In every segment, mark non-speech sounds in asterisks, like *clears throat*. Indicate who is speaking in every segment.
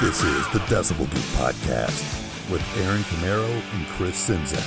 Speaker 1: This is the Decibel Geek Podcast with Aaron Camero and Chris Sinzak.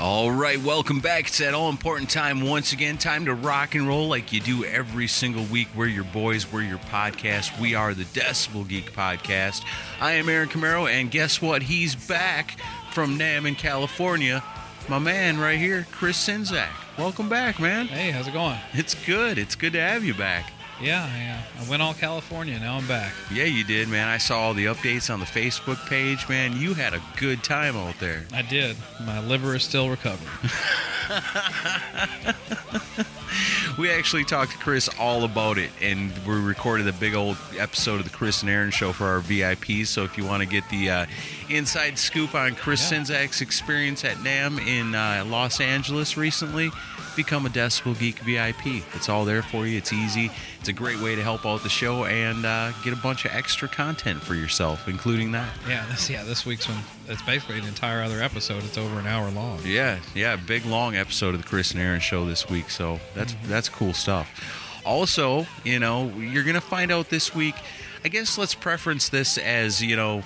Speaker 2: All right, welcome back. It's that all important time once again. Time to rock and roll like you do every single week. We're your boys, we're your podcast. We are the Decibel Geek Podcast. I am Aaron Camaro, and guess what? He's back from NAM in California. My man right here, Chris Sinzak. Welcome back, man.
Speaker 3: Hey, how's it going?
Speaker 2: It's good. It's good to have you back.
Speaker 3: Yeah, yeah. I went all California. Now I'm back.
Speaker 2: Yeah, you did, man. I saw all the updates on the Facebook page, man. You had a good time out there.
Speaker 3: I did. My liver is still recovering.
Speaker 2: We actually talked to Chris all about it, and we recorded a big old episode of the Chris and Aaron show for our VIPs. So if you want to get the uh, inside scoop on Chris
Speaker 3: Yeah.
Speaker 2: Sinzak's experience at NAM in uh, Los Angeles recently, become a Decibel Geek VIP. It's all there for you. It's easy. It's a great way to help out the show and uh, get a bunch of extra content for yourself, including that.
Speaker 3: yeah, this yeah this week's one. It's basically an entire other episode. It's over an hour long.
Speaker 2: Yeah, yeah, big long episode of the Chris and Aaron show this week. So that's that's cool stuff. Also, you know, you're gonna find out this week. I guess let's preference this as you know,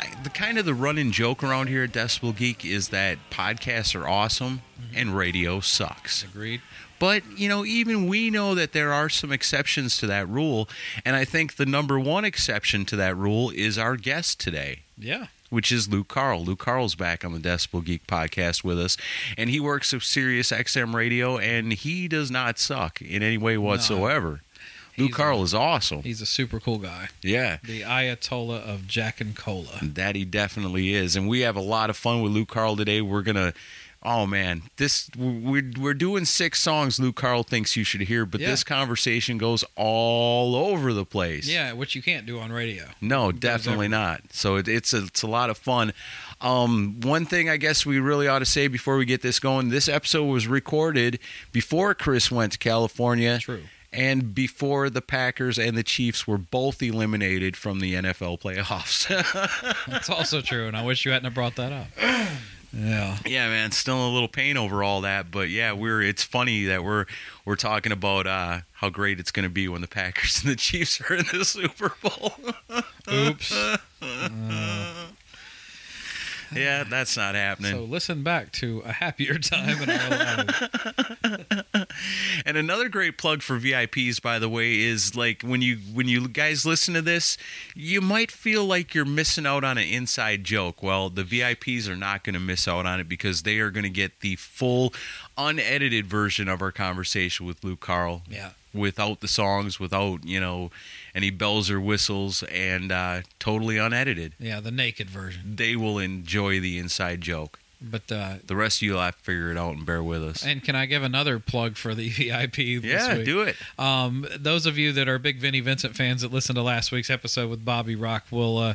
Speaker 2: I- the kind of the running joke around here at Decibel Geek is that podcasts are awesome and radio sucks.
Speaker 3: Agreed.
Speaker 2: But, you know, even we know that there are some exceptions to that rule. And I think the number one exception to that rule is our guest today
Speaker 3: Yeah.
Speaker 2: which is Luke Carl. Luke Carl's back on the Decibel Geek podcast with us, and he works at Sirius XM Radio, and he does not suck in any way whatsoever. Luke
Speaker 3: He's
Speaker 2: Carl is awesome.
Speaker 3: He's a super cool guy.
Speaker 2: Yeah.
Speaker 3: The Ayatollah of Jack and Cola.
Speaker 2: That he definitely is. And we have a lot of fun with Luke Carl today. We're going to. Oh man, this we're we're doing six songs Luke Carl thinks you should hear, but
Speaker 3: Yeah.
Speaker 2: this conversation goes all over the place.
Speaker 3: Yeah, which you can't do on radio.
Speaker 2: No,
Speaker 3: It goes
Speaker 2: definitely
Speaker 3: everywhere.
Speaker 2: not. So it, it's a, it's a lot of fun. Um, one thing I guess we really ought to say before we get this going: this episode was recorded before Chris went to California,
Speaker 3: True.
Speaker 2: and before the Packers and the Chiefs were both eliminated from the NFL playoffs. *laughs*
Speaker 3: That's also true, and I wish you hadn't have brought that up. Yeah.
Speaker 2: yeah, man, still a little pain over all that, but yeah, we're it's funny that we're we're talking about uh, how great it's going to be when the Packers and the Chiefs are in the *laughs* Super Bowl.
Speaker 3: Oops.
Speaker 2: yeah, that's not happening.
Speaker 3: so listen back to a happier time in our lives.
Speaker 2: And another great plug for VIPs, by the way, is like when you when you guys listen to this, you might feel like you're missing out on an inside joke. Well, the VIPs are not going to miss out on it because they are going to get the full, unedited version of our conversation with Luke Carl.
Speaker 3: Yeah.
Speaker 2: Without the songs, without you know any bells or whistles, and uh, totally unedited.
Speaker 3: Yeah, the naked version.
Speaker 2: They will enjoy the inside joke.
Speaker 3: But uh,
Speaker 2: The rest of you'll have to figure it out and bear with us.
Speaker 3: And can I give another plug for the *laughs* VIP? This
Speaker 2: Yeah,
Speaker 3: week?
Speaker 2: do it.
Speaker 3: Um, those of you that are big Vinnie Vincent fans that listened to last week's episode with Bobby Rock will uh,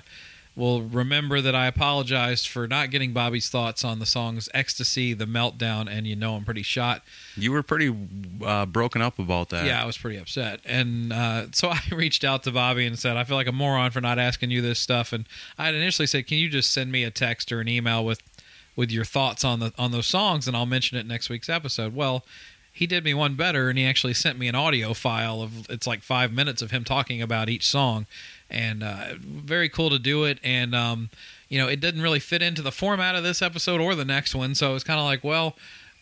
Speaker 3: will remember that I apologized for not getting Bobby's thoughts on the songs "Ecstasy," "The Meltdown," and "You Know I'm Pretty Shot."
Speaker 2: You were pretty uh, broken up about that.
Speaker 3: Yeah, I was pretty upset, and uh, so *laughs* I reached out to Bobby and said, "I feel like a moron for not asking you this stuff." And I had initially said, "Can you just send me a text or an email with with your thoughts on the on those songs, and I'll mention it next week's episode?" Well, he did me one better, and he actually sent me an audio file of it's like five minutes of him talking about each song, and uh, very cool to do it, and. Um, you know, it didn't really fit into the format of this episode or the next one, so it was kind of like, well,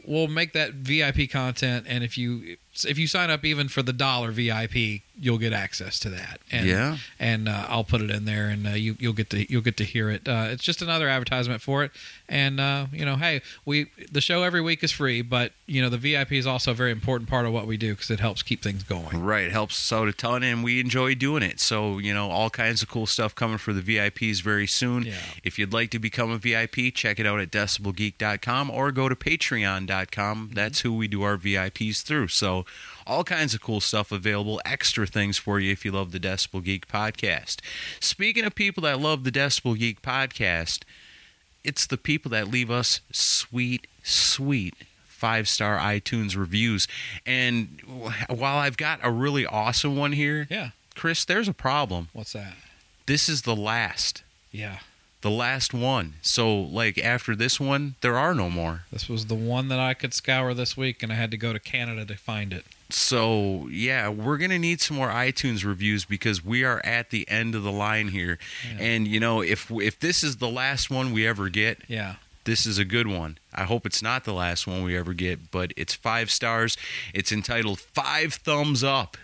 Speaker 3: we'll make that VIP content, and if you if you sign up even for the dollar VIP, you'll get access to that. And,
Speaker 2: Yeah.
Speaker 3: and uh, I'll put it in there, and uh, you you'll get to you'll get to hear it. Uh, it's just another advertisement for it, and uh, you know, hey, we the show every week is free, but you know, the VIP is also a very important part of what we do because it helps keep things going.
Speaker 2: Right, helps us out a ton, and we enjoy doing it. So you know, all kinds of cool stuff coming for the VIPs very soon.
Speaker 3: Yeah.
Speaker 2: If you'd like to become a VIP, check it out at decibelgeek.com or go to patreon.com.
Speaker 3: Mm-hmm.
Speaker 2: That's who we do our VIPs through. So all kinds of cool stuff available, extra things for you if you love the Decibel Geek podcast. Speaking of people that love the Decibel Geek podcast, it's the people that leave us sweet, sweet five star iTunes reviews. And wh- while I've got a really awesome one here,
Speaker 3: Yeah,
Speaker 2: Chris, there's a problem.
Speaker 3: what's that?
Speaker 2: This is the last,
Speaker 3: Yeah,
Speaker 2: the last one. So, like, after this one, there are no more.
Speaker 3: this was the one that I could scour this week, and I had to go to Canada to find it.
Speaker 2: So, yeah, we're going to need some more iTunes reviews because we are at the end of the line here. And, you know, if if this is the last one we ever get,
Speaker 3: Yeah,
Speaker 2: this is a good one. I hope it's not the last one we ever get, but it's five stars. It's entitled Five Thumbs Up.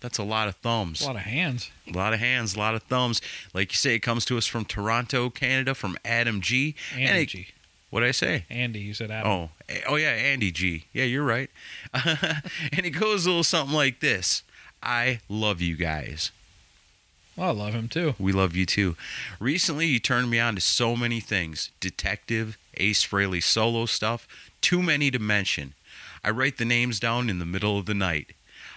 Speaker 2: That's a lot of thumbs.
Speaker 3: a lot of hands.
Speaker 2: A lot of hands, a lot of thumbs. Like you say, it comes to us from Toronto, Canada, from Adam G.
Speaker 3: Andy
Speaker 2: And it-
Speaker 3: G.
Speaker 2: What'd I say?
Speaker 3: Andy, you said Adam.
Speaker 2: Oh, eh, oh yeah, Andy G. Yeah, you're right. *laughs* and it goes a little something like this I love you guys.
Speaker 3: Well, I love him too.
Speaker 2: We love you too. Recently, you turned me on to so many things Detective, Ace Frehley solo stuff, too many to mention. I write the names down in the middle of the night.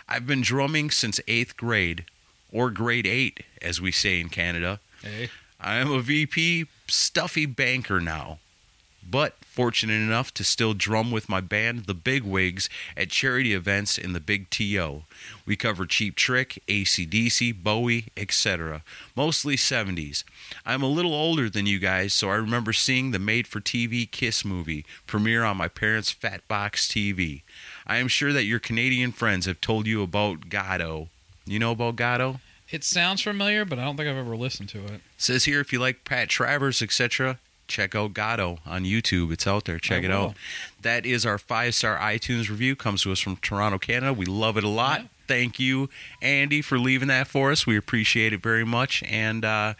Speaker 2: I've been drumming since eighth grade, or grade eight, as we say in Canada.
Speaker 3: Hey.
Speaker 2: I am a VP stuffy banker now, but fortunate enough to still drum with my band, the Big Wigs, at charity events in the Big TO. We cover Cheap Trick, ACDC, Bowie, etc., mostly 70s. I'm a little older than you guys, so I remember seeing the made for TV Kiss movie premiere on my parents' Fat Box TV. I am sure that your Canadian friends have told you about Gatto. You know about Gatto?
Speaker 3: It sounds familiar, but I don't think I've ever listened to it.
Speaker 2: Says here if you like Pat Travers, etc., check out Gatto on YouTube. It's out there. Check
Speaker 3: I
Speaker 2: it
Speaker 3: will.
Speaker 2: out. That is our five star iTunes review. Comes to us from Toronto, Canada. We love it a lot.
Speaker 3: Yeah.
Speaker 2: Thank you, Andy, for leaving that for us. We appreciate it very much. And uh,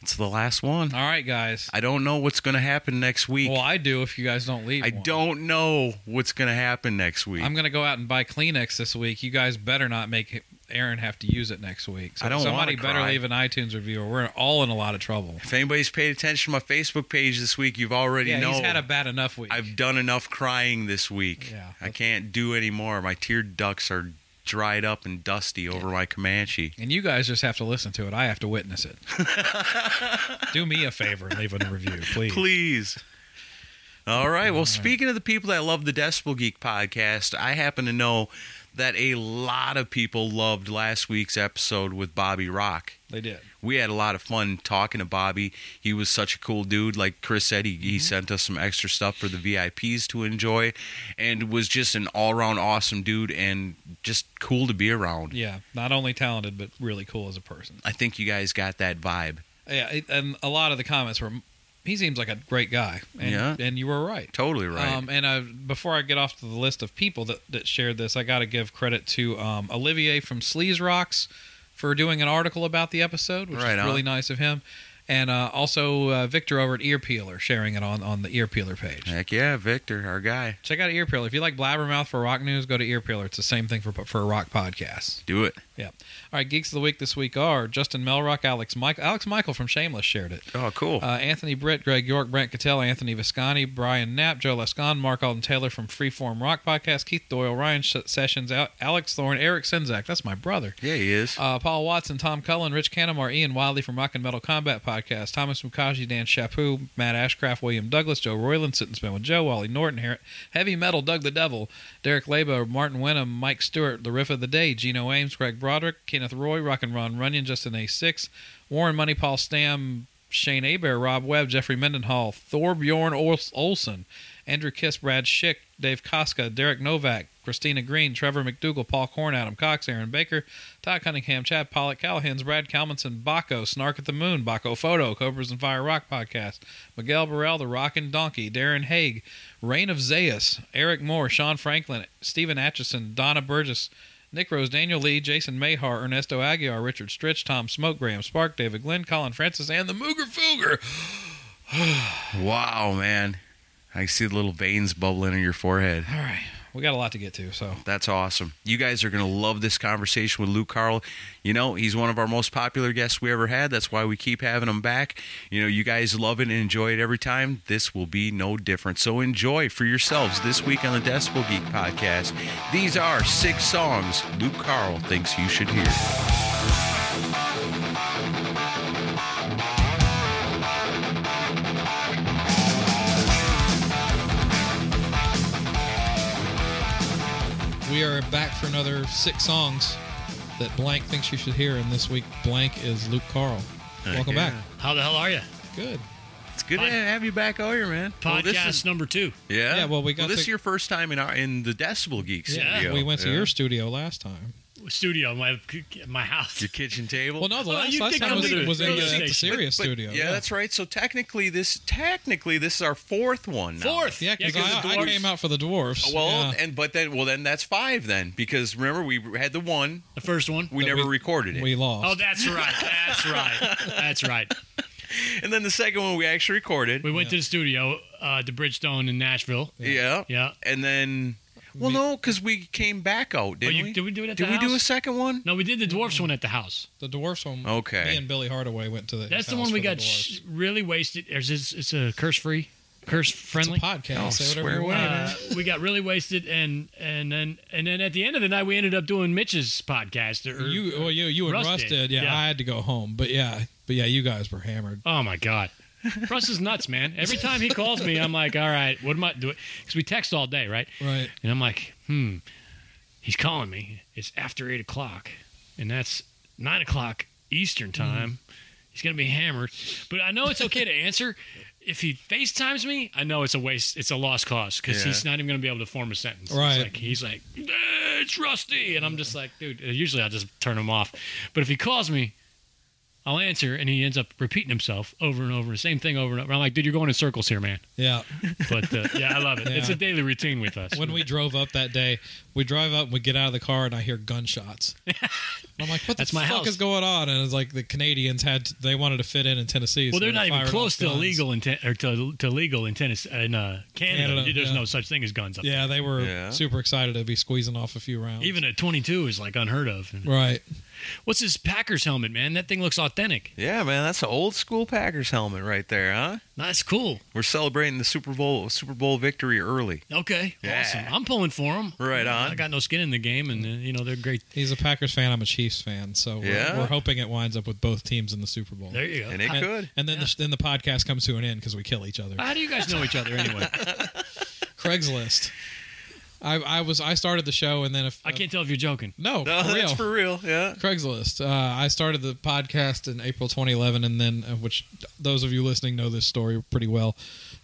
Speaker 2: it's the last one.
Speaker 3: All right, guys.
Speaker 2: I don't know what's going to happen next week.
Speaker 3: Well, I do if you guys don't leave.
Speaker 2: I
Speaker 3: one.
Speaker 2: don't know what's going to happen next week.
Speaker 3: I'm gonna go out and buy Kleenex this week. You guys better not make Aaron have to use it next week. So
Speaker 2: I don't
Speaker 3: somebody
Speaker 2: wanna
Speaker 3: better
Speaker 2: cry.
Speaker 3: leave an iTunes review, or we're all in a lot of trouble.
Speaker 2: if anybody's paid attention to my Facebook page this week, you've already
Speaker 3: Yeah,
Speaker 2: know
Speaker 3: he's had a bad enough week.
Speaker 2: I've done enough crying this week.
Speaker 3: Yeah.
Speaker 2: I can't do any more. My tear ducts are dried up and dusty over my Comanche.
Speaker 3: and you guys just have to listen to it. I have to
Speaker 2: *laughs*
Speaker 3: witness it. do me a favor and leave a
Speaker 2: *laughs*
Speaker 3: review, please.
Speaker 2: Please. All right. Well, speaking of the people that love the Decibel Geek podcast, I happen to know that a lot of people loved last week's episode with Bobby Rock.
Speaker 3: They did.
Speaker 2: we had a lot of fun talking to Bobby. He was such a cool dude. Like Chris said, he,
Speaker 3: Mm-hmm.
Speaker 2: he sent us some extra stuff for the VIPs to enjoy and was just an all around awesome dude and just cool to be around.
Speaker 3: Yeah, not only talented but really cool as a person.
Speaker 2: I think you guys got that vibe.
Speaker 3: Yeah, it- and a lot of the comments were, he seems like a great guy. And,
Speaker 2: Yeah.
Speaker 3: and you were right.
Speaker 2: Totally right.
Speaker 3: Um, and I, before I get off to the list of people that, that shared this, I got to give credit to um, Olivier from Sleaze Rocks for doing an article about the episode, which
Speaker 2: Right
Speaker 3: is
Speaker 2: on.
Speaker 3: really nice of him. And uh, also uh, Victor over at Ear Peeler sharing it on, on the Ear Peeler page.
Speaker 2: Heck yeah, Victor, our guy.
Speaker 3: Check out Ear Peeler. If you like Blabbermouth for rock news, go to Ear Peeler. It's the same thing for for a rock podcast.
Speaker 2: Do it.
Speaker 3: Yeah. All right, geeks of the week this week are Justin Melrock, Alex Michael, Alex Michael from Shameless shared it.
Speaker 2: Oh, cool.
Speaker 3: Uh, Anthony Britt, Greg York, Brent Cattell, Anthony Visconti, Brian Knapp, Joe Lascon, Mark Alden Taylor from Freeform Rock Podcast, Keith Doyle, Ryan Sh- Sessions, Al- Alex Thorne, Eric Sinzak. That's my brother.
Speaker 2: yeah, he is.
Speaker 3: Uh, Paul Watson, Tom Cullen, Rich Canamar, Ian Wiley from Rock and Metal Combat Podcast, Thomas Mukaji, Dan Shapu, Matt Ashcraft, William Douglas, Joe Royland, Sit and Spin with Joe, Wally Norton, Her- Heavy Metal, Doug the Devil, Derek Labo, Martin Wenham, Mike Stewart, The Riff of the Day, Gino Ames, Greg Broderick, Kenneth Roy, Rock and Ron Runyon, Justin A6, Warren Money, Paul Stam, Shane Aber, Rob Webb, Jeffrey Mendenhall, Thor Bjorn Ol- Olson, Andrew Kiss, Brad Schick, Dave Koska, Derek Novak, Christina Green, Trevor McDougal, Paul Korn, Adam Cox, Aaron Baker, Todd Cunningham, Chad Pollock, Callahan's, Brad Kalmanson, Baco, Snark at the Moon, Baco Photo, Cobras and Fire Rock Podcast, Miguel Burrell, The Rockin' Donkey, Darren Haig, Reign of Zayas, Eric Moore, Sean Franklin, Stephen Atchison, Donna Burgess, Nick Rose, Daniel Lee, Jason Mahar, Ernesto Aguiar, Richard Stritch, Tom Smoke, Graham Spark, David Glenn, Colin Francis, and the Mooger Fooger.
Speaker 2: Wow, man. I see the little veins bubbling in your forehead.
Speaker 3: All right, we got a lot to get to, so
Speaker 2: That's awesome. You guys are going to love this conversation with Luke Carl. You know, he's one of our most popular guests we ever had. That's why we keep having him back. You know, you guys love it and enjoy it every time. This will be no different. So enjoy for yourselves this week on the Decibel Geek podcast. These are six songs Luke Carl thinks you should hear.
Speaker 3: we are back for another six songs that Blank thinks you should hear. And this week, Blank is Luke Carl. Welcome
Speaker 2: yeah.
Speaker 3: back.
Speaker 4: How the hell are you?
Speaker 3: Good.
Speaker 2: It's good to have you back over here, man. Well,
Speaker 4: Podcast
Speaker 2: this is-
Speaker 4: number two.
Speaker 2: yeah.
Speaker 3: Yeah, well, we got
Speaker 2: this
Speaker 3: the-
Speaker 2: is your first time in our in the Decibel Geek
Speaker 4: Yeah.
Speaker 2: studio.
Speaker 3: We went to
Speaker 2: Yeah.
Speaker 3: your studio last time.
Speaker 4: Studio, my my house.
Speaker 2: your kitchen table.
Speaker 3: Well, no, the
Speaker 4: Oh,
Speaker 3: last,
Speaker 4: you
Speaker 3: last
Speaker 4: did
Speaker 3: time
Speaker 4: come
Speaker 3: was,
Speaker 4: to the
Speaker 3: was in the,
Speaker 4: radio
Speaker 3: at the
Speaker 4: station.
Speaker 3: Sirius
Speaker 2: But-
Speaker 3: studio.
Speaker 2: Yeah, that's right. So technically, this technically this is our fourth one. now.
Speaker 4: Fourth.
Speaker 3: Yeah, because
Speaker 4: the
Speaker 3: I, I
Speaker 4: dwarves-
Speaker 3: came out for the dwarves.
Speaker 2: Oh, Well,
Speaker 3: yeah.
Speaker 2: and but then well then that's five then because remember we had the one
Speaker 4: The first one.
Speaker 2: we
Speaker 3: That
Speaker 2: never
Speaker 3: we-
Speaker 2: recorded it,
Speaker 3: we lost.
Speaker 4: Oh, that's right. That's right. That's right.
Speaker 2: and then the second one we actually recorded.
Speaker 4: We went to the studio, uh, the Bridgestone in Nashville.
Speaker 2: yeah.
Speaker 4: Yeah.
Speaker 2: And then well no because we came back out didn't
Speaker 4: Oh, you-
Speaker 2: we?
Speaker 4: did we do it at
Speaker 2: Did
Speaker 4: the
Speaker 2: we do a
Speaker 4: house?
Speaker 2: second one?
Speaker 4: No, we did the Dwarfs one at the house.
Speaker 3: the dwarfs one.
Speaker 2: Okay.
Speaker 3: Me and Billy Hardaway went to the.
Speaker 4: That's the
Speaker 3: house
Speaker 4: one we
Speaker 3: for
Speaker 4: got
Speaker 3: dwarfs.
Speaker 4: sh- really wasted. There's this, it's a curse free, curse
Speaker 3: it's a
Speaker 4: friendly.
Speaker 3: podcast.
Speaker 2: Oh,
Speaker 3: say whatever
Speaker 2: swear
Speaker 3: you
Speaker 2: away,
Speaker 3: want.
Speaker 4: Uh, we got really wasted, and and then and then at the end of the night, we ended up doing Mitch's podcast. Or,
Speaker 3: You well you you and Russ,
Speaker 4: Russ
Speaker 3: did.
Speaker 4: did,
Speaker 3: Yeah,
Speaker 4: yeah.
Speaker 3: I had to go home, but yeah, but yeah, you guys were hammered.
Speaker 4: *laughs* Oh my god, Russ is nuts, man. Every time he calls me, I'm like, all right, what am I doing? Because we text all day, right?
Speaker 3: Right.
Speaker 4: And I'm like, hmm, he's calling me. It's after eight o'clock, and that's nine o'clock Eastern
Speaker 3: Mm-hmm.
Speaker 4: time. He's gonna be hammered, but I know it's okay to
Speaker 3: *laughs*
Speaker 4: answer. If he FaceTimes me, I know it's a waste. It's a lost cause because
Speaker 2: Yeah.
Speaker 4: he's not even gonna be able to form a sentence. It's
Speaker 3: Right.
Speaker 4: like- he's like, "Eh, it's Rusty, and I'm just like, dude. uh, Usually I just turn him off, but if he calls me, I'll answer, and he ends up repeating himself over and over, the same thing over and over. I'm like, dude, you're going in circles here, man.
Speaker 3: Yeah.
Speaker 4: But uh, yeah, I love it. It's
Speaker 3: Yeah.
Speaker 4: a daily routine with us.
Speaker 3: When we drove up that day, we drive up and we get out of the car and I
Speaker 4: *laughs*
Speaker 3: hear gunshots. And I'm like, what the
Speaker 4: That's my
Speaker 3: fuck
Speaker 4: house.
Speaker 3: is going on? And it's like the Canadians had they wanted to fit in in Tennessee. so
Speaker 4: well, they're
Speaker 3: they
Speaker 4: not even
Speaker 3: fired
Speaker 4: close
Speaker 3: off
Speaker 4: to
Speaker 3: guns.
Speaker 4: illegal in ten- or to, to legal in Tennessee in uh, Canada.
Speaker 3: Canada,
Speaker 4: There's
Speaker 3: yeah.
Speaker 4: no such thing as guns up
Speaker 3: Yeah, they were
Speaker 2: Yeah.
Speaker 3: super excited to be squeezing off a few rounds.
Speaker 4: there. Even a 22 is like unheard of.
Speaker 3: right.
Speaker 4: What's this Packers helmet, man? That thing looks authentic.
Speaker 2: Yeah, man, that's an old school Packers helmet right there, huh?
Speaker 4: That's cool.
Speaker 2: We're celebrating the Super Bowl Super Bowl victory early.
Speaker 4: Okay,
Speaker 2: Yeah.
Speaker 4: awesome. I'm pulling for them.
Speaker 2: Right on.
Speaker 4: I got no skin in the game, and uh, you know they're great.
Speaker 3: He's a Packers fan. I'm a Chiefs fan. So we're,
Speaker 2: Yeah.
Speaker 3: we're hoping it winds up with both teams in the Super Bowl.
Speaker 4: There you go.
Speaker 2: And it
Speaker 3: and,
Speaker 2: could.
Speaker 3: And then the, then the podcast comes to an end because we kill
Speaker 4: *laughs*
Speaker 3: each other.
Speaker 4: How do you guys know each other anyway?
Speaker 3: Craigslist. I, I was I started the show and then if
Speaker 4: I can't tell if you're joking.
Speaker 3: no,
Speaker 2: No, *laughs*
Speaker 3: for
Speaker 2: that's
Speaker 3: real.
Speaker 2: for real. Yeah.
Speaker 3: Craigslist. Uh, I started the podcast in April 2011, and then, uh, which those of you listening know this story pretty well.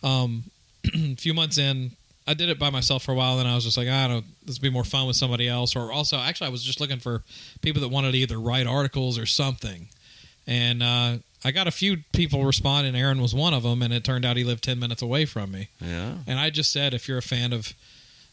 Speaker 3: Um, *clears throat* a few months in, I did it by myself for a while, and I was just like, "Ah, I don't. This would be more fun with somebody else. Or also, actually, I was just looking for people that wanted to either write articles or something, and uh, I got a few people respond, and Aaron was one of them. And it turned out he lived 10 minutes away from me,
Speaker 2: Yeah.
Speaker 3: and I just said, if you're a fan of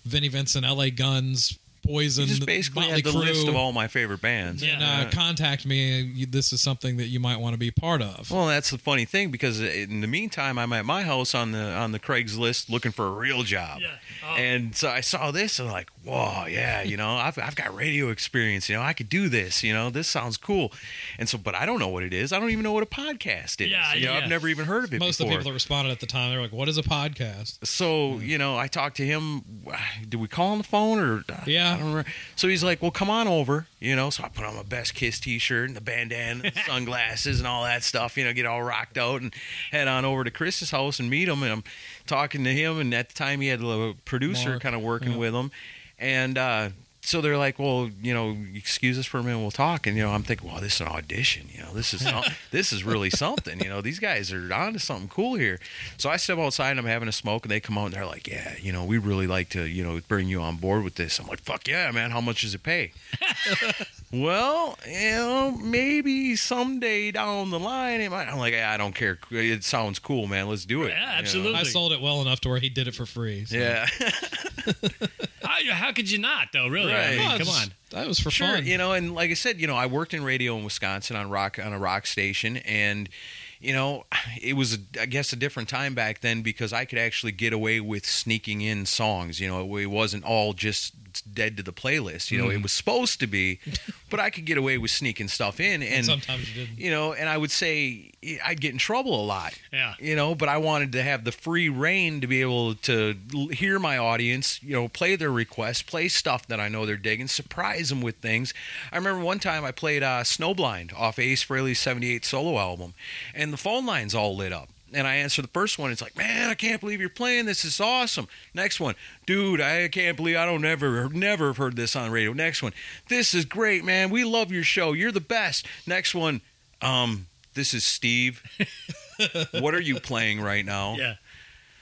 Speaker 3: Vinnie Vincent, L.A. Guns. Poison,
Speaker 2: You just basically
Speaker 3: Motley
Speaker 2: had the
Speaker 3: Crue,
Speaker 2: list of all my favorite bands.
Speaker 3: then uh, contact me. You- This is something that you might want to be part of.
Speaker 2: Well, that's the funny thing because in the meantime, I'm at my house on the on the Craigslist looking for a real job.
Speaker 4: Yeah. Oh.
Speaker 2: And so I saw this and like, whoa, yeah, you know, I've I've got radio experience. You know, I could do this. You know, this sounds cool. And so, but I don't know what it is. I don't even know what a podcast is.
Speaker 4: Yeah,
Speaker 2: you know,
Speaker 4: yeah.
Speaker 2: I've never even heard of it.
Speaker 3: Most of the
Speaker 2: before.
Speaker 3: people that responded at the time, they were like, "What is a podcast?"
Speaker 2: so you know, I talked to him. Did we call on the phone or?
Speaker 3: Yeah.
Speaker 2: I don't remember. So he's like, "Well, come on over." You know, so I put on my best kiss T-shirt and the bandana,
Speaker 3: *laughs*
Speaker 2: and the sunglasses, and all that stuff. You know, get all rocked out and head on over to Chris's house and meet him. And I'm talking to him, and at the time he had a little producer
Speaker 3: Mark,
Speaker 2: kind of working with him, and. uh so they're like, well, you know, excuse us for a minute, we'll talk. And you know, I'm thinking, well, this is an audition. You know, this is
Speaker 4: *laughs*
Speaker 2: some- this is really something. You know, these guys are onto something cool here. So I step outside and I'm having a smoke, and they come out and they're like, yeah, you know, we really like to, you know, bring you on board with this. I'm like, fuck yeah, man. How much does
Speaker 4: *laughs*
Speaker 2: it pay? well, you know, maybe someday down the line, it might. I'm like, yeah, I don't care. It sounds cool, man. Let's do it.
Speaker 4: Yeah,
Speaker 2: You know?
Speaker 4: absolutely.
Speaker 3: I sold it well enough to where he did it for free. so-
Speaker 2: Yeah.
Speaker 4: How, how could you not though? Really? I mean,
Speaker 2: Right. No,
Speaker 4: come
Speaker 3: Oh, Just-
Speaker 4: on.
Speaker 3: That was for
Speaker 2: sure,
Speaker 3: fun.
Speaker 2: you know, and like I said, you know, I worked in radio in Wisconsin on rock on a rock station, and you know, *sighs* it was I guess a different time back then because I could actually get away with sneaking in songs. You know, it wasn't all just dead to the playlist. You know,
Speaker 3: Mm.
Speaker 2: it was supposed to
Speaker 3: *laughs*
Speaker 2: be, but I could get away with sneaking stuff in, and
Speaker 3: Sometimes you didn't.
Speaker 2: you know, and I would say eh, I'd get in trouble a lot.
Speaker 4: Yeah.
Speaker 2: You know, but I wanted to have the free reign to be able to l- hear my audience, you know, play their requests, play stuff that I know they're digging, surprise them with things. I remember one time I played uh, Snowblind off Ace Frehley's 78 solo album, and the phone lines all lit up. And I answer the first one. It's like, man, I can't believe you're playing this. This is awesome. Next one, dude, I can't believe I don't ever, never have heard this on the radio. Next one, this is great, man. We love your show. You're the best. Next one, um, this is Steve. what are you playing right now?
Speaker 4: *laughs* Yeah.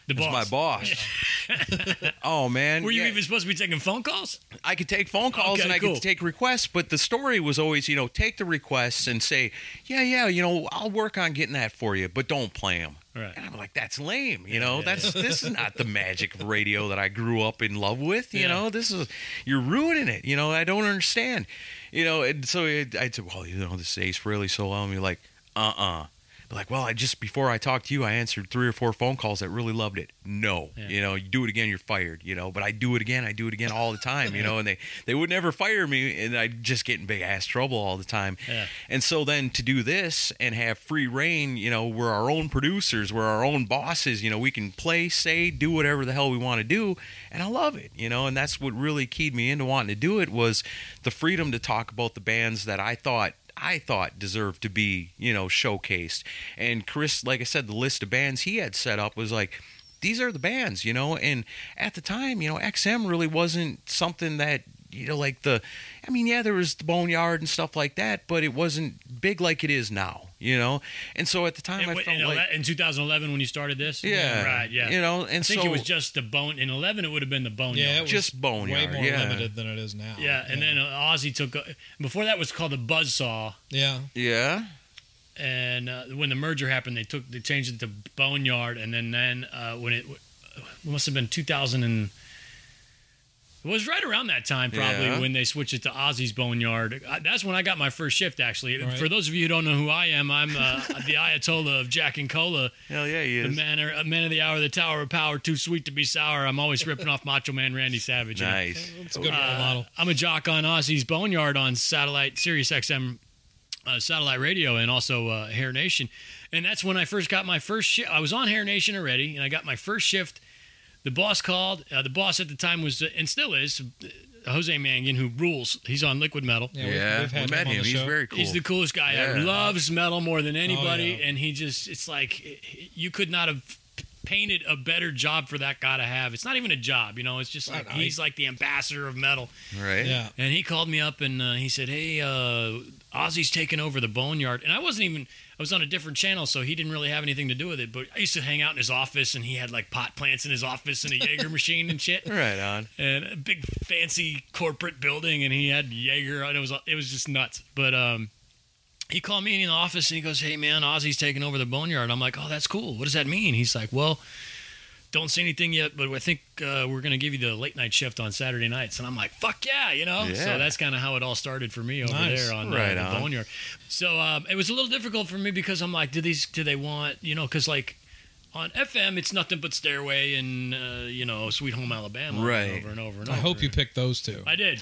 Speaker 4: The
Speaker 2: It's
Speaker 4: boss.
Speaker 2: my boss.
Speaker 4: *laughs*
Speaker 2: oh man,
Speaker 4: Were you
Speaker 2: Yeah.
Speaker 4: even supposed to be taking phone calls?
Speaker 2: I could take phone calls
Speaker 4: Okay,
Speaker 2: and I
Speaker 4: cool.
Speaker 2: could take requests, but the story was always, you know, take the requests and say, yeah, yeah, you know, I'll work on getting that for you, but don't play them.
Speaker 4: Right.
Speaker 2: And I'm like, that's lame. You know, that's this is not the magic of radio that I grew up in love with. You
Speaker 4: Yeah.
Speaker 2: know, this is you're ruining it. You know, I don't understand. You know, and so it, I said, well, you know, this is Ace really so well. And you're like, uh uh-uh. uh. Like, well, I just before I talked to you, I answered three or four phone calls that really loved it. No,
Speaker 4: Yeah.
Speaker 2: you know, you do it again, you're fired. You know, but I do it again, I do it again all the time. You know, and they they would never fire me, and I just get in big ass trouble all the time.
Speaker 4: Yeah.
Speaker 2: And so then to do this and have free reign, you know, we're our own producers, we're our own bosses. You know, we can play, say, do whatever the hell we want to do, and I love it. You know, and that's what really keyed me into wanting to do it was the freedom to talk about the bands that I thought I thought deserved to be, you know, showcased. And Chris, like I said, the list of bands he had set up was like, these are the bands, you know. And at the time, you know, XM really wasn't something that, you know, like the, I mean, yeah, there was the Boneyard and stuff like that, but it wasn't big like it is now, you know. And so at the time,
Speaker 4: In,
Speaker 2: I felt
Speaker 4: in, ele-
Speaker 2: like,
Speaker 4: in 2011 when you started this?
Speaker 2: yeah,
Speaker 4: Right, yeah.
Speaker 2: you know.
Speaker 4: I
Speaker 2: And
Speaker 4: think
Speaker 2: so
Speaker 4: it was just the bone. In 11, it would have been the bone.
Speaker 3: Yeah, it
Speaker 4: yard.
Speaker 3: was
Speaker 2: just
Speaker 3: Way
Speaker 2: Boneyard,
Speaker 3: more
Speaker 2: yeah,
Speaker 3: limited than it is now.
Speaker 4: yeah, and then uh, Ozzy took. o- Before that was called the Buzzsaw,
Speaker 3: yeah,
Speaker 2: yeah,
Speaker 4: and uh, when the merger happened, they took they changed it to Boneyard, and then then uh, when it, it must have been 2000 and it was right around that time probably
Speaker 2: Yeah.
Speaker 4: when they switched it to Ozzy's Boneyard. I, that's when I got my first shift actually.
Speaker 3: Right.
Speaker 4: For those of you who don't know who I am, I'm uh, *laughs* the Ayatollah of Jack and Cola.
Speaker 2: hell yeah, he
Speaker 4: The
Speaker 2: is.
Speaker 4: man, or, man of the hour, the tower of power, too sweet to be sour. I'm always ripping off Macho Man Randy Savage. And,
Speaker 2: Nice.
Speaker 3: it's a good role
Speaker 4: uh,
Speaker 3: model.
Speaker 4: I'm a jock on Aussie's Boneyard on satellite Sirius XM uh, satellite radio and also uh, Hair Nation. And that's when I first got my first shift. I was on Hair Nation already, and I got my first shift. The boss called. Uh, the boss at the time was, uh, and still is, uh, Jose Mangan, who rules. He's on Liquid Metal.
Speaker 3: Yeah, we've,
Speaker 2: Yeah,
Speaker 3: we've had
Speaker 2: we met
Speaker 3: on
Speaker 2: him.
Speaker 3: the
Speaker 2: He's
Speaker 3: show.
Speaker 2: very cool.
Speaker 4: He's the coolest guy. I
Speaker 2: Yeah.
Speaker 4: loves metal more than anybody,
Speaker 3: Oh, yeah.
Speaker 4: and he just—it's like you could not have painted a better job for that guy to have. It's not even a job, you know. It's just like
Speaker 3: I-
Speaker 4: he's like the ambassador of metal.
Speaker 2: *laughs* right?
Speaker 3: Yeah,
Speaker 4: And he called me up and uh, he said, "Hey, uh, Ozzy's taking over the Boneyard." And I wasn't even—I was on a different channel, so he didn't really have anything to do with it. But I used to hang out in his office, and he had like pot plants in his office and a Jaeger machine and shit
Speaker 2: Right on.
Speaker 4: and a big fancy corporate building and he had Jaeger and it was it was just nuts. But um he called me in the office and he goes, Hey man, Ozzy's taking over the boneyard. I'm like, Oh, that's cool. What does that mean? He's like, Well, don't say anything yet, but I think uh, we're gonna give you the late night shift on Saturday nights. And I'm like, Fuck yeah, you know?
Speaker 2: Yeah.
Speaker 4: So that's kinda how it all started for me over
Speaker 3: Nice.
Speaker 4: there on uh,
Speaker 2: Right
Speaker 4: the
Speaker 2: on.
Speaker 4: boneyard. So um, it was a little difficult for me because I'm like, do these do they want you know? Because like on FM, it's nothing but Stairway and uh, you know Sweet Home Alabama,
Speaker 2: Right.
Speaker 4: Over and over and over.
Speaker 3: I hope you picked those two.
Speaker 4: I did.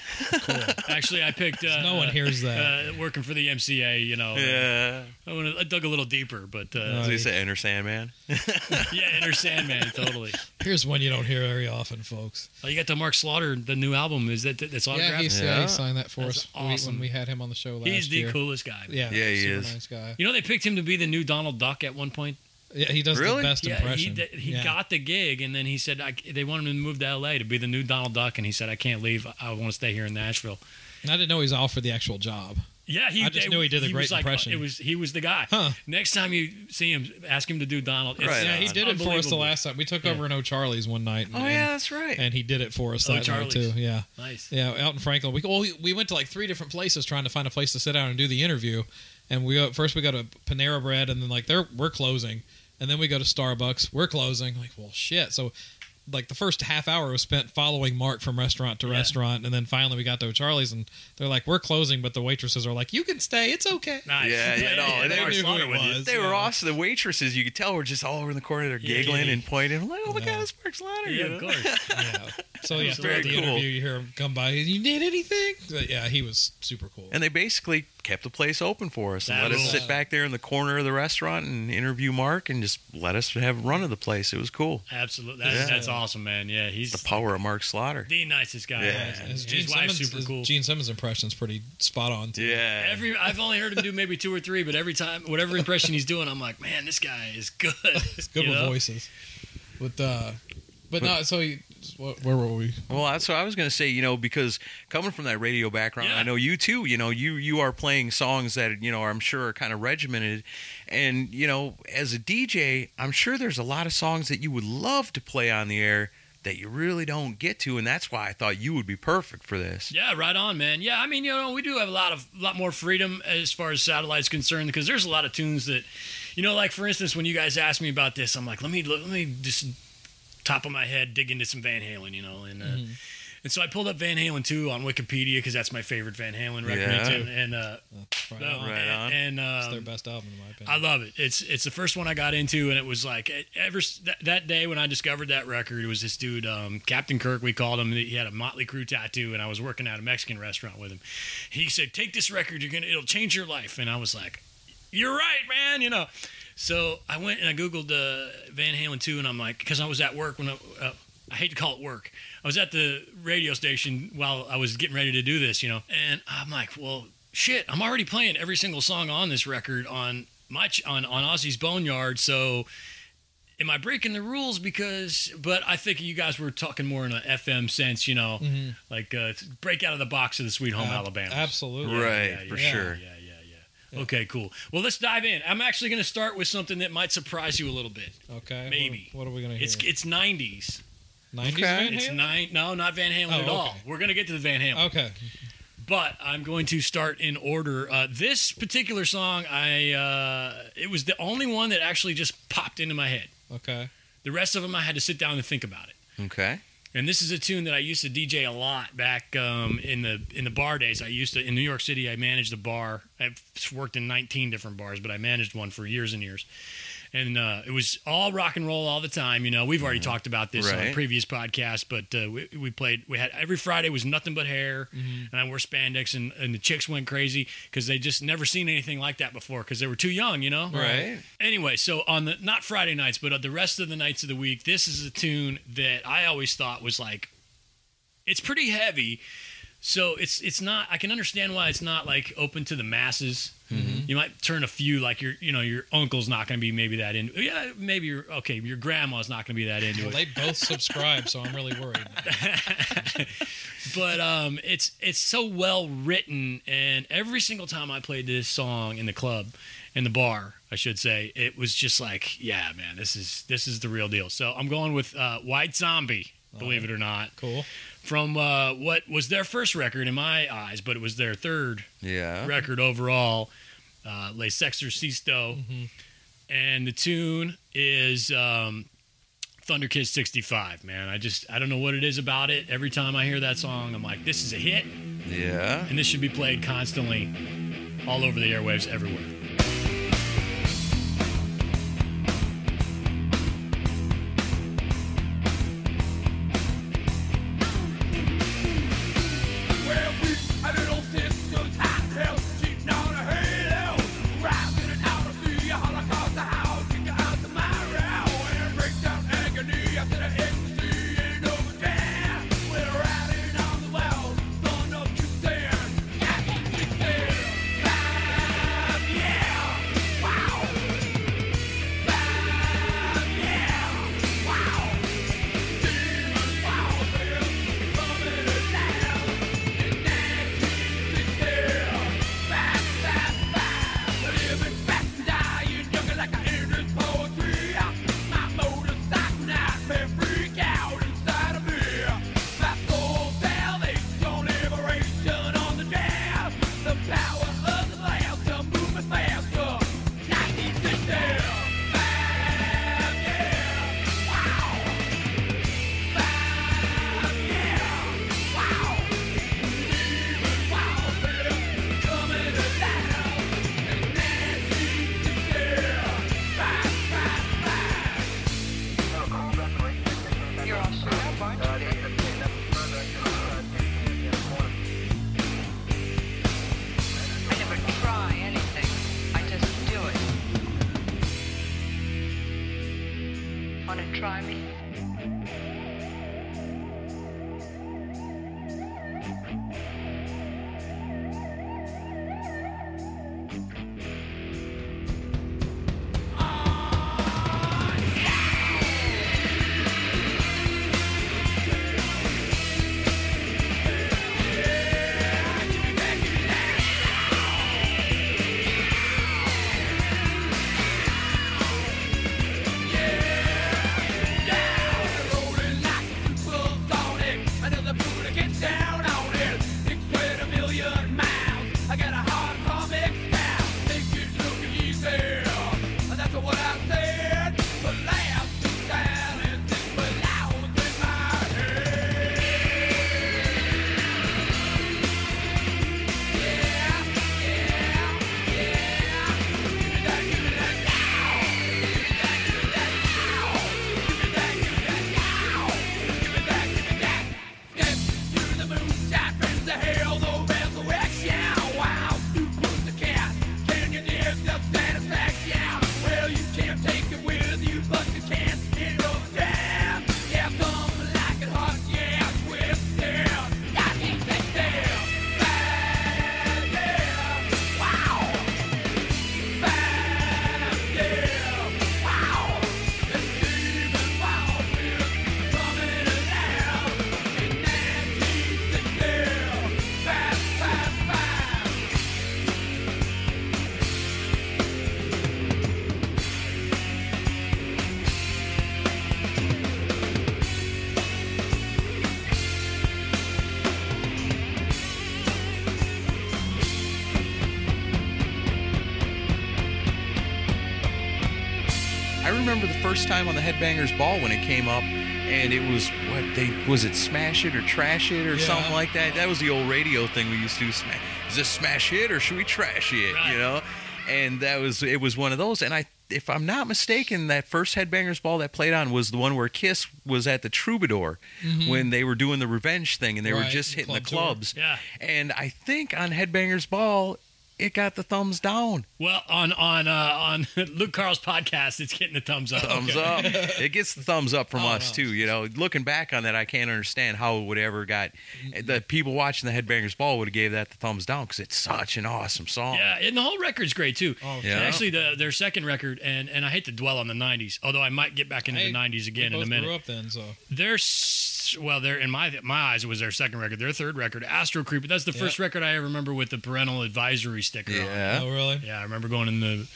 Speaker 4: Actually, I picked. Uh,
Speaker 3: *laughs* no one hears that.
Speaker 4: Uh, working for the MCA, you know.
Speaker 2: Yeah.
Speaker 4: I, wanna, I dug a little deeper, but uh,
Speaker 2: As they say, Enter Sandman.
Speaker 4: *laughs* yeah, Inner Sandman, totally.
Speaker 3: Here's one you don't hear very often, folks.
Speaker 4: Oh, you got the Mark Slaughter, the new album. Is that that's
Speaker 3: Yeah,
Speaker 4: autographed?
Speaker 3: he's,
Speaker 4: he's
Speaker 3: yeah.
Speaker 2: Yeah.
Speaker 3: he signed that for
Speaker 4: That's
Speaker 3: us when we-
Speaker 4: awesome.
Speaker 3: when we had him on the show last
Speaker 4: the
Speaker 3: year.
Speaker 4: coolest guy.
Speaker 3: Yeah,
Speaker 2: Yeah, he
Speaker 3: super
Speaker 2: is.
Speaker 3: Nice guy.
Speaker 4: You know, they picked him to be the new Donald Duck at one point.
Speaker 3: Yeah, he does
Speaker 2: Really?
Speaker 3: the best
Speaker 4: Yeah, he,
Speaker 3: impression.
Speaker 4: d- he
Speaker 3: Yeah.
Speaker 4: got the gig, and then he said I, they wanted him to move to L.A. to be the new Donald Duck, and he said I can't leave. I want to stay here in Nashville.
Speaker 3: And I didn't know he was offered the actual job.
Speaker 4: Yeah, he.
Speaker 3: I just
Speaker 4: they-
Speaker 3: knew he did a
Speaker 4: was
Speaker 3: great
Speaker 4: like,
Speaker 3: impression.
Speaker 4: It was he was the guy.
Speaker 3: Huh.
Speaker 4: Next time you see him, ask him to do Donald. It's-
Speaker 2: Right
Speaker 3: Yeah, he
Speaker 4: it's
Speaker 3: did it for us the
Speaker 4: unbelievable.
Speaker 3: last time. We took over in O'Charlie's one night. And,
Speaker 2: Oh yeah, that's right. Oh,
Speaker 3: And he did it for us that night,
Speaker 4: O'Charlie's.
Speaker 3: too. Yeah.
Speaker 4: Nice.
Speaker 3: Yeah, out in Franklin. We well, we went to like three different places trying to find a place to sit down and do the interview. And we go, first we go to Panera Bread, and then like they're we're closing, and then we go to Starbucks, we're closing. Like, well, shit. So, like the first half hour was spent following Mark from restaurant to restaurant, and then finally we got to Charlie's, and they're like, we're closing, but the waitresses are like, you can stay, it's okay.
Speaker 4: Nice.
Speaker 2: Yeah, yeah, no,
Speaker 4: *laughs* yeah,
Speaker 2: they
Speaker 4: Mark
Speaker 2: knew who
Speaker 4: Slaughter
Speaker 3: it
Speaker 4: with you.
Speaker 3: was.
Speaker 2: they were
Speaker 3: Yeah.
Speaker 2: awesome. The waitresses, you could tell, were just all over in the corner. They're giggling
Speaker 4: yeah.
Speaker 2: and pointing. like, oh, look
Speaker 3: Yeah.
Speaker 2: at this Mark Slaughter.
Speaker 4: Yeah,
Speaker 2: you know?
Speaker 4: of course.
Speaker 3: Yeah. So yeah,
Speaker 2: was very
Speaker 3: throughout the
Speaker 2: cool.
Speaker 3: interview, you hear him come by. You need anything? But, yeah, he was super cool.
Speaker 2: And they basically kept the place open for us and
Speaker 4: That
Speaker 2: let us
Speaker 4: rules.
Speaker 2: sit back there in the corner of the restaurant and interview Mark and just let us have run of the place. It was cool.
Speaker 4: Absolutely. That's,
Speaker 2: Yeah.
Speaker 4: that's awesome, man. Yeah, he's
Speaker 2: The
Speaker 4: the,
Speaker 2: power of Mark Slaughter.
Speaker 4: nicest guy.
Speaker 2: Yeah.
Speaker 4: man. His,
Speaker 3: His Gene
Speaker 4: wife's
Speaker 3: Simmons-
Speaker 4: super
Speaker 3: his
Speaker 4: cool.
Speaker 3: Gene Simmons' impression's pretty spot on. Too.
Speaker 2: Yeah.
Speaker 4: Every I've only heard him do maybe two or three, but every time, whatever impression he's doing, I'm like, man, this guy is good.
Speaker 3: It's *laughs* good
Speaker 4: You
Speaker 3: with
Speaker 4: know?
Speaker 3: voices. With uh, but no. So he, what, where were we?
Speaker 2: well, that's what I was going to say, you know, because coming from that radio background,
Speaker 4: Yeah.
Speaker 2: I know you too, you know, you you are playing songs that, you know, I'm sure are kind of regimented. And, you know, as a DJ, I'm sure there's a lot of songs that you would love to play on the air that you really don't get to. And that's why I thought you would be perfect for this.
Speaker 4: Yeah, right on, man. Yeah, I mean, you know, we do have a lot of lot more freedom as far as satellites concerned because there's a lot of tunes that, you know, like for instance, when you guys asked me about this, I'm like, let me let me just top of my head dig into some Van Halen, you know, and uh,
Speaker 3: Mm-hmm.
Speaker 4: and so I pulled up Van Halen two on Wikipedia because that's my favorite Van Halen record,
Speaker 2: Yeah.
Speaker 4: and, and uh,
Speaker 3: Right
Speaker 4: no,
Speaker 3: on.
Speaker 2: Right on.
Speaker 4: and, and,
Speaker 3: It's their
Speaker 4: um,
Speaker 3: best album in my opinion.
Speaker 4: I love it. It's it's the first one I got into, and it was like it- ever s- that, that day when I discovered that record. It was this dude, um, Captain Kirk. We called him. He had a Motley Crue tattoo, and I was working at a Mexican restaurant with him. He said, "Take this record. You're gonna. It'll change your life." And I was like, "You're right, man. You know." So I went and I googled uh, Van Halen two, and I'm like, because I was at work when I, uh, I hate to call it work. I was at the radio station while I was getting ready to do this, you know, and I'm like, well, shit, I'm already playing every single song on this record on my ch- on on Ozzy's Boneyard, so. Am I breaking the rules? Because, but I think you guys were talking more in an FM sense, you know, like uh, break out of the box of the Sweet Home
Speaker 3: Ab-
Speaker 4: Alabama.
Speaker 3: Absolutely.
Speaker 2: Right,
Speaker 4: yeah,
Speaker 2: for
Speaker 4: yeah,
Speaker 2: sure.
Speaker 4: Yeah, yeah, yeah. Okay, cool. Well, let's dive in. I'm actually going to start with something that might surprise you a little bit.
Speaker 3: Okay.
Speaker 4: Maybe.
Speaker 3: What, what are we gonna hear?
Speaker 4: It's it's 90s.
Speaker 3: 90s
Speaker 2: okay.
Speaker 3: Van
Speaker 4: It's
Speaker 3: Halen?
Speaker 4: nine. No, not Van Halen
Speaker 3: Oh,
Speaker 4: at all.
Speaker 3: okay.
Speaker 4: We're going to get to the Van Halen,
Speaker 3: Okay.
Speaker 4: but I'm going to start in order. Uh, this particular song, I uh, it was the only one that actually just popped into my head.
Speaker 3: Okay.
Speaker 4: The rest of them, I had to sit down and think about it.
Speaker 2: Okay.
Speaker 4: And this is a tune that I used to DJ a lot back um, in the in the bar days. I used to in New York City. I managed a bar. I've worked in 19 different bars, but I managed one for years and years. And uh, it was all rock and roll all the time. You know, we've already talked about this on
Speaker 2: Mm-hmm. Right.
Speaker 4: a previous podcast, but uh, we, we played. We had every Friday was nothing but hair,
Speaker 2: Mm-hmm.
Speaker 4: and I wore spandex, and, and the chicks went crazy because they just never seen anything like that before because they were too young. You know,
Speaker 2: Right.
Speaker 4: Anyway, so on the not Friday nights, but on the rest of the nights of the week, this is a tune that I always thought was like it's pretty heavy. So it's it's not I can understand why it's not like open to the masses. You might turn a few like your you know your uncle's not going to be maybe that into yeah maybe your okay your grandma's not going to be that into
Speaker 3: Well,
Speaker 4: it
Speaker 3: they both subscribe, so I'm really worried.
Speaker 4: but um, it's it's so well written, and every single time I played this song in the club, in the bar, I should say, it was just like, yeah, man, this is this is the real deal. So I'm going with uh, White Zombie, believe it or not,
Speaker 3: Cool.
Speaker 4: from uh, what was their first record in my eyes, but it was their third
Speaker 2: Yeah.
Speaker 4: record overall, uh, Les Exorcisto,
Speaker 3: Mm-hmm.
Speaker 4: and the tune is um, Thunder Kid 65. Man, I just I don't know what it is about it. Every time I hear that song, I'm like, this is a hit,
Speaker 2: Yeah.
Speaker 4: and this should be played constantly, all over the airwaves everywhere.
Speaker 1: Yeah!
Speaker 2: I remember the first time on the Headbangers Ball when it came up, and it was what they was it Smash It or Trash It or
Speaker 3: Yeah.
Speaker 2: something like that. That was the old radio thing we used to do. Smash, is this Smash It or should we Trash It?
Speaker 4: Right.
Speaker 2: You know, and that was it was one of those. And I, if I'm not mistaken, that first Headbangers Ball that played on was the one where Kiss was at the Troubadour when they were doing the revenge thing, and they were
Speaker 3: Mm-hmm. Right,
Speaker 2: just
Speaker 3: the
Speaker 2: hitting the
Speaker 3: club tour.
Speaker 2: clubs.
Speaker 4: Yeah.
Speaker 2: And I think on Headbangers Ball, it got the thumbs down.
Speaker 4: Well, on on uh, on *laughs* Luke Carl's podcast, it's getting the thumbs up.
Speaker 2: thumbs
Speaker 4: Okay. Oh, *laughs*
Speaker 2: up. It gets the thumbs up from us too. You know, looking back on that, I can't understand how it would ever got the people watching the Headbangers Ball would have gave that the thumbs down because it's such an awesome song.
Speaker 4: Yeah, and the whole record's great too.
Speaker 3: Oh,
Speaker 2: Yeah.
Speaker 4: And Actually, the, their second record, and, and I hate to dwell on the '90s, although I might get back into
Speaker 3: Hey,
Speaker 4: the '90s again in
Speaker 3: we both
Speaker 4: a minute.
Speaker 3: grew up then, so
Speaker 4: Their s- well, their in my my eyes it was their second record. Their third record, Astro Creeper. That's the first record I remember with the parental advisory sticker on. it.
Speaker 2: Yeah.
Speaker 3: oh really?
Speaker 4: Yeah, I remember going in the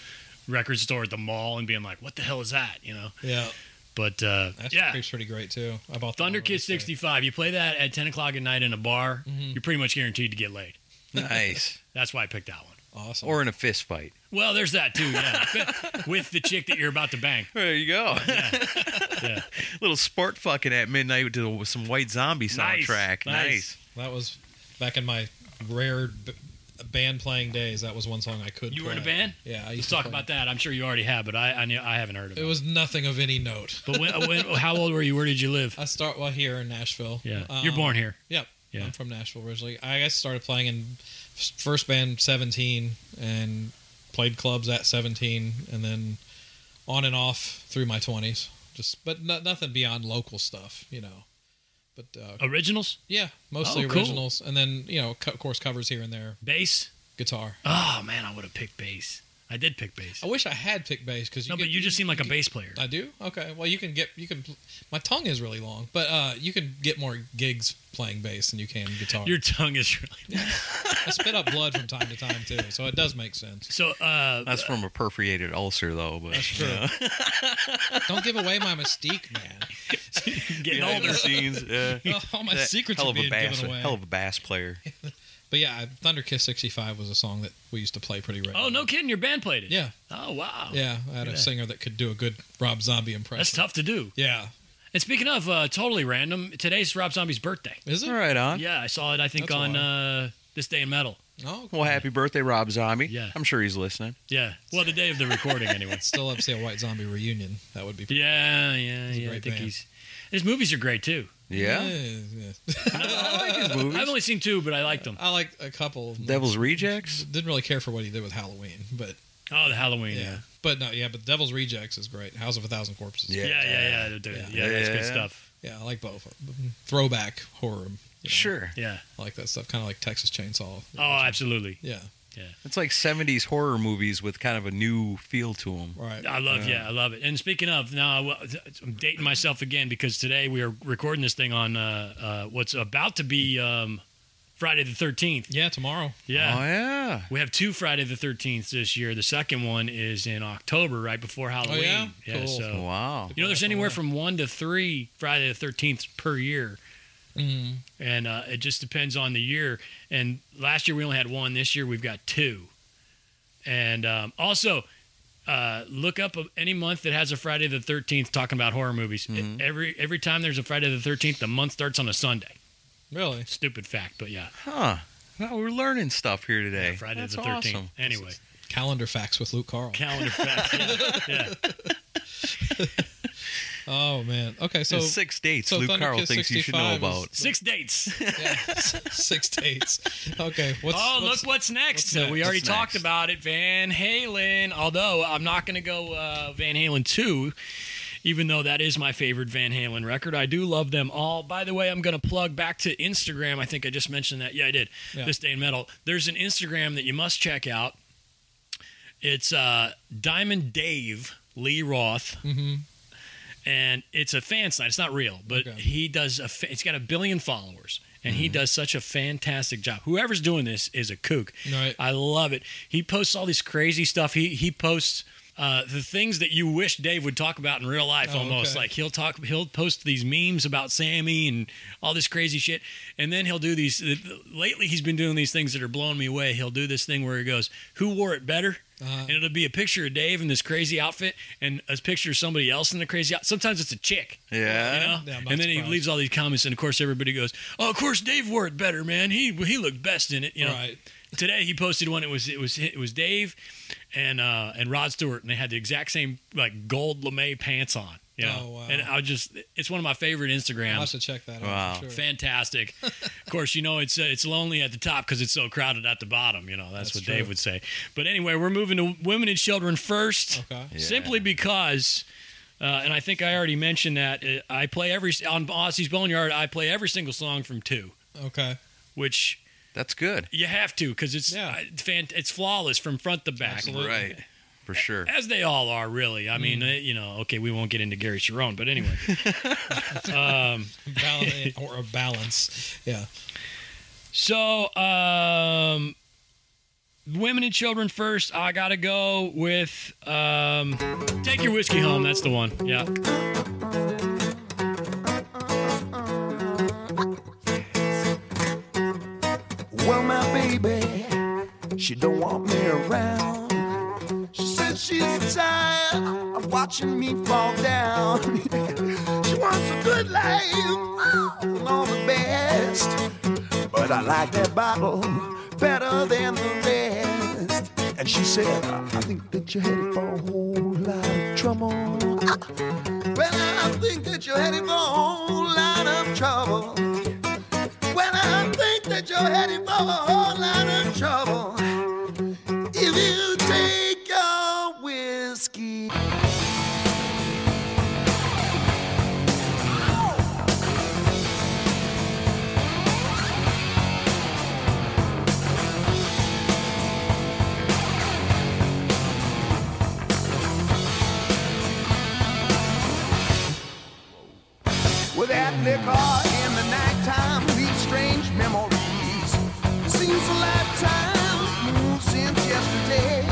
Speaker 4: record store at the mall and being like, "What the hell is that?" You know.
Speaker 3: Yeah,
Speaker 4: But uh,
Speaker 3: that's
Speaker 4: yeah,
Speaker 3: pretty, pretty great too. I bought
Speaker 4: Thunder Kid
Speaker 3: Kiss
Speaker 4: 65. You play that at 10 o'clock at night in a bar,
Speaker 3: Mm-hmm.
Speaker 4: you're pretty much guaranteed to get laid.
Speaker 2: *laughs* Nice.
Speaker 4: That's why I picked that one.
Speaker 3: Awesome.
Speaker 2: Or in a fist fight.
Speaker 4: Well, there's that too.
Speaker 3: *laughs*
Speaker 4: Yeah, with the chick that you're about to bang.
Speaker 2: There you go.
Speaker 4: *laughs* Yeah.
Speaker 2: Little sport fucking at midnight to the, with some White Zombie
Speaker 4: Nice.
Speaker 2: soundtrack. Nice.
Speaker 4: Nice.
Speaker 3: that was back in my rare b- band playing days. That was one song I could.
Speaker 4: You were in a
Speaker 3: play.
Speaker 4: band?
Speaker 3: Yeah, I
Speaker 4: Let's
Speaker 3: used to
Speaker 4: talk
Speaker 3: play.
Speaker 4: about that. I'm sure you already have, but I I, knew, I haven't heard of
Speaker 3: It
Speaker 4: it.
Speaker 3: was nothing of any note.
Speaker 4: But when, when, how old were you? Where did you live?
Speaker 3: *laughs* I start well here in Nashville.
Speaker 4: Yeah,
Speaker 3: Um,
Speaker 4: you're born here.
Speaker 3: Yep.
Speaker 4: Yeah.
Speaker 3: I'm from Nashville originally. I guess started playing in f- first band 17 and played clubs at 17 and then on and off through my 20s. Just but no, nothing beyond local stuff, you know. But uh,
Speaker 4: Originals,
Speaker 3: yeah, mostly
Speaker 4: Oh, cool.
Speaker 3: originals and then, you know, co- of course covers here and there,
Speaker 4: bass.
Speaker 3: guitar.
Speaker 4: Oh man, I would have picked bass. I did pick bass.
Speaker 3: I wish I had picked bass cuz you
Speaker 4: No,
Speaker 3: could-
Speaker 4: but you just seem like a bass player.
Speaker 3: I do. Okay. Well, you can get you can pl- my tongue is really long, but uh you can get more gigs playing bass than you can guitar.
Speaker 4: Your tongue is really
Speaker 3: I spit up blood from time to time too, so it does make sense.
Speaker 4: so. Uh,
Speaker 2: That's from a perforated ulcer though, but
Speaker 3: True. *laughs* Don't give away my mystique,
Speaker 4: *laughs*
Speaker 3: man.
Speaker 4: getting
Speaker 3: Oh,
Speaker 2: *laughs* behind
Speaker 4: older.
Speaker 2: the scenes.
Speaker 4: *laughs*
Speaker 2: Yeah.
Speaker 3: All my
Speaker 2: That-
Speaker 3: secrets
Speaker 2: hell
Speaker 3: are
Speaker 2: of a
Speaker 3: being
Speaker 2: bass,
Speaker 3: given away.
Speaker 2: hell of a bass player.
Speaker 3: But yeah, Thunder Kiss 65 was a song that we used to play pretty regularly.
Speaker 4: Oh no, kidding! Your band played it.
Speaker 3: Yeah,
Speaker 4: Oh wow.
Speaker 3: yeah. I had a
Speaker 4: Yeah.
Speaker 3: singer that could do a good Rob Zombie impression.
Speaker 4: That's tough to do.
Speaker 3: Yeah.
Speaker 4: And speaking of uh, totally random, today's Rob Zombie's birthday.
Speaker 3: Is it?
Speaker 2: All right on.
Speaker 4: Yeah, I saw it. I think
Speaker 3: That's
Speaker 4: on
Speaker 3: wild.
Speaker 4: uh, this day in metal.
Speaker 3: Oh,
Speaker 2: Well, happy birthday, Rob Zombie.
Speaker 4: Yeah.
Speaker 2: I'm sure he's listening.
Speaker 4: Yeah. Well, the day of the recording, *laughs* anyway.
Speaker 3: still up to see a White Zombie reunion. That would be.
Speaker 4: Yeah, yeah,
Speaker 3: a
Speaker 4: yeah. I
Speaker 3: great
Speaker 4: think
Speaker 3: band.
Speaker 4: he's. His movies are great too.
Speaker 2: yeah.
Speaker 3: yeah. *laughs*
Speaker 4: I've only seen two, but I liked them.
Speaker 3: I like a couple.
Speaker 2: Devil's Rejects.
Speaker 3: Didn't really care for what he did with Halloween, but
Speaker 4: Oh, the Halloween.
Speaker 3: yeah.
Speaker 4: Yeah.
Speaker 3: But no, yeah. But Devil's Rejects is great. House of a Thousand Corpses.
Speaker 2: Yeah.
Speaker 4: Yeah, yeah, yeah. Yeah, yeah, that's good
Speaker 2: Yeah.
Speaker 4: stuff.
Speaker 3: Yeah, I like both. Throwback horror. you know,
Speaker 2: Sure.
Speaker 4: Yeah.
Speaker 3: I like that stuff. Kind of like Texas Chainsaw.
Speaker 4: Oh, absolutely.
Speaker 3: Yeah.
Speaker 2: It's like 70s horror movies with kind of a new feel to them.
Speaker 3: Right.
Speaker 4: I love, yeah. I love it. And speaking of, now I will- I'm dating myself again because today we are recording this thing on uh, uh, what's about to be um, Friday the 13th.
Speaker 3: Yeah, tomorrow.
Speaker 4: Yeah.
Speaker 2: Oh, yeah.
Speaker 4: We have two Friday the 13th this year. The second one is in October, right before Halloween.
Speaker 3: Oh, yeah? Cool.
Speaker 4: so
Speaker 2: Wow.
Speaker 4: You know, there's anywhere from one to three Friday the 13th per year. And uh, it just depends on the year. And last year we only had one. This year we've got two. And um, also, uh, look up a- any month that has a Friday the 13th talking about horror movies. It- every every time there's a Friday the 13th, the month starts on a Sunday.
Speaker 3: Really?
Speaker 4: Stupid fact, but yeah.
Speaker 2: Huh. Well, we're learning stuff here today.
Speaker 4: yeah Friday
Speaker 2: That's
Speaker 4: the 13th.
Speaker 2: awesome.
Speaker 4: Anyway,
Speaker 3: Calendar facts with Luke Carl.
Speaker 4: calendar fact. Yeah. yeah.
Speaker 3: Oh man. Okay, so
Speaker 2: There's six dates
Speaker 3: so
Speaker 2: Luke
Speaker 3: Thunder
Speaker 2: Carl
Speaker 3: Kiss
Speaker 2: thinks you should
Speaker 3: 65
Speaker 2: know
Speaker 3: is-
Speaker 2: about.
Speaker 4: Six dates.
Speaker 3: *laughs* yeah, six dates. Okay. What's,
Speaker 4: oh,
Speaker 3: what's-
Speaker 4: look what's next.
Speaker 3: what's
Speaker 4: so
Speaker 3: next?
Speaker 4: we already
Speaker 2: What's
Speaker 4: talked
Speaker 2: next?
Speaker 4: about it. Van Halen. Although I'm not going to go uh, Van Halen 2, even though that is my favorite Van Halen record. I do love them all. By the way, I'm going to plug back to Instagram. I think I just mentioned that. Yeah, I did.
Speaker 3: Yeah.
Speaker 4: This Day in Metal. There's an Instagram that you must check out. It's uh, Diamond Dave Lee Roth. And it's a fan site. It's not real, but
Speaker 3: Okay. Mm-hmm.
Speaker 4: he does a. Fa- it's got a billion followers, and he does such a fantastic job. Whoever's doing this is a kook.
Speaker 3: Right.
Speaker 4: I love it. He posts all this crazy stuff. He he posts uh, the things that you wish Dave would talk about in real life.
Speaker 3: Oh,
Speaker 4: almost
Speaker 3: okay.
Speaker 4: like he'll talk, he'll post these memes about Sammy and all this crazy shit, and then he'll do these. Lately, he's been doing these things that are blowing me away. He'll do this thing where he goes, "Who wore it better?"
Speaker 3: Uh-huh.
Speaker 4: And it'll be a picture of Dave in this crazy outfit and a picture of somebody else in the crazy outfit. Sometimes it's a chick.
Speaker 2: Yeah.
Speaker 4: You know?
Speaker 3: *laughs* Yeah, I'm
Speaker 4: and
Speaker 3: not
Speaker 4: then he
Speaker 3: surprised.
Speaker 4: leaves all these comments, and of course everybody goes, "Oh, of course Dave wore it better, man. He he looked best in it." You know.
Speaker 3: Right.
Speaker 4: Today he posted one. It was it was it was Dave and uh, and Rod Stewart, and they had the exact same like gold lame pants on. You know?
Speaker 3: Oh, wow.
Speaker 4: And I just it's one of my favorite
Speaker 3: I'll have
Speaker 4: Instagrams.
Speaker 3: to check that out.
Speaker 2: Wow.
Speaker 3: for sure. *laughs*
Speaker 4: Fantastic. of course, you know it's uh, it's lonely at the top because it's so crowded at the bottom. You know that's,
Speaker 3: That's
Speaker 4: what
Speaker 3: true.
Speaker 4: Dave would say. But anyway, we're moving to women and children first
Speaker 3: Okay.
Speaker 4: simply because, uh, and I think I already mentioned that uh, I play every on Aussie's Boneyard. I play every single song from two, *laughs*
Speaker 3: Okay.
Speaker 4: which
Speaker 2: That's good.
Speaker 4: you have to because it's
Speaker 3: Yeah.
Speaker 4: uh, fan- it's flawless from front to back.
Speaker 2: Right. For sure.
Speaker 4: As they all are, really. I
Speaker 3: Mm-hmm.
Speaker 4: mean, uh, you know, okay, we won't get into Gary Sharon, but anyway. *laughs*
Speaker 3: Balance or a balance. Yeah.
Speaker 4: So, um, women and children first. I gotta go with um, take your whiskey home. That's the one. Yeah.
Speaker 1: Well, my baby, she don't want me around. She says she's tired of watching me fall down. *laughs* she wants a good life, oh, and all the best. But I like that bottle better than the rest. And she said, I I think that you're headed for a whole lot of trouble. Ah, Well, I think that you're headed for a whole lot of trouble. Well, I think that you're heading for a whole lot of trouble if you take your whiskey. With that liquor in the nighttime leaves strange memories. Seems a lifetime moved since yesterday.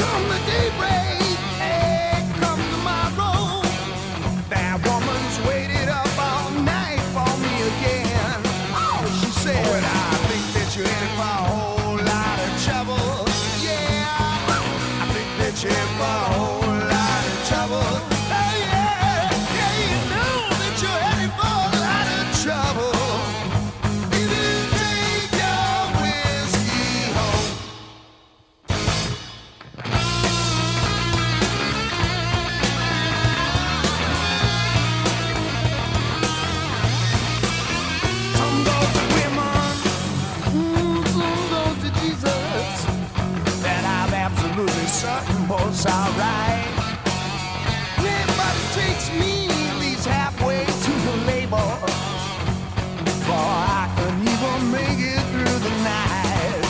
Speaker 1: Come the daybreak, and come tomorrow. That woman's waited up all night for me again. Oh, she said, "But I think that you're headed for a whole lot of trouble. Yeah, I think that you're headed for a whole lot of trouble. Oh, yeah, yeah, you know that you're headed for a lot of trouble. If you take your whiskey home. Some go to women, some go to Jesus. That I'm absolutely certain was alright. Nobody takes me at least halfway to the labor. For I can even make it through the night.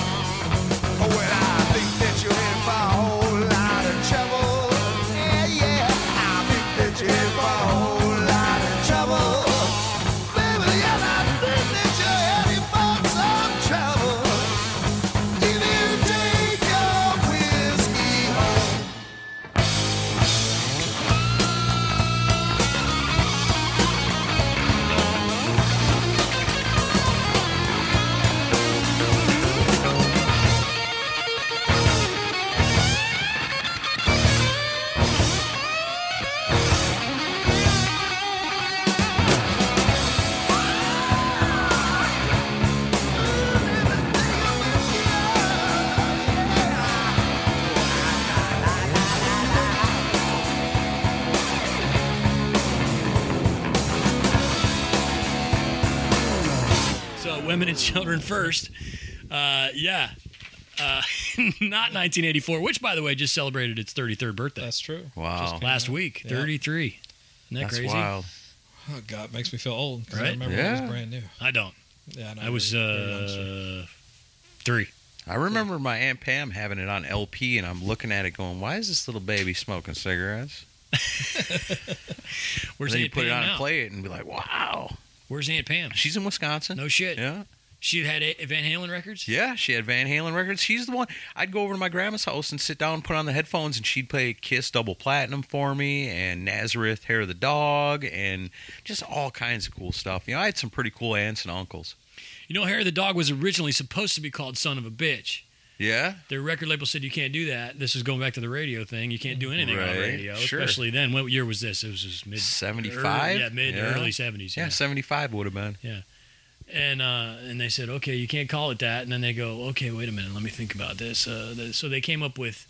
Speaker 1: Oh, well, I think that you're in for a whole lot of trouble. Yeah, yeah. I think that you're in for a whole lot of trouble. Baby, and I think that you're heading for some trouble. If you take your whiskey home.
Speaker 4: So women and children first. Uh, yeah. Uh, *laughs* not 1984, which by the way just celebrated its 33rd birthday
Speaker 3: That's true.
Speaker 2: Wow.
Speaker 4: last week. 33. Isn't that
Speaker 2: That's
Speaker 4: crazy?
Speaker 2: wild.
Speaker 3: Oh God, makes me feel old because I
Speaker 4: Right?
Speaker 3: remember when it
Speaker 2: Yeah.
Speaker 3: was brand new.
Speaker 4: I don't.
Speaker 3: Yeah, and
Speaker 4: I was
Speaker 3: very- very young, so-
Speaker 4: uh, three.
Speaker 2: I remember my Aunt Pam having it on LP, and I'm looking at it going, why is this little baby smoking cigarettes?
Speaker 4: Where's
Speaker 2: and then you
Speaker 4: Aunt
Speaker 2: put
Speaker 4: Pam
Speaker 2: it on
Speaker 4: now?
Speaker 2: and play it and be like, wow.
Speaker 4: Where's Aunt Pam?
Speaker 2: She's in Wisconsin.
Speaker 4: No shit.
Speaker 2: Yeah.
Speaker 4: She had a- Van Halen records.
Speaker 2: Yeah, she had Van Halen records. She's the one. I'd go over to my grandma's house and sit down, put on the headphones, and she'd play Kiss Double Platinum for me, and Nazareth Hair of the Dog, and just all kinds of cool stuff. You know, I had some pretty cool aunts and uncles.
Speaker 4: You know, Harry the Dog was originally supposed to be called Son of a Bitch.
Speaker 2: Yeah,
Speaker 4: Their record label said you can't do that. This is going back to the radio thing. You can't do anything on
Speaker 2: Right,
Speaker 4: the radio,
Speaker 2: sure.
Speaker 4: especially then. What year was this? It was just mid
Speaker 2: 75?
Speaker 4: early- Yeah, mid to
Speaker 2: Yeah.
Speaker 4: early seventies.
Speaker 2: yeah, seventy-five would have been.
Speaker 4: and uh, and they said, okay, you can't call it that. And then they go, okay, wait a minute, let me think about this. Uh, the, so they came up with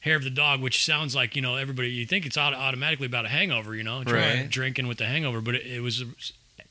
Speaker 4: hair of the dog, which sounds like you know everybody. You think it's auto- automatically about a hangover, you know, dri-
Speaker 2: Right.
Speaker 4: drinking with the hangover, but it, it was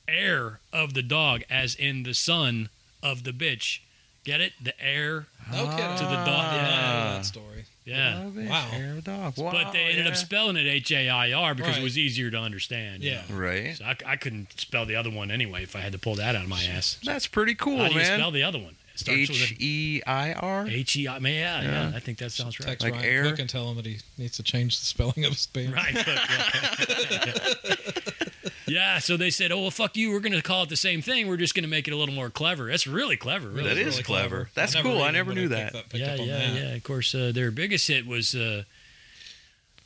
Speaker 4: air of the dog, as in the son of the bitch. Get it? The air
Speaker 3: No kidding.
Speaker 4: to the dog.
Speaker 3: I didn't
Speaker 4: Yeah.
Speaker 2: Ah.
Speaker 3: know that story.
Speaker 4: yeah.
Speaker 3: Wow.
Speaker 2: Oh, Hair of the Dog. Wow,
Speaker 4: But they ended
Speaker 2: yeah.
Speaker 4: up spelling it H A I R because
Speaker 3: Right.
Speaker 4: it was easier to understand. you
Speaker 3: Yeah.
Speaker 4: know.
Speaker 2: Right.
Speaker 4: So I, I couldn't spell the other one anyway if I had to pull that out of my ass.
Speaker 2: That's pretty cool,
Speaker 4: How do you
Speaker 2: man.
Speaker 4: spell the other one? It starts
Speaker 2: H
Speaker 4: with
Speaker 2: E I R.
Speaker 4: a H E I. Man, Yeah, yeah, I think that sounds right.
Speaker 3: Text
Speaker 2: Like
Speaker 3: Ryan
Speaker 2: air?
Speaker 3: Cook and tell him that he needs to change the spelling of his
Speaker 4: *laughs*
Speaker 3: band.
Speaker 4: Right. Cook, yeah. *laughs* yeah. So they said, "Oh well, fuck you. We're going to call it the same thing. We're just going to make it a little more clever." That's really clever. Really.
Speaker 2: That is clever. That's cool. I
Speaker 3: even
Speaker 2: never
Speaker 3: would've
Speaker 2: knew
Speaker 3: picked
Speaker 2: that.
Speaker 3: picked
Speaker 4: yeah,
Speaker 3: up on
Speaker 4: yeah,
Speaker 3: that.
Speaker 4: yeah. Of course, uh, their biggest hit was uh,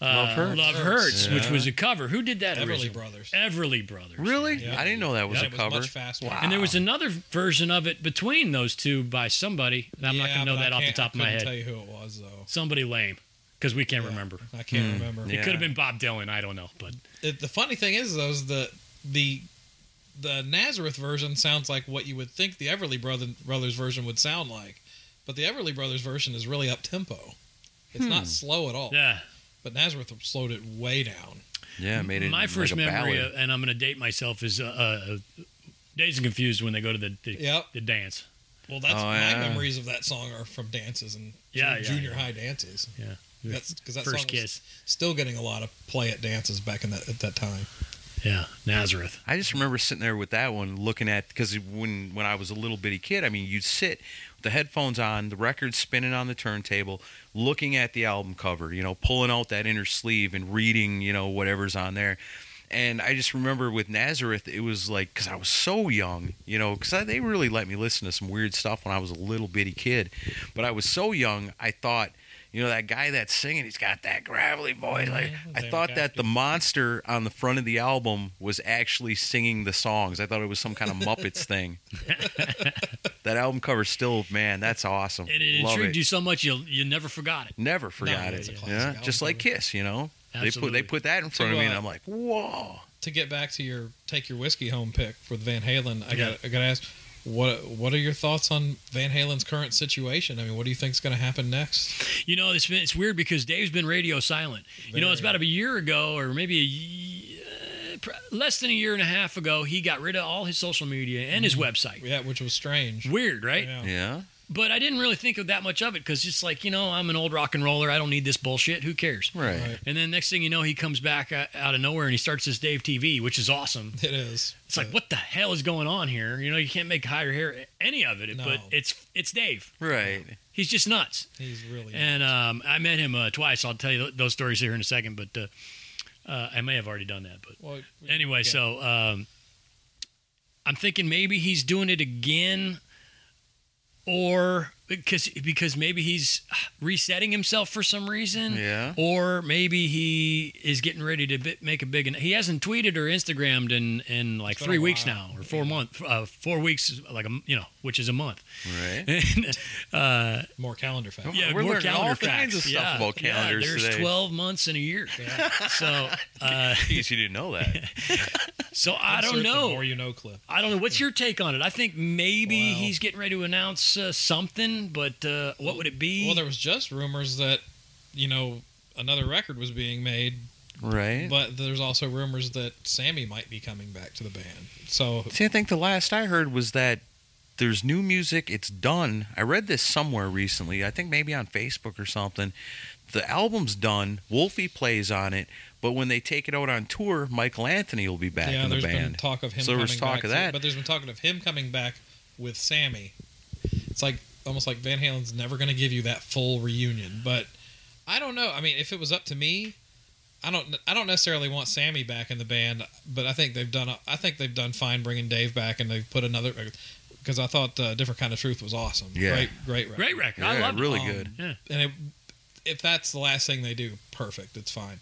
Speaker 4: uh,
Speaker 2: Love Hurts.
Speaker 4: Love Hurts,
Speaker 2: Yeah.
Speaker 4: which was a cover. Who did that?
Speaker 3: Everly
Speaker 4: originally?
Speaker 3: Brothers.
Speaker 4: Everly Brothers.
Speaker 2: Really?
Speaker 3: Yeah.
Speaker 2: I didn't know that was
Speaker 3: Yeah,
Speaker 2: a
Speaker 3: it was
Speaker 2: cover.
Speaker 3: much faster.
Speaker 2: Wow.
Speaker 4: And there was another version of it between those two by somebody. And I'm not
Speaker 3: Yeah,
Speaker 4: going to know
Speaker 3: but I
Speaker 4: that off the
Speaker 3: can't-
Speaker 4: top of my
Speaker 3: I couldn't
Speaker 4: head.
Speaker 3: tell you who it was though.
Speaker 4: Somebody lame because we can't remember.
Speaker 3: I can't remember.
Speaker 2: Hmm. Yeah.
Speaker 4: It could have been Bob Dylan. I don't know, but
Speaker 3: The, the funny thing is though is the the the Nazareth version sounds like what you would think the Everly brother, brothers version would sound like, but the Everly brothers version is really up tempo. It's
Speaker 2: Hmm.
Speaker 3: not slow at all.
Speaker 4: yeah.
Speaker 3: But Nazareth slowed it way down.
Speaker 2: Yeah, it made it
Speaker 4: my
Speaker 2: like
Speaker 4: first
Speaker 2: a
Speaker 4: memory,
Speaker 2: ballad.
Speaker 4: of, and I'm going to date myself, is uh, uh, Days and Confused when they go to the the,
Speaker 3: Yep.
Speaker 4: the dance.
Speaker 3: Well, that's
Speaker 2: Oh,
Speaker 3: my
Speaker 2: yeah.
Speaker 3: memories of that song are from dances and
Speaker 4: Yeah,
Speaker 3: ju-
Speaker 4: yeah,
Speaker 3: junior
Speaker 4: yeah.
Speaker 3: high dances.
Speaker 4: Yeah,
Speaker 3: That's because that
Speaker 4: first
Speaker 3: song was
Speaker 4: kiss.
Speaker 3: still getting a lot of play at dances back in that at that time.
Speaker 4: Yeah, Nazareth.
Speaker 2: I just remember sitting there with that one, looking at because when when I was a little bitty kid, I mean, you'd sit with the headphones on, the record spinning on the turntable, looking at the album cover, you know, pulling out that inner sleeve and reading, you know, whatever's on there. And I just remember with Nazareth, it was like because I was so young, you know, because they really let me listen to some weird stuff when I was a little bitty kid, but I was so young, I thought. You know that guy that's singing, he's got that gravelly voice. Like, I
Speaker 3: Sam
Speaker 2: thought that
Speaker 3: Cafferty.
Speaker 2: the monster on the front of the album was actually singing the songs. I thought it was some kind of
Speaker 4: *laughs*
Speaker 2: Muppets thing. that album cover still, man, that's awesome.
Speaker 4: And it
Speaker 2: Love
Speaker 4: intrigued
Speaker 2: it.
Speaker 4: you so much you you never forgot it.
Speaker 2: Never forgot
Speaker 3: No,
Speaker 2: it.
Speaker 3: it's a classic
Speaker 2: Yeah,
Speaker 3: album
Speaker 2: just like
Speaker 3: cover.
Speaker 2: Kiss, you know. They
Speaker 4: Absolutely.
Speaker 2: put they put that in front of me, and
Speaker 3: uh,
Speaker 2: I'm like, whoa.
Speaker 3: To get back to your take your whiskey home pick for Van Halen, I
Speaker 4: Yeah.
Speaker 3: got I got to ask what what are your thoughts on Van Halen's current situation? I mean, what do you think's going to happen next?
Speaker 4: You know, it's been, it's weird because Dave's been radio silent. You know, it's about a year ago, or maybe a ye- uh, pr- less than a year and a half ago, he got rid of all his social media and his website.
Speaker 3: Yeah, which was strange.
Speaker 4: Weird, right?
Speaker 3: Mm-hmm. Yeah.
Speaker 2: Yeah.
Speaker 4: But I didn't really think of that much of it because it's like, you know, I'm an old rock and roller. I don't need this bullshit. Who cares?
Speaker 2: Right.
Speaker 3: Right.
Speaker 4: And then next thing you know, he comes back uh, out of nowhere and he starts this Dave TV, which is awesome.
Speaker 3: It is.
Speaker 4: It's like, what the hell is going on here? You know, you can't make higher hair any of it,
Speaker 3: No.
Speaker 4: but it's it's Dave.
Speaker 2: Right.
Speaker 4: He's just nuts.
Speaker 3: He's really
Speaker 4: And um, I met him uh, twice. I'll tell you th- those stories here in a second, but uh, uh, I may have already done that. But
Speaker 3: well,
Speaker 4: anyway,
Speaker 3: yeah.
Speaker 4: so um, I'm thinking maybe he's doing it again, or because because maybe he's resetting himself for some reason.
Speaker 2: Yeah.
Speaker 4: Or maybe he is getting ready to bi- make a big. He hasn't tweeted or Instagrammed in in like
Speaker 3: been
Speaker 4: three
Speaker 3: a
Speaker 4: weeks
Speaker 3: while.
Speaker 4: now, or four month, uh, four weeks, like a m- you know, which is a month.
Speaker 2: Right. *laughs*
Speaker 4: And uh,
Speaker 3: more calendar facts.
Speaker 4: yeah,
Speaker 2: We're
Speaker 4: more
Speaker 2: learning all
Speaker 4: calendar
Speaker 2: kinds
Speaker 4: facts.
Speaker 2: of stuff
Speaker 4: yeah,
Speaker 2: about
Speaker 4: yeah,
Speaker 2: calendars
Speaker 4: there's
Speaker 2: today.
Speaker 4: 12 months in a
Speaker 2: *laughs*
Speaker 4: year. So, uh,
Speaker 2: Jeez, you didn't know that.
Speaker 4: so I don't
Speaker 3: Insert the
Speaker 4: know.
Speaker 3: More you know, clip.
Speaker 4: I don't know. What's your take on it? I think maybe
Speaker 3: Wow.
Speaker 4: he's getting ready to announce uh, something, but uh, what would it be?
Speaker 3: Well, there was just rumors that you know another record was being made,
Speaker 2: Right.
Speaker 3: but there's also rumors that Sammy might be coming back to the band. So
Speaker 2: See, I think the last I heard was that there's new music. It's done. I read this somewhere recently. I think maybe on Facebook or something. The album's done. Wolfie plays on it, but when they take it out on tour, Michael Anthony will be back
Speaker 3: yeah,
Speaker 2: in the
Speaker 3: there's been
Speaker 2: band.
Speaker 3: talk of him.
Speaker 2: So there
Speaker 3: coming
Speaker 2: was talk of
Speaker 3: back to-
Speaker 2: that.
Speaker 3: but there's been talk of him coming back with Sammy. It's like almost like Van Halen's never going to give you that full reunion. But I don't know. I mean, if it was up to me, I don't. I don't necessarily want Sammy back in the band, but I think they've done. I think they've done fine bringing Dave back, and they've put another. because I thought uh, different kind of truth was awesome.
Speaker 2: Yeah.
Speaker 3: Great, great record.
Speaker 4: Great record. I
Speaker 2: Yeah,
Speaker 4: love
Speaker 2: really
Speaker 4: it.
Speaker 2: good.
Speaker 4: Yeah.
Speaker 3: And it, if that's the last thing they do, perfect. It's fine.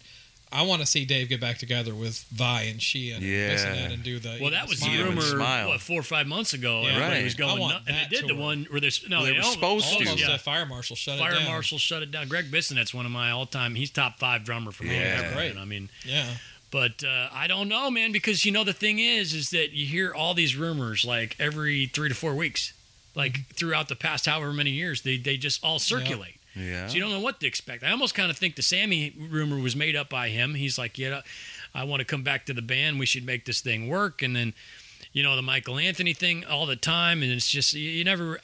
Speaker 3: I want to see Dave get back together with Vi and Sheehan and this and
Speaker 2: Yeah.
Speaker 3: that and do the
Speaker 4: Well, that was the
Speaker 2: Smile.
Speaker 4: rumor
Speaker 2: Smile.
Speaker 4: what four or five months ago.
Speaker 3: Yeah.
Speaker 4: Everybody
Speaker 2: Right.
Speaker 4: was
Speaker 3: I
Speaker 4: going,
Speaker 3: want
Speaker 4: nuts. and they
Speaker 3: that
Speaker 4: did the
Speaker 3: tour.
Speaker 4: one where there's no,
Speaker 2: They were
Speaker 4: al-
Speaker 2: supposed to.
Speaker 3: almost
Speaker 4: yeah.
Speaker 3: a fire marshal shut it
Speaker 4: Fire
Speaker 3: down.
Speaker 4: marshal shut it down. Greg Bissonet's one of my all-time. He's top five drummer for me.
Speaker 2: Yeah.
Speaker 4: ever.
Speaker 3: Right.
Speaker 4: And I mean,
Speaker 3: Yeah.
Speaker 4: But uh, I don't know, man, because you know the thing is, is that you hear all these rumors like every three to four weeks, like throughout the past however many years, they they just all circulate.
Speaker 2: Yeah.
Speaker 4: So you don't know what to expect. I almost kind of think the Sammy rumor was made up by him. He's like, yeah, I want to come back to the band. We should make this thing work. And then, you know, the Michael Anthony thing all the time, and it's just you, you never.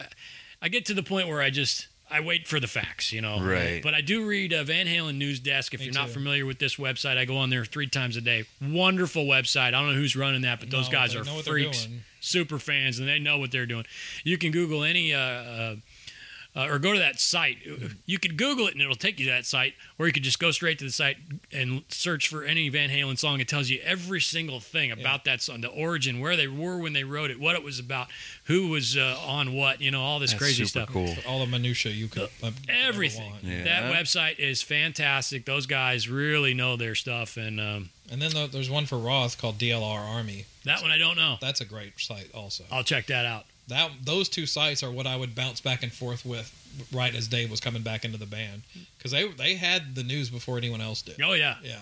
Speaker 4: I get to the point where I just I wait for the facts, you know.
Speaker 2: Right.
Speaker 4: But I do read uh, Van Halen News Desk. If
Speaker 3: Me
Speaker 4: you're not
Speaker 3: too.
Speaker 4: familiar with this website, I go on there three times a day. Wonderful website. I don't know who's running that, but those
Speaker 3: No,
Speaker 4: guys
Speaker 3: they
Speaker 4: are
Speaker 3: know what they're
Speaker 4: freaks,
Speaker 3: doing.
Speaker 4: super fans, and they know what they're doing. You can Google any. Uh, uh, uh, or go to that site. You could Google it and it'll take you to that site, or you could just go straight to the site and search for any Van Halen song. It tells you every single thing about that song, the origin, where they were when they wrote it, what it was about, who was uh, on what, you know, all this
Speaker 2: That's
Speaker 4: crazy
Speaker 2: super
Speaker 4: stuff.
Speaker 2: Cool.
Speaker 3: All the minutia you could uh,
Speaker 4: Everything.
Speaker 3: want.
Speaker 2: Yeah.
Speaker 4: That website is fantastic. Those guys really know their stuff, and um,
Speaker 3: And then the, there's one for Roth called DLR Army.
Speaker 4: that one I don't know.
Speaker 3: That's a great site also.
Speaker 4: I'll check that out.
Speaker 3: That those two sites are what I would bounce back and forth with right as Dave was coming back into the band because they they had the news before anyone else did.
Speaker 4: Oh yeah,
Speaker 3: Yeah.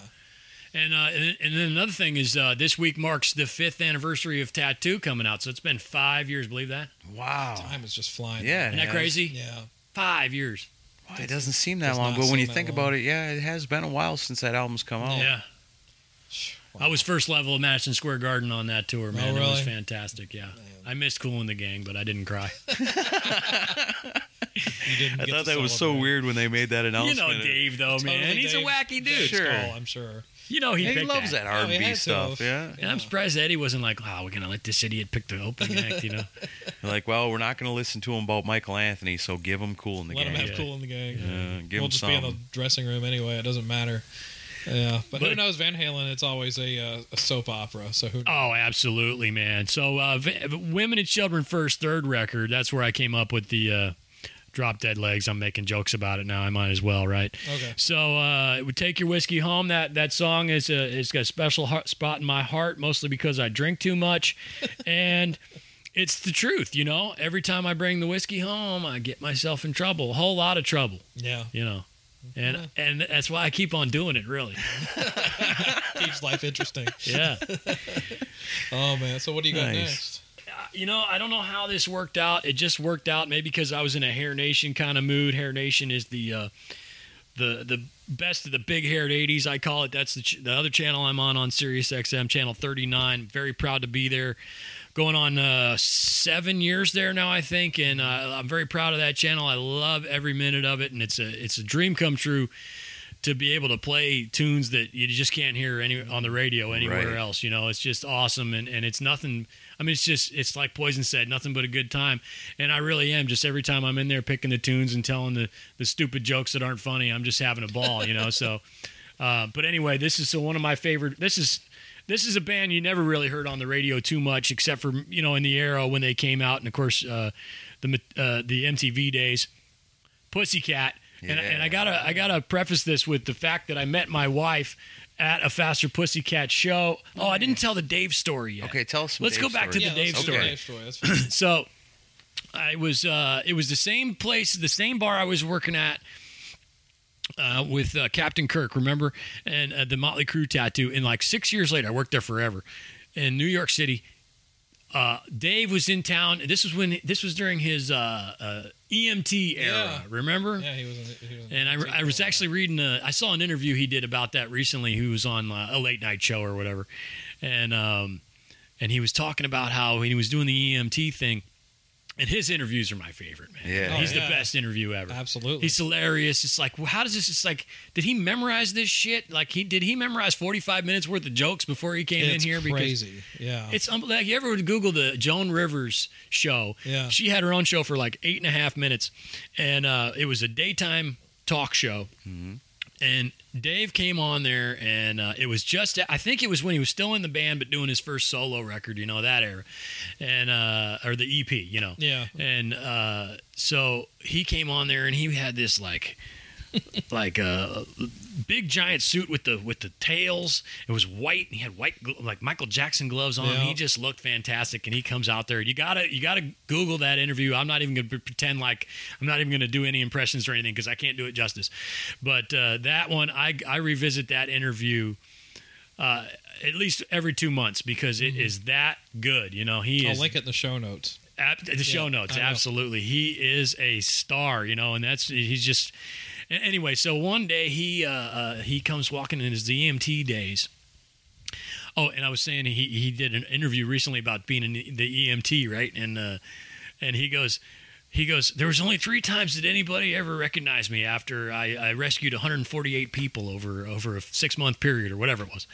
Speaker 4: and uh, and, and then another thing is uh, this week marks the fifth anniversary of Tattoo coming out, so it's been five years. Believe that?
Speaker 2: Wow.
Speaker 3: Time is just flying.
Speaker 2: Yeah.
Speaker 4: Isn't that
Speaker 2: yeah.
Speaker 4: crazy?
Speaker 3: Yeah.
Speaker 4: Five years.
Speaker 2: Wow, it doesn't seem that
Speaker 3: Does
Speaker 2: long,
Speaker 3: not
Speaker 2: but when
Speaker 3: seem
Speaker 2: you
Speaker 3: that
Speaker 2: think
Speaker 3: long.
Speaker 2: about it, yeah, it has been a while since that album's come out.
Speaker 4: Yeah. I was first level of Madison Square Garden on that tour, man. It was
Speaker 3: really?
Speaker 4: fantastic. Yeah. I missed Cool in the Gang, but I didn't cry.
Speaker 3: You didn't
Speaker 2: I
Speaker 3: get
Speaker 2: thought
Speaker 3: to
Speaker 2: that was so
Speaker 3: celebrate.
Speaker 2: weird when they made that
Speaker 4: you
Speaker 2: announcement.
Speaker 4: know Dave, though,
Speaker 3: Totally
Speaker 4: man. He's
Speaker 3: Dave-
Speaker 4: a wacky dude.
Speaker 3: Dave
Speaker 2: Sure.
Speaker 3: Grohl, I'm sure.
Speaker 4: You know he,
Speaker 2: He
Speaker 4: picked
Speaker 2: loves that,
Speaker 3: Oh, he
Speaker 2: R&B
Speaker 3: had to
Speaker 2: stuff.
Speaker 3: have.
Speaker 2: Yeah.
Speaker 4: And I'm surprised Eddie wasn't like, "Wow, we're gonna let this idiot pick the opening act," you know?
Speaker 2: They're like, well, we're not going to listen to him about Michael Anthony, so give him cool in the
Speaker 3: Let
Speaker 2: game.
Speaker 3: them have
Speaker 4: Yeah.
Speaker 3: cool in the gang.
Speaker 2: Yeah, give
Speaker 3: we'll
Speaker 2: him
Speaker 3: just
Speaker 2: some.
Speaker 3: be in the dressing room anyway. It doesn't matter. Yeah, but, who
Speaker 4: But-
Speaker 3: knows? Van Halen, it's always a, uh, a soap opera. So who knows?
Speaker 4: Oh, absolutely, man. So, uh, v- women and children first, third record. That's where I came up with the uh, drop dead legs. I'm making jokes about it now. I might as well, right?
Speaker 3: Okay.
Speaker 4: So, uh, we take your whiskey home. That that song is a it's got a special heart, spot in my heart, mostly because I drink too much, and. It's the truth, you know. Every time I bring the whiskey home, I get myself in trouble, a whole lot of trouble,
Speaker 3: Yeah,
Speaker 4: you know. And and that's why I keep on doing it, really. *laughs*
Speaker 3: keeps life interesting.
Speaker 4: Yeah.
Speaker 3: Oh man, so what do you
Speaker 2: Nice.
Speaker 3: got next?
Speaker 4: you know, I don't know how this worked out. It just worked out maybe because I was in a Hair Nation kind of mood. Hair Nation is the uh, the the best of the big haired 80s, I call it. That's the, ch- the other channel I'm on on Sirius XM, channel 39. Very proud to be there. Going on uh, seven years there now, I think, and uh, I'm very proud of that channel. I love every minute of it, and it's a it's a dream come true to be able to play tunes that you just can't hear any on the radio anywhere
Speaker 2: Right.
Speaker 4: else. You know, it's just awesome, and, and it's nothing. I mean, it's just it's like Poison said, nothing but a good time. And I really am. Just every time I'm in there picking the tunes and telling the the stupid jokes that aren't funny, I'm just having a ball. You know, so. Uh, but anyway, this is one of my favorite. This is this is a band you never really heard on the radio too much, except for you know in the era when they came out, and of course uh, the uh, the MTV days. Pussycat. And, and I gotta I gotta preface this with the fact that I met my wife at a Faster Pussycat show. Oh, I didn't tell the Dave story yet.
Speaker 2: Okay, tell us some
Speaker 4: Let's
Speaker 2: Dave
Speaker 4: go back
Speaker 2: story.
Speaker 4: to
Speaker 3: yeah,
Speaker 4: the Dave
Speaker 3: let's do
Speaker 4: story.
Speaker 3: the Dave story. That's fine.
Speaker 4: *laughs* So I was uh, it was the same place, the same bar I was working at. Uh, with uh, Captain Kirk, remember, and uh, the Motley Crue tattoo. And like six years later, I worked there forever in New York City. Uh, Dave was in town. This was when this was during his uh, uh, EMT era.
Speaker 3: Yeah.
Speaker 4: Remember?
Speaker 3: yeah, he was. In, he was in
Speaker 4: And I, I was actually reading, a, I saw an interview he did about that recently. He was on uh, a late night show or whatever. And, um, and he was talking about how he was doing the EMT thing. And his interviews are my favorite, man.
Speaker 2: Yeah.
Speaker 4: He's
Speaker 3: Oh,
Speaker 4: the
Speaker 3: yeah.
Speaker 4: best interview ever.
Speaker 3: absolutely.
Speaker 4: He's hilarious. It's like, well, how does this? It's like, did he memorize this shit? Like, he did he memorize forty five minutes worth of jokes before he came in
Speaker 3: it's
Speaker 4: here? Because
Speaker 3: crazy. yeah,
Speaker 4: it's um, like you ever would Google the Joan Rivers show.
Speaker 3: Yeah.
Speaker 4: She had her own show for like
Speaker 3: Mm-hmm.
Speaker 4: eight and a half minutes, and uh, it was a daytime talk show. And Dave came on there, and uh, it was just, I think it was when he was still in the band, but doing his first solo record, you know, that era. And, uh, or the EP, you know.
Speaker 3: Yeah.
Speaker 4: And uh, so he came on there, and he had this like, *laughs* like uh, a big giant suit with the with the tails. It was white. And he had white gl- like Michael Jackson gloves on.
Speaker 3: Yeah.
Speaker 4: He just looked fantastic. And he comes out there. You gotta you gotta Google that interview. I'm not even gonna pre- pretend like I'm not even gonna do any impressions or anything because I can't do it justice. But uh, that one, I I revisit that interview. Uh, at least every two months because it is that good. You know, he
Speaker 3: I'll
Speaker 4: is
Speaker 3: link it in the show notes.
Speaker 4: Ab- the show
Speaker 3: Yeah,
Speaker 4: notes,
Speaker 3: I know.
Speaker 4: absolutely. He is a star, you know, and that's he's just. a- Anyway, so one day he uh, uh, he comes walking in his DMT days. Oh, and I was saying he he did an interview recently about being in the EMT, right? And uh, and he goes. He goes, There was only three times that anybody ever recognized me after I, I rescued 148 people over over a six month period or whatever it was.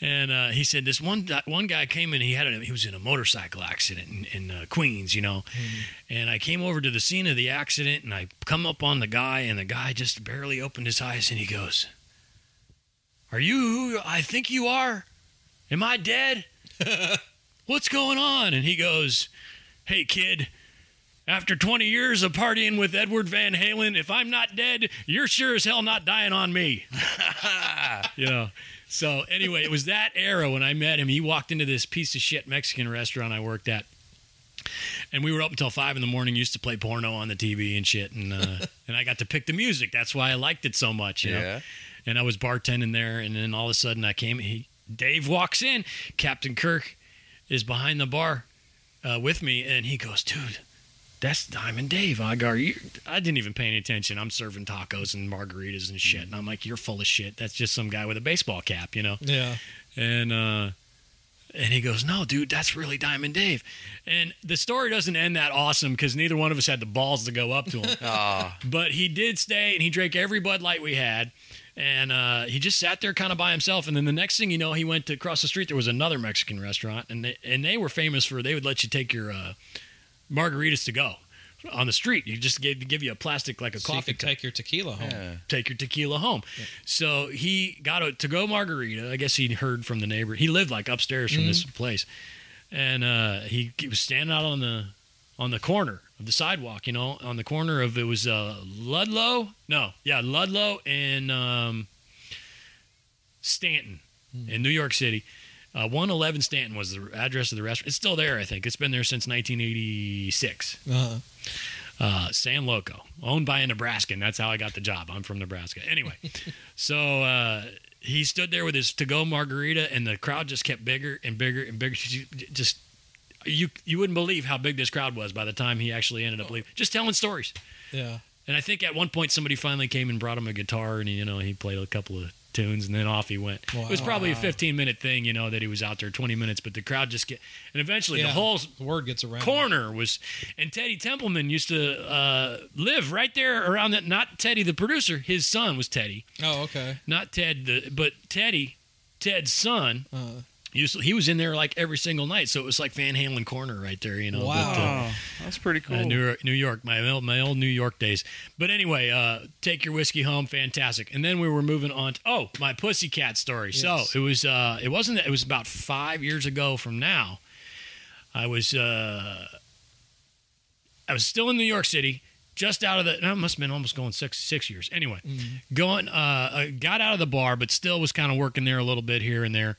Speaker 4: And uh, he said this one one guy came in. He had a, he was in a motorcycle accident in, in uh, Queens, you know. And I came over to the scene of the accident, and I come up on the guy, and the guy just barely opened his eyes, and he goes, "Are you who I think you are? Am I dead? What's going on?" And he goes, "Hey, kid." After 20 years of partying with Edward Van Halen, if I'm not dead, you're sure as hell not dying on me. you know. So anyway, it was that era when I met him. He walked into this piece of shit Mexican restaurant I worked at, and we were up until five in the morning. Used to play porno on the TV and shit, and uh, and I got to pick the music. That's why I liked it so much. You
Speaker 2: Yeah.
Speaker 4: Know? And I was bartending there, and then all of a sudden I came. He Dave walks in. Captain Kirk is behind the bar uh, with me, and he goes, "Dude, that's Diamond Dave. I go, you, I didn't even pay any attention. I'm serving tacos and margaritas and shit. And I'm like, you're full of shit. That's just some guy with a baseball cap, you know?
Speaker 3: Yeah.
Speaker 4: And, uh, and he goes, no, dude, that's really Diamond Dave. And the story doesn't end that awesome because neither one of us had the balls to go up to him. But he did stay and he drank every Bud Light we had. And uh, he just sat there kind of by himself. And then the next thing you know, he went to across the street. There was another Mexican restaurant, and they, and they were famous for they would let you take your uh, margaritas to go on the street. You just gave give you a plastic like a
Speaker 3: So you
Speaker 4: coffee
Speaker 3: could
Speaker 4: cup.
Speaker 3: take your tequila home.
Speaker 4: Take your tequila home. So he got a to go margarita. I guess he'd heard from the neighbor. He lived like upstairs from this place, and uh, he, he was standing out on the on the corner of the sidewalk. You know, on the corner of it was uh, Ludlow. No, yeah, Ludlow and um, Stanton in New York City. Uh, 111 Stanton was the address of the restaurant. It's still there, I think. It's been there since 1986
Speaker 3: Uh-huh.
Speaker 4: uh, San Loco, owned by a Nebraskan. That's how I got the job. I'm from Nebraska.
Speaker 3: *laughs*
Speaker 4: Anyway, so uh, he stood there with his to-go margarita, and the crowd just kept bigger and bigger and bigger. Just- Just you, you wouldn't believe how big this crowd was by the time he actually ended up leaving. Just telling stories.
Speaker 3: Yeah.
Speaker 4: And I think at one point somebody finally came and brought him a guitar, and you know he played a couple of tunes, and then off he went. It was
Speaker 3: Wow.
Speaker 4: probably a 15 minute thing, you know, that he was out there 20 minutes, but the crowd just get, and eventually
Speaker 3: yeah.
Speaker 4: the whole
Speaker 3: the word gets around.
Speaker 4: corner was and teddy templeman used to uh, live right there around that not teddy the producer his son was teddy
Speaker 3: Oh, okay.
Speaker 4: not ted the but teddy ted's son
Speaker 3: Uh,
Speaker 4: used to, he was in there like every single night so it was like van halen corner right there you
Speaker 2: Oh,
Speaker 4: know
Speaker 3: Wow.
Speaker 4: but, uh,
Speaker 2: That's pretty cool.
Speaker 4: uh, New, New York, my old, my old New York days. But anyway, uh, take your whiskey home, fantastic. And then we were moving on. To, oh, my pussycat story.
Speaker 3: Yes.
Speaker 4: So it was uh, it wasn't that- it was about five years ago from now. I was uh, I was still in New York City, just out of the. No, it must have been almost going six six years. Anyway, going uh, uh, got out of the bar, but still was kind of working there a little bit here and there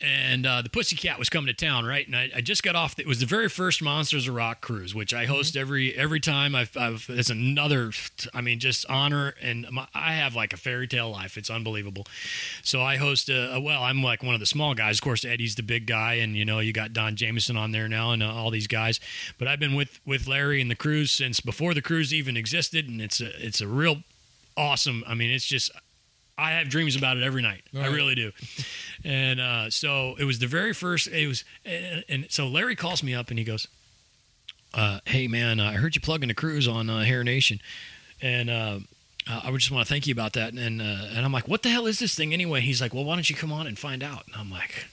Speaker 4: and uh, the Pussycat was coming to town, right? And I, I just got off. It was the very first Monsters of Rock cruise, which I host every every time. I've, I've it's another, I mean, just honor and my, I have like a fairy tale life. It's unbelievable. So I host. A, well, I'm like one of the small guys. Of course, Eddie's the big guy, and you know you got Don Jameson on there now, and uh, all these guys. But I've been with with Larry and the cruise since before the cruise even existed, and it's a it's a real awesome. I mean, it's just I have dreams about it every night. I
Speaker 3: Right.
Speaker 4: really do. And uh, so it was the very first. It was, and, and so Larry calls me up and he goes, uh, "Hey man, I heard you plugging the cruise on uh, Hair Nation, and uh, uh, I would just want to thank you about that." And uh, and I'm like, "What the hell is this thing anyway?" He's like, "Well, why don't you come on and find out?" And I'm like.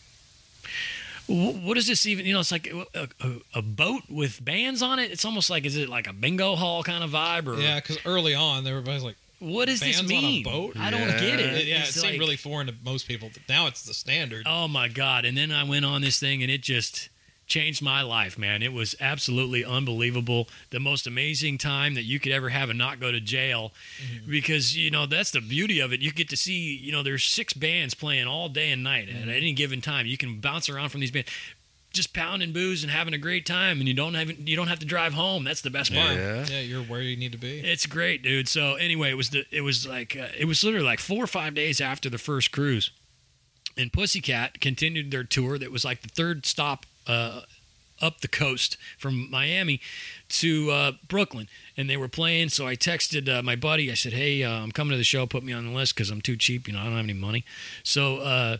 Speaker 4: "Wh- What is this even? You know, it's like a, a, a boat with bands on it. It's almost like, is it like a bingo hall kind of vibe? Or
Speaker 3: yeah, because early on, everybody's like,
Speaker 4: What does this
Speaker 3: Bands on a
Speaker 4: mean?
Speaker 3: boat?
Speaker 4: I don't get
Speaker 3: Yeah,
Speaker 4: it.
Speaker 3: it
Speaker 4: It's
Speaker 3: seemed
Speaker 4: like-
Speaker 3: really foreign to most people. Now it's the standard.
Speaker 4: Oh my god! And then I went on this thing, and it just changed my life, man. It was absolutely unbelievable. The most amazing time that you could ever have and not go to jail,
Speaker 3: Mm-hmm.
Speaker 4: because you know that's the beauty of it. You get to see, you know, there's six bands playing all day and night
Speaker 3: Mm-hmm.
Speaker 4: at any given time. You can bounce around from these bands. Just pounding booze and having a great time, and you don't have you don't have to drive home. That's the best part.
Speaker 3: Yeah, you're where you need to be.
Speaker 4: It's great, dude. So anyway, it was the it was like uh, it was literally like four or five days after the first cruise, and Pussycat continued their tour. That was like the third stop uh, up the coast from Miami to uh, Brooklyn, and they were playing. So I texted uh, my buddy. I said, "Hey, uh, I'm coming to the show. Put me on the list because I'm too cheap. You know, I don't have any money." So. Uh,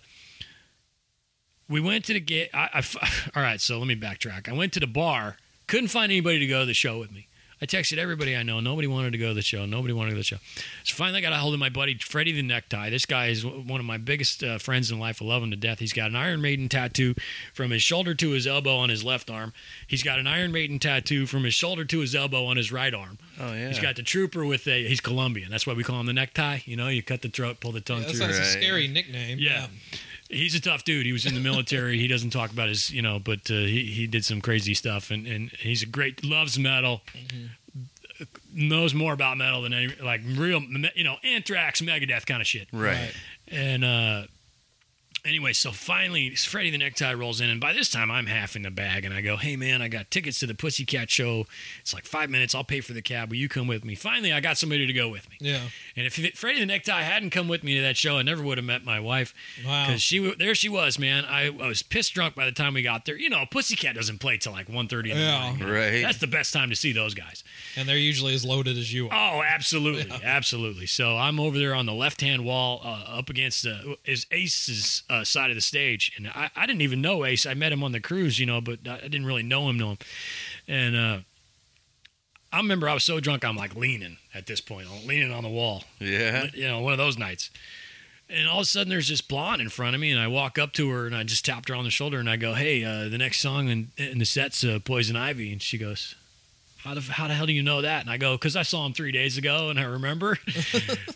Speaker 4: we went to the gate. I, I f- *laughs* all right, so let me backtrack. I went to the bar, couldn't find anybody to go to the show with me. I texted everybody I know. Nobody wanted to go to the show. Nobody wanted to go to the show. So finally, I got a hold of my buddy Freddie the Necktie. This guy is w- one of my biggest uh, friends in life. I love him to death. He's got an Iron Maiden tattoo from his shoulder to his elbow on his left arm. He's got an Iron Maiden tattoo from his shoulder to his elbow on his right arm.
Speaker 2: Oh, yeah.
Speaker 4: He's got the trooper with a. He's Colombian. That's why we call him the necktie. You know, you cut the throat, pull the tongue
Speaker 3: That
Speaker 4: through.
Speaker 3: sounds a
Speaker 2: Right.
Speaker 3: scary nickname.
Speaker 4: Yeah. He's a tough dude. He was in the military. he doesn't talk about his, you know, but uh, he, he did some crazy stuff. And, and he's a great, loves metal, knows more about metal than any, like real, you know, Anthrax, Megadeth kind of shit.
Speaker 2: Right.
Speaker 4: And uh, anyway, so finally, Freddie the Necktie rolls in, and by this time, I'm half in the bag, and I go, "Hey, man, I got tickets to the Pussycat show. It's like five minutes. I'll pay for the cab. Will you come with me?" Finally, I got somebody to go with me.
Speaker 3: Yeah.
Speaker 4: And if it- Freddie the Necktie hadn't come with me to that show, I never would have met my wife.
Speaker 3: Wow.
Speaker 4: Because she w- there she was, man. I, I was pissed drunk by the time we got there. You know, Pussycat doesn't play till like 1.30 in the
Speaker 3: Yeah.
Speaker 4: morning.
Speaker 2: Right.
Speaker 4: That's the best time to see those guys.
Speaker 3: And they're usually as loaded as you are.
Speaker 4: Oh, absolutely, absolutely. So I'm over there on the left-hand wall, uh, up against uh, is Ace's uh, side of the stage, and I, I didn't even know Ace. I met him on the cruise, you know, but I I didn't really know him, know him. And uh, I remember I was so drunk, I'm like leaning at this point, I'm leaning on the wall,
Speaker 2: Yeah.
Speaker 4: you know, one of those nights. And all of a sudden, there's this blonde in front of me, and I walk up to her and I just tapped her on the shoulder and I go, "Hey, uh, the next song in, in the set's uh, Poison Ivy," and she goes. How the, how the hell do you know that? And I go, because I saw him three days ago and I
Speaker 3: *laughs*
Speaker 4: remember.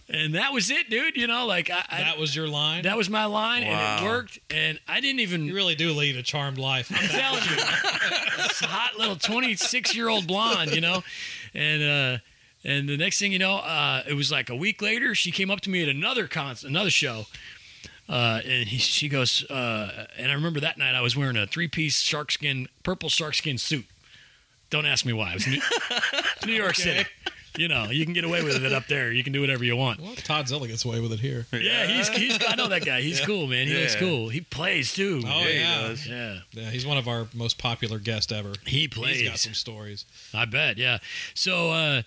Speaker 4: and that was it, dude. You know, like, Oh, I, I,
Speaker 3: that was your line.
Speaker 4: that was my line and
Speaker 2: Wow.
Speaker 4: it worked. And I didn't even
Speaker 3: you really do lead a
Speaker 4: *laughs*
Speaker 3: charmed life.
Speaker 4: I'm telling you, this hot little 26 year old blonde, you know, and uh, and the next thing you know, uh, it was like a week later. She came up to me at another con, another show, uh, and he, she goes, uh, and I remember that night I was wearing a three piece sharkskin, purple sharkskin suit. Don't ask me why. It was New, New York City. You know, you can get away with it up there. You can do whatever you want.
Speaker 3: Well, Todd Zilla gets away with
Speaker 2: *laughs*
Speaker 3: it here.
Speaker 4: Yeah, he's, he's I know that guy. He's cool, man. He looks
Speaker 2: Yeah.
Speaker 4: cool. He plays too.
Speaker 3: Oh,
Speaker 2: he
Speaker 3: yeah.
Speaker 2: does.
Speaker 4: Yeah,
Speaker 3: Yeah, he's one of our most popular guests ever.
Speaker 4: he plays.
Speaker 3: He's got some stories.
Speaker 4: I bet, yeah. So uh,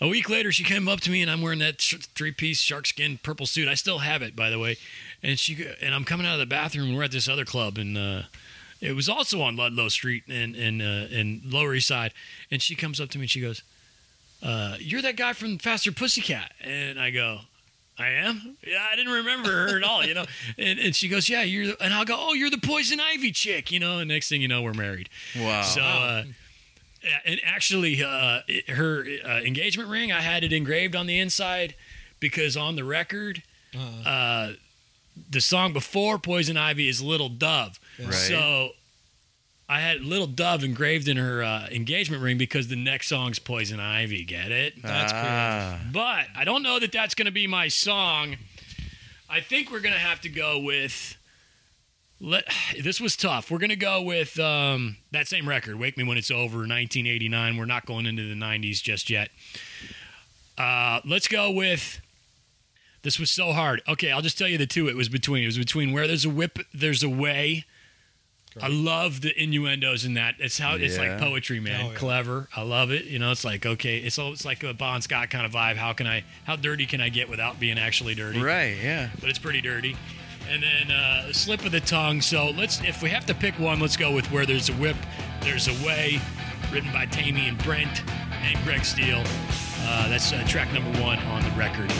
Speaker 4: a week later, she came up to me, and I'm wearing that sh- three-piece shark skin purple suit. I still have it, by the way. And she go- and I'm coming out of the bathroom. and We're at this other club, and uh, it was also on Ludlow Street and and uh, and Lower East Side. And she comes up to me, and she goes, uh, "You're that guy from Faster Pussycat," and I go. I am. Yeah, I didn't remember her at all, you know. And, and she goes, "Yeah, you're." The, and I'll go, "Oh, you're the poison ivy chick," you know. And next thing you know, we're married.
Speaker 2: Wow.
Speaker 4: So, uh, yeah, and actually, uh, it- her uh, engagement ring, I had it engraved on the inside because on the record, uh the song before Poison Ivy is Little Dove.
Speaker 2: Right.
Speaker 4: So I had Little Dove engraved in her uh, engagement ring because the next song's Poison Ivy. Get it?
Speaker 3: That's
Speaker 2: ah,
Speaker 4: But I don't know that that's going to be my song. I think we're going to have to go with. Let, this was tough. We're going to go with um, that same record, Wake Me When It's Over, 1989. We're not going into the 90s just yet. Uh, let's go with. This was so hard. Okay, I'll just tell you the two it was between. It was between Where There's a Whip, There's a Way. I love the innuendos in that. It's how it's like
Speaker 2: Yeah.
Speaker 4: poetry, man.
Speaker 3: Oh, yeah.
Speaker 4: Clever. I love it. You know, it's like okay, it's all- it's like a Bon Scott kind of vibe. How can I? How dirty can I get without being actually dirty?
Speaker 2: right. Yeah.
Speaker 4: But it's pretty dirty. And then uh, slip of the tongue. So let's, if we have to pick one, let's go with where there's a whip, there's a way. Written by Tammy and Brent and Greg Steele. Uh, that's uh, track number one on the record.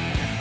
Speaker 1: Where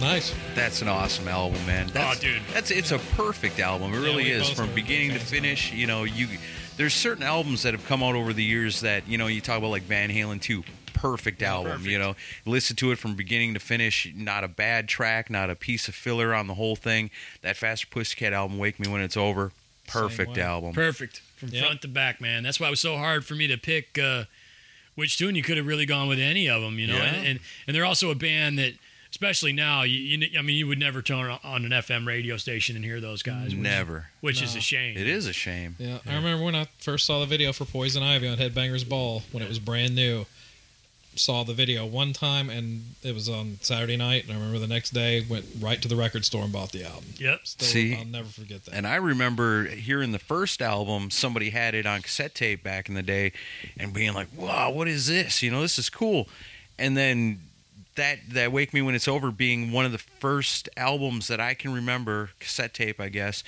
Speaker 3: Nice.
Speaker 2: That's an awesome album, man. That's,
Speaker 4: dude.
Speaker 2: that's it's a perfect album. It really
Speaker 3: Oh, we
Speaker 2: is
Speaker 3: both
Speaker 2: from
Speaker 3: are
Speaker 2: beginning to
Speaker 3: fans.
Speaker 2: finish. You know, you there's certain albums that have come out over the years that you know you talk about like Van Halen too. Perfect album, you know. Listen to it from beginning to finish. Not a bad track, not a piece of filler on the whole thing. That Faster Pussycat album, "Wake Me When It's Over," perfect
Speaker 3: way.
Speaker 2: album.
Speaker 4: Perfect from
Speaker 3: Yep.
Speaker 4: front to back, man. That's why it was so hard for me to pick uh, which tune. You could have really gone with any of them, you know.
Speaker 2: Yeah.
Speaker 4: And, and and they're also a band that, especially now, you, you kn- I mean, you would never turn on- on an FM radio station and hear those guys. Which,
Speaker 2: Never.
Speaker 4: which is a shame.
Speaker 2: It is a shame.
Speaker 3: Yeah, I remember when I first saw the video for Poison Ivy on Headbangers Ball when it was brand new. Saw the video one time and it was on Saturday night, and I remember the next day went right to the record store and bought the album.
Speaker 4: Yep.
Speaker 3: Still,
Speaker 2: See?
Speaker 3: I'll never forget that.
Speaker 2: And I remember hearing the first album, somebody had it on cassette tape back in the day and being like, wow, what is this? You know, this is cool. And then that, that Wake Me When It's Over being one of the first albums that I can remember, cassette tape, I guess,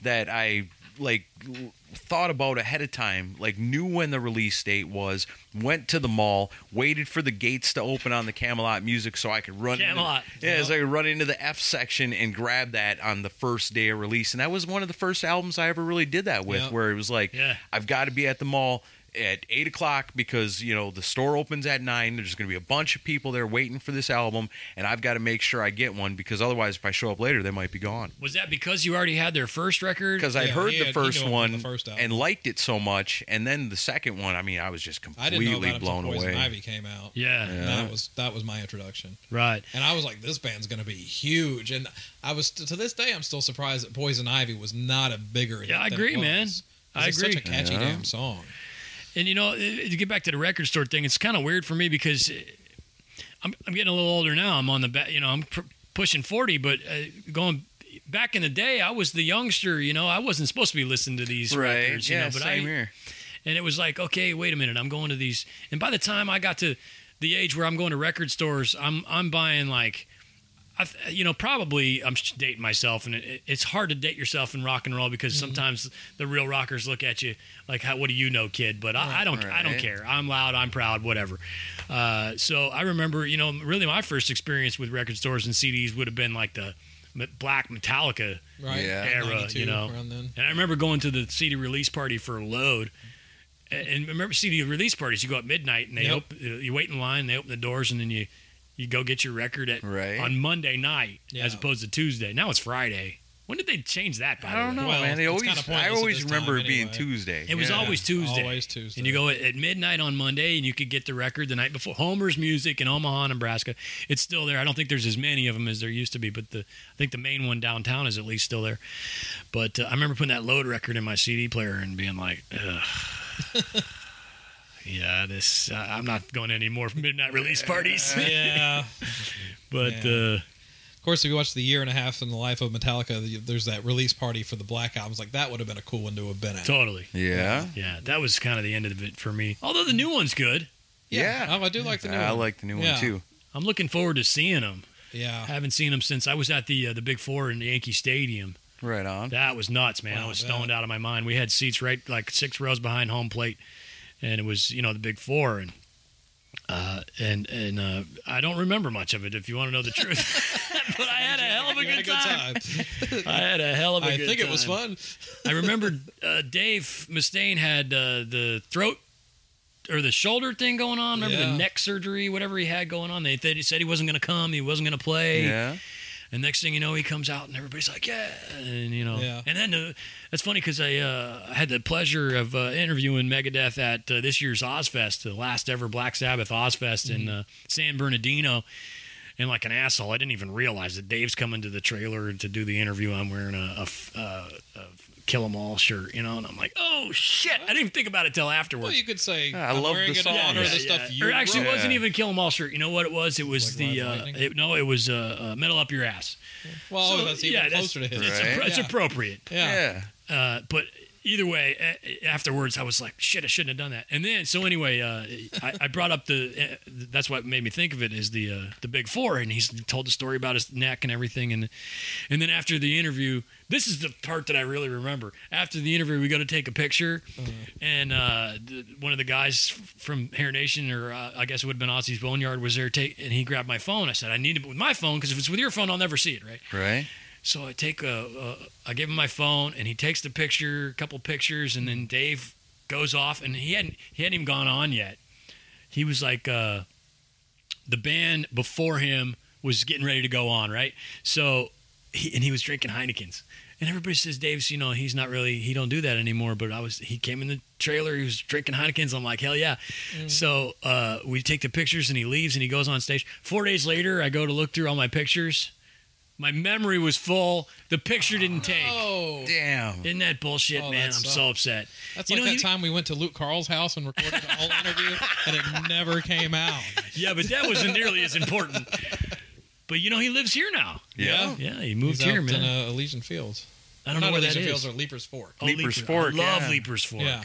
Speaker 2: that I like l- thought about ahead of time, like knew when the release date was, went to the mall, waited for the gates to open on the Camelot music so I could run into-
Speaker 4: Camelot.
Speaker 2: yeah, so I could run into the F section and grab that on the first day of release. And that was one of the first albums I ever really did that with,
Speaker 3: Yeah.
Speaker 2: where it was like,
Speaker 4: Yeah.
Speaker 2: I've got to be at the mall at eight o'clock because you know the store opens at nine. There's going to be a bunch of people there waiting for this album, and I've got to make sure I get one because otherwise, if I show up later, they might be gone.
Speaker 4: Was that because you already had their first record?
Speaker 2: Because I
Speaker 3: Yeah,
Speaker 2: heard
Speaker 3: he
Speaker 2: the
Speaker 3: had- he
Speaker 2: first
Speaker 3: knew him from
Speaker 2: one
Speaker 3: the first album.
Speaker 2: and liked it so much, and then the second one, I mean, I was just
Speaker 3: I didn't know
Speaker 2: completely
Speaker 3: about it
Speaker 2: blown
Speaker 3: until Poison
Speaker 2: away.
Speaker 3: Ivy came out.
Speaker 4: Yeah.
Speaker 3: And that was that was my introduction.
Speaker 4: Right.
Speaker 3: And I was like, this band's going to be huge. And I was to this day, I'm still surprised that Poison Ivy was not a bigger. hit
Speaker 4: I
Speaker 3: than it
Speaker 4: agree,
Speaker 3: was.
Speaker 4: man.
Speaker 3: 'Cause
Speaker 4: I
Speaker 3: it's
Speaker 4: agree.
Speaker 3: Such a catchy damn song.
Speaker 4: And you know, eh, to get back to the record store thing, it's kind of weird for me because eh, I'm, I'm getting a little older now. I'm on the back, you know, I'm pr- pushing 40, but uh, going back in the day, I was the youngster, you know, I wasn't supposed to be listening to these
Speaker 2: Right?
Speaker 4: records, you
Speaker 2: yeah,
Speaker 4: know, but
Speaker 2: same
Speaker 4: I,
Speaker 2: here.
Speaker 4: and it was like, okay, wait a minute, I'm going to these. And by the time I got to the age where I'm going to record stores, I'm I'm buying like, I, th- you know, probably I'm just dating myself, and it, it's hard to date yourself in rock and roll because
Speaker 2: Mm-hmm.
Speaker 4: sometimes the real rockers look at you like, how, what do you know, kid? But I, I don't, I don't
Speaker 2: right.
Speaker 4: care. I'm loud, I'm proud, whatever. Uh, so I remember, you know, really my first experience with record stores and CDs would have been like the m- Black Metallica
Speaker 3: Right.
Speaker 2: Yeah.
Speaker 4: era,
Speaker 3: 92,
Speaker 4: you know.
Speaker 3: around then.
Speaker 4: And I remember going to the CD release party for Load. And- And remember CD release parties, you go at midnight and they
Speaker 3: Yep.
Speaker 4: open, uh, you wait in line, they open the doors, and then you you go get your record at
Speaker 2: Right.
Speaker 4: on Monday night
Speaker 3: Yeah.
Speaker 4: as opposed to Tuesday. Now it's Friday. When did they change that? By
Speaker 2: I don't
Speaker 4: the way?
Speaker 2: know,
Speaker 3: Well,
Speaker 2: man. They
Speaker 3: it's
Speaker 2: always,
Speaker 3: kinda pointless
Speaker 2: I
Speaker 3: at
Speaker 2: always
Speaker 3: this time
Speaker 2: remember it being
Speaker 3: anyway.
Speaker 2: Tuesday.
Speaker 4: It was
Speaker 2: Yeah.
Speaker 4: always Tuesday.
Speaker 3: Always Tuesday.
Speaker 4: And you go at, at midnight on Monday, and you could get the record the night before. Homer's Music in Omaha, Nebraska. It's still there. I don't think there's as many of them as there used to be, but the I think the main one downtown is at least still there. But uh, I remember putting that load record in my CD player and being like, Ugh.
Speaker 3: *laughs*
Speaker 4: yeah, this uh, I'm not going to any more midnight release
Speaker 2: *laughs*
Speaker 4: parties.
Speaker 3: Uh, Yeah.
Speaker 4: but
Speaker 3: Yeah.
Speaker 4: uh,
Speaker 3: Of course, if you watch the year and a half in the life of Metallica, the- there's that release party for the Black albums. Like that would have been a cool one to have been at.
Speaker 4: totally,
Speaker 2: Yeah.
Speaker 4: yeah, that was kind of the end of it for me. Although the new one's good,
Speaker 2: Yeah.
Speaker 3: Oh, I do like the new.
Speaker 2: I
Speaker 3: one.
Speaker 2: like the new
Speaker 3: Yeah.
Speaker 2: one too.
Speaker 4: I'm looking forward to seeing them. I
Speaker 3: Yeah.
Speaker 4: haven't seen them since I was at the uh, the Big Four in Yankee Stadium.
Speaker 2: Right on.
Speaker 4: That was nuts, man. I
Speaker 3: Wow,
Speaker 4: was
Speaker 3: that-
Speaker 4: stoned out of my mind. We had seats right like six rows behind home plate, and it was you know the big four and. Uh, and and uh, I don't remember much of it, if you want to know the truth. *laughs* but I had a hell of a
Speaker 3: You had
Speaker 4: good time. *laughs* I had a hell of a
Speaker 3: *laughs* I
Speaker 4: good
Speaker 3: think
Speaker 4: time.
Speaker 3: it was fun.
Speaker 4: I remember uh, Dave Mustaine had uh, the throat or the shoulder thing going on. Remember
Speaker 3: Yeah.
Speaker 4: the neck surgery, whatever he had going on. They th- he said he wasn't going to come. He wasn't going to play.
Speaker 2: Yeah.
Speaker 4: And next thing you know, he comes out and everybody's like, yeah. And, you know,
Speaker 3: Yeah.
Speaker 4: and then uh, that's funny because I uh, I had the pleasure of uh, interviewing Megadeth at uh, this year's Ozfest, the last ever Black Sabbath Ozfest
Speaker 3: Mm-hmm.
Speaker 4: in uh, San Bernardino. And like an asshole, I didn't even realize that Dave's coming to the trailer to do the interview. I'm wearing a, a f- uh, a Kill 'em All shirt, you know, and I'm like, oh shit. I didn't even think about it till afterwards.
Speaker 3: Well, you could say
Speaker 2: I
Speaker 3: I'm
Speaker 2: love
Speaker 3: wearing
Speaker 2: the
Speaker 3: it in
Speaker 2: song.
Speaker 3: honor of the
Speaker 4: Yeah,
Speaker 3: stuff
Speaker 4: yeah.
Speaker 3: you.
Speaker 4: Or actually, it
Speaker 2: wrote.
Speaker 4: wasn't even Kill 'em All shirt. You know what it was? It was
Speaker 3: Like
Speaker 4: the
Speaker 3: Live
Speaker 4: uh,
Speaker 3: Lightning?
Speaker 4: it, no, it was uh, uh, Metal Up Your Ass.
Speaker 3: Well,
Speaker 4: So,
Speaker 3: that's even
Speaker 4: yeah, that's-
Speaker 3: closer to his.
Speaker 4: It's, *laughs*
Speaker 2: Right.
Speaker 4: appro- it's
Speaker 3: Yeah.
Speaker 4: appropriate,
Speaker 3: Yeah.
Speaker 2: Yeah.
Speaker 4: uh, but either way, a- afterwards I was like, shit, I shouldn't have done that. And then, so anyway, uh, I, I brought up the. Uh, that's what made me think of it is the uh, the big four, and he's told the story about his neck and everything, and and then after the interview, this is the part that I really remember. After the interview, we go to take a picture, and uh, the, one of the guys from Hair Nation, or uh, I guess it would have been Ozzy's Boneyard, was there. Take and he grabbed my phone. I said, I need it with my phone because if it's with your phone, I'll never see it. Right.
Speaker 2: Right.
Speaker 4: So I take a, a, I give him my phone, and he takes the picture, a couple pictures, and then Dave goes off, and he hadn't he hadn't even gone on yet. He was like, uh, the band before him was getting ready to go on, right? So, he, and he was drinking Heinekens, and everybody says Dave's, you know, he's not really he don't do that anymore. But I was he came in the trailer, he was drinking Heinekens. I'm like, hell yeah!
Speaker 3: Mm.
Speaker 4: So uh, we take the pictures, and he leaves, and he goes on stage. Four days later, I go to look through all my pictures. My memory was full. The picture didn't take.
Speaker 3: Oh,
Speaker 2: Damn.
Speaker 4: Isn't that bullshit,
Speaker 3: Oh,
Speaker 4: man?
Speaker 3: that
Speaker 4: I'm
Speaker 3: sucks.
Speaker 4: so upset.
Speaker 3: that's
Speaker 4: You
Speaker 3: like
Speaker 4: know,
Speaker 3: that
Speaker 4: he-
Speaker 3: time we went to Luke Carl's house and recorded the whole interview, and it never came out.
Speaker 4: Yeah, but that wasn't nearly as important. But you know, he lives here now.
Speaker 2: *laughs* Yeah.
Speaker 4: Yeah, he
Speaker 3: He's
Speaker 4: moved here,
Speaker 3: out
Speaker 4: man.
Speaker 3: in uh, Elysian Fields.
Speaker 4: I don't know
Speaker 3: Not
Speaker 4: where that
Speaker 3: Elysian
Speaker 4: is.
Speaker 3: Fields or Leapers Fork.
Speaker 4: Oh,
Speaker 5: Leaper's
Speaker 4: Leaper.
Speaker 5: Fork,
Speaker 4: I love
Speaker 5: yeah.
Speaker 4: Leaper's Fork.
Speaker 3: Yeah.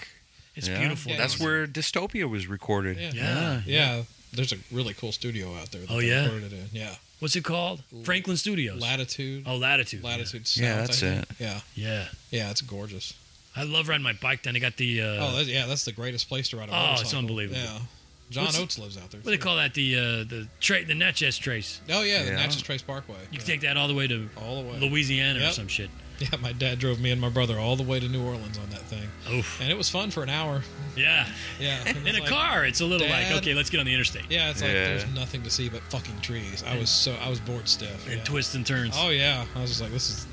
Speaker 4: It's
Speaker 2: Yeah.
Speaker 4: beautiful.
Speaker 3: Yeah.
Speaker 2: That's
Speaker 4: down
Speaker 2: where Dystopia was recorded.
Speaker 3: Yeah.
Speaker 4: there. Yeah.
Speaker 3: Yeah, there's a really cool studio out there. That
Speaker 4: Oh,
Speaker 3: they
Speaker 4: yeah?
Speaker 3: recorded in. yeah.
Speaker 4: What's it called? Franklin Studios.
Speaker 3: Latitude,
Speaker 4: oh, Latitude.
Speaker 3: latitude. South,
Speaker 2: Yeah, that's
Speaker 3: I think.
Speaker 2: it.
Speaker 3: Yeah,
Speaker 4: Yeah. Yeah.
Speaker 3: yeah, it's gorgeous.
Speaker 4: I love riding my bike down. They got the uh,
Speaker 3: oh, that's, yeah, that's the greatest place to ride a
Speaker 4: Oh, it's
Speaker 3: motorcycle.
Speaker 4: unbelievable.
Speaker 3: Yeah, John
Speaker 4: What's-
Speaker 3: Oates lives out there.
Speaker 4: what do they
Speaker 3: too.
Speaker 4: call that? The uh, the tra- the Natchez Trace.
Speaker 3: Oh yeah, the
Speaker 2: Yeah.
Speaker 3: Natchez Trace Parkway.
Speaker 4: You
Speaker 3: yeah.
Speaker 4: can take that all the way to
Speaker 3: all the way.
Speaker 4: Louisiana or
Speaker 3: Yep.
Speaker 4: some shit.
Speaker 3: *laughs* Yeah, my dad drove me and my brother all the way to New Orleans on that thing,
Speaker 4: Oof.
Speaker 3: and it was fun for an hour. *laughs*
Speaker 4: Yeah. *laughs*
Speaker 3: Yeah, it was
Speaker 4: In a
Speaker 3: like-
Speaker 4: car, it's a little like
Speaker 3: Dad.
Speaker 4: okay, let's get on the interstate
Speaker 3: Yeah, it's like
Speaker 2: Yeah.
Speaker 3: there's nothing to see but fucking trees. I was so I was bored stiff.
Speaker 4: and
Speaker 3: yeah.
Speaker 4: twists and turns.
Speaker 3: Oh yeah, I was just like, this is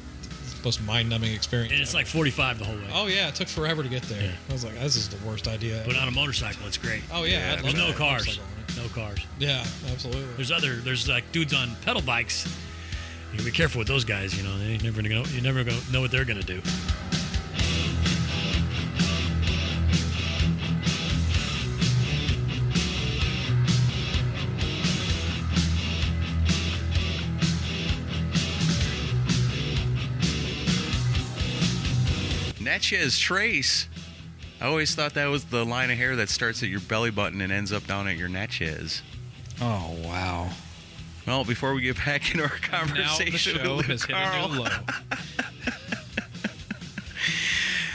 Speaker 3: the most mind numbing experience.
Speaker 4: and it's
Speaker 3: ever.
Speaker 4: like 45 the whole way.
Speaker 3: oh yeah, it took forever to get there. I was like, this is the worst idea.
Speaker 4: But
Speaker 3: ever.
Speaker 4: on a motorcycle, it's great.
Speaker 3: oh yeah, I'd
Speaker 4: There's
Speaker 3: love to
Speaker 4: no
Speaker 3: ride a
Speaker 4: cars.
Speaker 3: motorcycle on it.
Speaker 4: No cars.
Speaker 3: Yeah, absolutely.
Speaker 4: There's other. There's like dudes on pedal bikes. You gotta be careful with those guys. You know, they ain't never gonna. You never gonna know what they're gonna do.
Speaker 2: Natchez Trace. I always thought that was the line of hair that starts at your belly button and ends up down at your Natchez.
Speaker 6: Oh wow!
Speaker 2: Well, before we get back *laughs* into our
Speaker 6: Now the
Speaker 2: conversation
Speaker 6: show
Speaker 2: with Luke
Speaker 6: has hit a
Speaker 2: Carl,
Speaker 6: new low.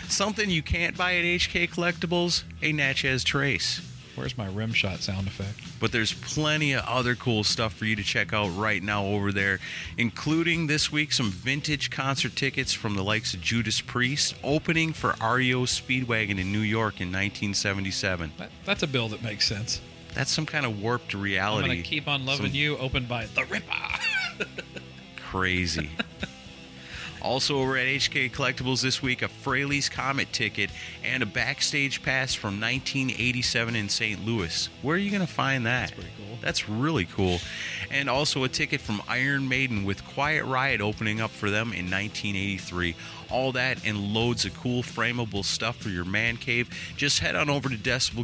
Speaker 2: something you can't buy at HK Collectibles, a Natchez Trace.
Speaker 6: Where's my rim shot sound effect?
Speaker 2: but there's plenty of other cool stuff for you to check out right now over there, including this week some vintage concert tickets from the likes of Judas Priest opening for REO Speedwagon in New York in 1977.
Speaker 6: That, that's a bill that makes sense.
Speaker 2: That's some kind of warped
Speaker 6: I'm
Speaker 2: reality.
Speaker 6: gonna keep on loving
Speaker 2: Some
Speaker 6: you. Opened by the
Speaker 2: *laughs*
Speaker 6: Ripper.
Speaker 2: Crazy. Also, over at HK Collectibles this week, a Fraley's Comet ticket and a backstage pass from 1987 in St. Louis. Where are you going to find that? That's pretty cool. That's really cool. And also a ticket from Iron Maiden with Quiet Riot opening up for them in 1983. All that and loads of cool frameable stuff for your man cave. Just head on over to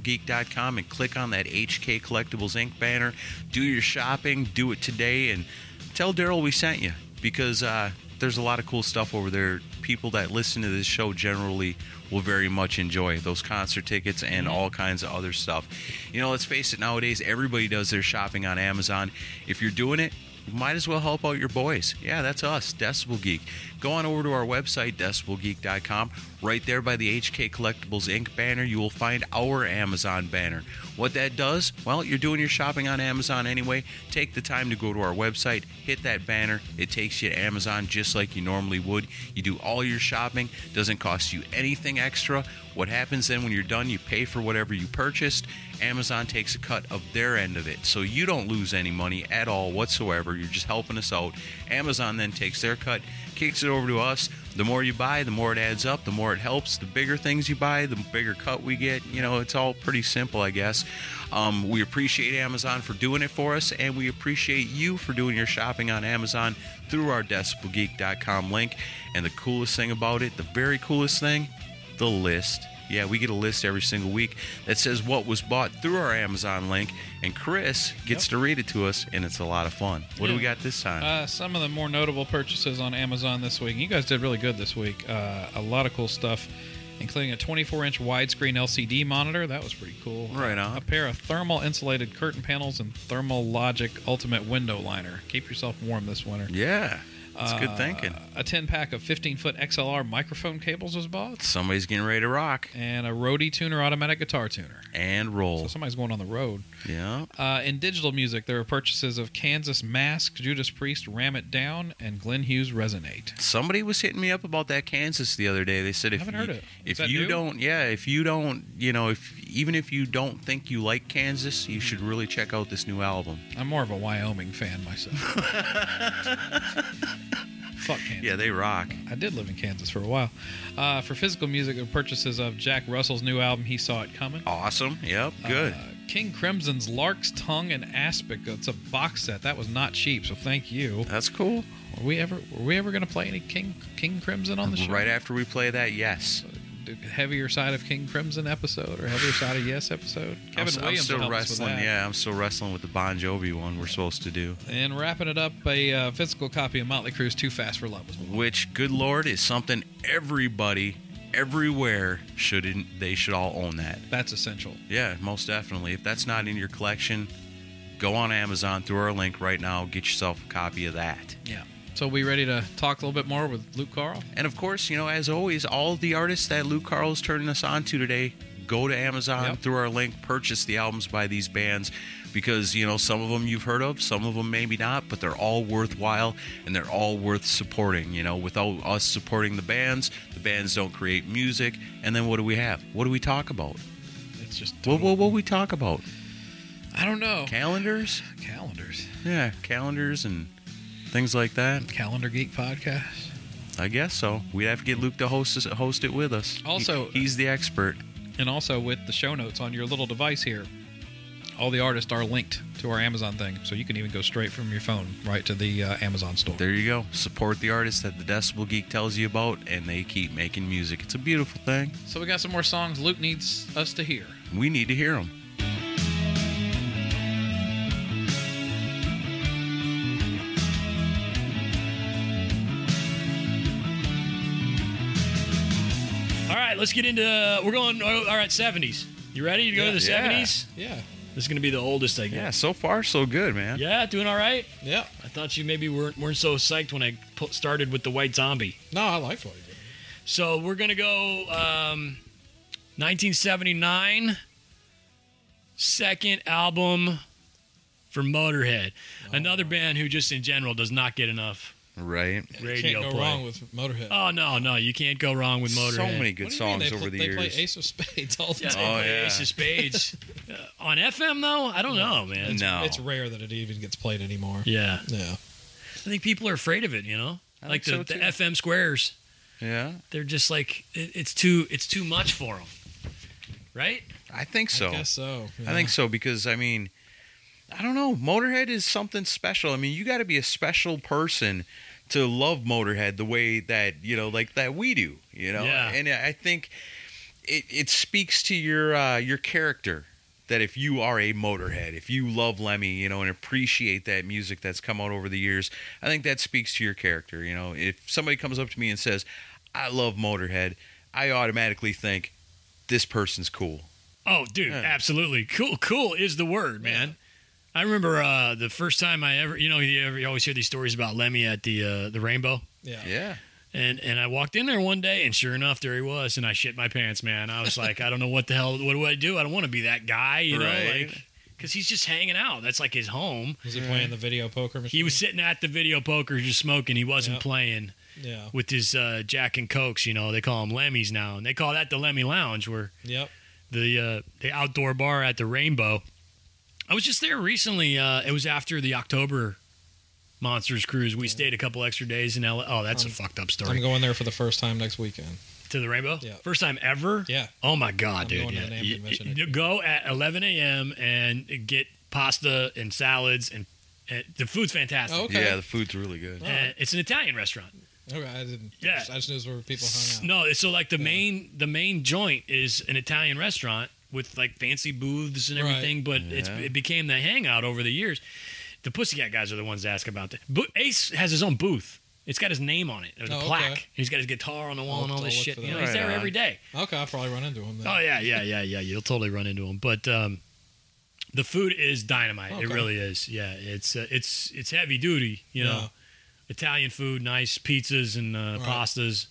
Speaker 2: decibelgeek.com and click on that HK Collectibles Inc. banner. Do your shopping, do it today, and tell Daryl we sent you because uh, there's a lot of cool stuff over there. People that listen to this show generally will very much enjoy those concert tickets and all kinds of other stuff. You know, let's face it, nowadays everybody does their shopping on Amazon. If you're doing it, you might as well help out your boys. Yeah, that's us, Decibel Geek. Go on over to our website, decibelgeek.com. Right there by the HK Collectibles Inc. banner, you will find our Amazon banner. What that does, well, you're doing your shopping on Amazon anyway. Take the time to go to our website, hit that banner. It takes you to Amazon just like you normally would. You do all your shopping, doesn't cost you anything extra. What happens then when you're done, you pay for whatever you purchased. Amazon takes a cut of their end of it. So you don't lose any money at all whatsoever. You're just helping us out. Amazon then takes their cut, kicks it over to us. The more you buy, the more it adds up, the more it helps. The bigger things you buy, the bigger cut we get. You know, it's all pretty simple, I guess. Um, we appreciate Amazon for doing it for us, and we appreciate you for doing your shopping on Amazon through our decibelgeek.com link. And the coolest thing about it, the very coolest thing, the list. Yeah, we get a list every single week that says what was bought through our Amazon link, and Chris gets to read it to us, and it's a lot of fun. What do we got this time?
Speaker 6: Uh, some of the more notable purchases on Amazon this week. You guys did really good this week. Uh, a lot of cool stuff,
Speaker 3: including a 24 inch widescreen LCD monitor. That was pretty cool.
Speaker 2: Right on.
Speaker 3: A pair of thermal insulated curtain panels and Thermal Logic Ultimate window liner. Keep yourself warm this winter.
Speaker 2: Yeah. That's
Speaker 3: Uh,
Speaker 2: good thinking.
Speaker 3: A 10 pack of 15 foot XLR microphone cables was bought,
Speaker 2: Somebody's getting ready to rock
Speaker 3: and a Rode tuner automatic guitar tuner.
Speaker 2: and
Speaker 3: So
Speaker 2: roll.
Speaker 3: somebody's going on the road.
Speaker 2: Yeah.
Speaker 3: Uh, in digital music, there were purchases of Kansas Mask, Judas Priest, Ram It Down, and Glenn Hughes Resonate.
Speaker 2: Somebody was hitting me up about that Kansas the other day. They said if
Speaker 3: Haven't
Speaker 2: you,
Speaker 3: heard it. Is
Speaker 2: if
Speaker 3: that
Speaker 2: you
Speaker 3: new?
Speaker 2: don't, yeah, if you don't, you know, if even if you don't think you like Kansas, you should really check out this new album. *laughs*
Speaker 3: I'm more of a Wyoming fan myself. Fuck Kansas.
Speaker 2: Yeah, they rock.
Speaker 3: I did live in Kansas for a while. Uh, for physical music, there were purchases of Jack Russell's new album, He Saw It Coming.
Speaker 2: Awesome. Yep. Good.
Speaker 3: Uh, King Crimson's Lark's Tongue and Aspic. It's a box set. That was not cheap, so thank you.
Speaker 2: That's cool.
Speaker 3: Were we ever were we ever going to play any King King Crimson on the show?
Speaker 2: Right after we play that, yes.
Speaker 3: Do- heavier side of King Crimson episode or heavier side of Yes episode. Kevin
Speaker 2: I'm, s- I'm
Speaker 3: Williams will
Speaker 2: still
Speaker 3: help us with
Speaker 2: wrestling.
Speaker 3: that.
Speaker 2: Yeah, I'm still wrestling with the Bon Jovi one we're supposed to do.
Speaker 3: And wrapping it up, a uh, physical copy of Motley Crue's Too Fast for Love. was one.
Speaker 2: Which, good lord, is something everybody, everywhere should in, they should all own that.
Speaker 3: That's essential.
Speaker 2: Yeah, most definitely. If that's not in your collection, go on Amazon through our link right now. Get yourself a copy of that.
Speaker 3: Yeah. So we ready to talk a little bit more with Luke Carl?
Speaker 2: And of course, you know, as always, all the artists that Luke Carl's turning us on to today, go to Amazon
Speaker 3: Yep.
Speaker 2: through our link, purchase the albums by these bands because, you know, some of them you've heard of, some of them maybe not, but they're all worthwhile and they're all worth supporting. You know, without us supporting the bands, the bands don't create music. And then what do we have? What do we talk about?
Speaker 3: It's just
Speaker 2: What, what, what we talk about?
Speaker 3: I don't know.
Speaker 2: Calendars?
Speaker 3: Calendars.
Speaker 2: Yeah, calendars and things like that.
Speaker 3: Calendar Geek Podcast.
Speaker 2: I guess so. We'd have to get Luke to host us, host it with us. He-
Speaker 3: Also-
Speaker 2: he's the expert.
Speaker 3: And also with the show notes on your little device here, all the artists are linked to our Amazon thing, so you can even go straight from your phone right to the uh, Amazon store.
Speaker 2: There you go. Support the artist that the Decibel Geek tells you about, and they keep making music. It's a beautiful thing.
Speaker 3: So we got some more songs Luke needs us to hear.
Speaker 2: We need to hear them.
Speaker 4: All right, let's get into. uh, We're going. oh, All right, seventies. You ready to go to the
Speaker 2: Yeah.
Speaker 4: seventies?
Speaker 5: Yeah.
Speaker 4: This is going to be the oldest, I
Speaker 2: Yeah,
Speaker 4: guess.
Speaker 2: so far so good, man.
Speaker 4: Yeah, doing all right.
Speaker 5: Yeah.
Speaker 4: I thought you maybe weren't weren't so psyched when I pu- started with the White Zombie.
Speaker 5: No, I liked what he did.
Speaker 4: So we're gonna go um, 1979, second album for Motorhead, another band who just in general does not get enough
Speaker 2: Right.
Speaker 4: radio
Speaker 5: Can't go
Speaker 4: play.
Speaker 5: wrong with Motorhead.
Speaker 4: oh no, no, you can't go wrong with Motorhead.
Speaker 2: So many good
Speaker 5: What do you mean?
Speaker 2: songs
Speaker 5: they
Speaker 2: over
Speaker 5: pl-
Speaker 2: the
Speaker 5: they
Speaker 2: years.
Speaker 5: play Ace of Spades all the
Speaker 4: Yeah,
Speaker 5: time.
Speaker 2: Oh,
Speaker 4: they play
Speaker 2: yeah.
Speaker 4: Ace of
Speaker 2: *laughs*
Speaker 4: Spades Uh, on FM though. I don't know, man.
Speaker 2: no,
Speaker 5: It's rare that it even gets played anymore.
Speaker 4: Yeah,
Speaker 5: Yeah.
Speaker 4: I think people are afraid of it. You know,
Speaker 2: I
Speaker 4: like the,
Speaker 2: think so,
Speaker 4: the
Speaker 2: too.
Speaker 4: FM squares.
Speaker 2: yeah,
Speaker 4: They're just like it, it's too it's too much for them, right?
Speaker 2: I think so.
Speaker 5: I guess so.
Speaker 2: I think so because I mean, I don't know. Motorhead is something special. I mean, you got to be a special person to love Motorhead the way that you know, like that we do. You know,
Speaker 4: Yeah.
Speaker 2: and I think it it speaks to your uh, your character that if you are a Motorhead, if you love Lemmy, you know, and appreciate that music that's come out over the years, I think that speaks to your character. You know, if somebody comes up to me and says, "I love Motorhead," I automatically think this person's cool.
Speaker 4: Oh, dude,
Speaker 2: Yeah.
Speaker 4: absolutely. Cool, cool is the word, man. I remember uh, the first time I ever, you know, you, ever, you always hear these stories about Lemmy at the uh, the Rainbow,
Speaker 5: Yeah.
Speaker 2: Yeah.
Speaker 4: and and I walked in there one day, and sure enough, there he was, and I shit my pants, man. I was like, I don't know what the hell, what do I do? I don't want to be that guy, you know,
Speaker 2: Right.
Speaker 4: like because he's just hanging out. That's like his home.
Speaker 5: Was he playing the video poker machine?
Speaker 4: He was sitting at the video poker, just smoking. He wasn't
Speaker 5: Yeah.
Speaker 4: playing
Speaker 5: Yeah.
Speaker 4: with his uh, Jack and Cokes. You know, they call them Lemmys now, and they call that the Lemmy Lounge, where
Speaker 5: Yep.
Speaker 4: the uh, the outdoor bar at the Rainbow. I was just there recently. Uh, it was after the October Monsters cruise. We stayed a couple extra days in LA. Oh, that's a fucked up
Speaker 5: I'm
Speaker 4: story.
Speaker 5: going there for the first time next weekend.
Speaker 4: to the Rainbow,
Speaker 5: Yeah.
Speaker 4: first time ever.
Speaker 5: Yeah.
Speaker 4: Oh my god,
Speaker 5: I'm
Speaker 4: dude!
Speaker 5: going to
Speaker 4: yeah.
Speaker 5: the NAMM
Speaker 4: You-
Speaker 5: convention
Speaker 4: you
Speaker 5: next week.
Speaker 4: go at 11 a.m. and get pasta and salads, and, and the food's fantastic.
Speaker 5: Oh, okay.
Speaker 2: Yeah, the food's really good.
Speaker 4: And it's an Italian restaurant.
Speaker 5: Okay, I didn't.
Speaker 4: Yeah.
Speaker 5: I just, I just knew it was where people
Speaker 4: S-
Speaker 5: hung out.
Speaker 4: No, so like the main the main joint is an Italian restaurant with like fancy booths and
Speaker 5: Right.
Speaker 4: everything, but it's, it became the hangout over the years. The Pussycat guys are the ones that ask about that. Bo- Ace has his own booth. It's got his name on it. There's
Speaker 3: Oh,
Speaker 4: a
Speaker 3: okay.
Speaker 4: plaque. And he's got his guitar on the wall
Speaker 3: I'll-
Speaker 4: and all
Speaker 3: I'll
Speaker 4: this
Speaker 3: look
Speaker 4: shit.
Speaker 3: for
Speaker 4: You
Speaker 3: that.
Speaker 4: know, he's
Speaker 2: Right
Speaker 4: there
Speaker 2: on.
Speaker 4: every day.
Speaker 3: Okay, I'll probably run into him then.
Speaker 4: Oh yeah, yeah, yeah, yeah. You'll totally run into them. But um, the food is dynamite. It
Speaker 3: Okay.
Speaker 4: really is. Yeah, it's uh, it's it's heavy duty. You know,
Speaker 3: Yeah.
Speaker 4: Italian food, nice pizzas and uh,
Speaker 3: Right.
Speaker 4: pastas,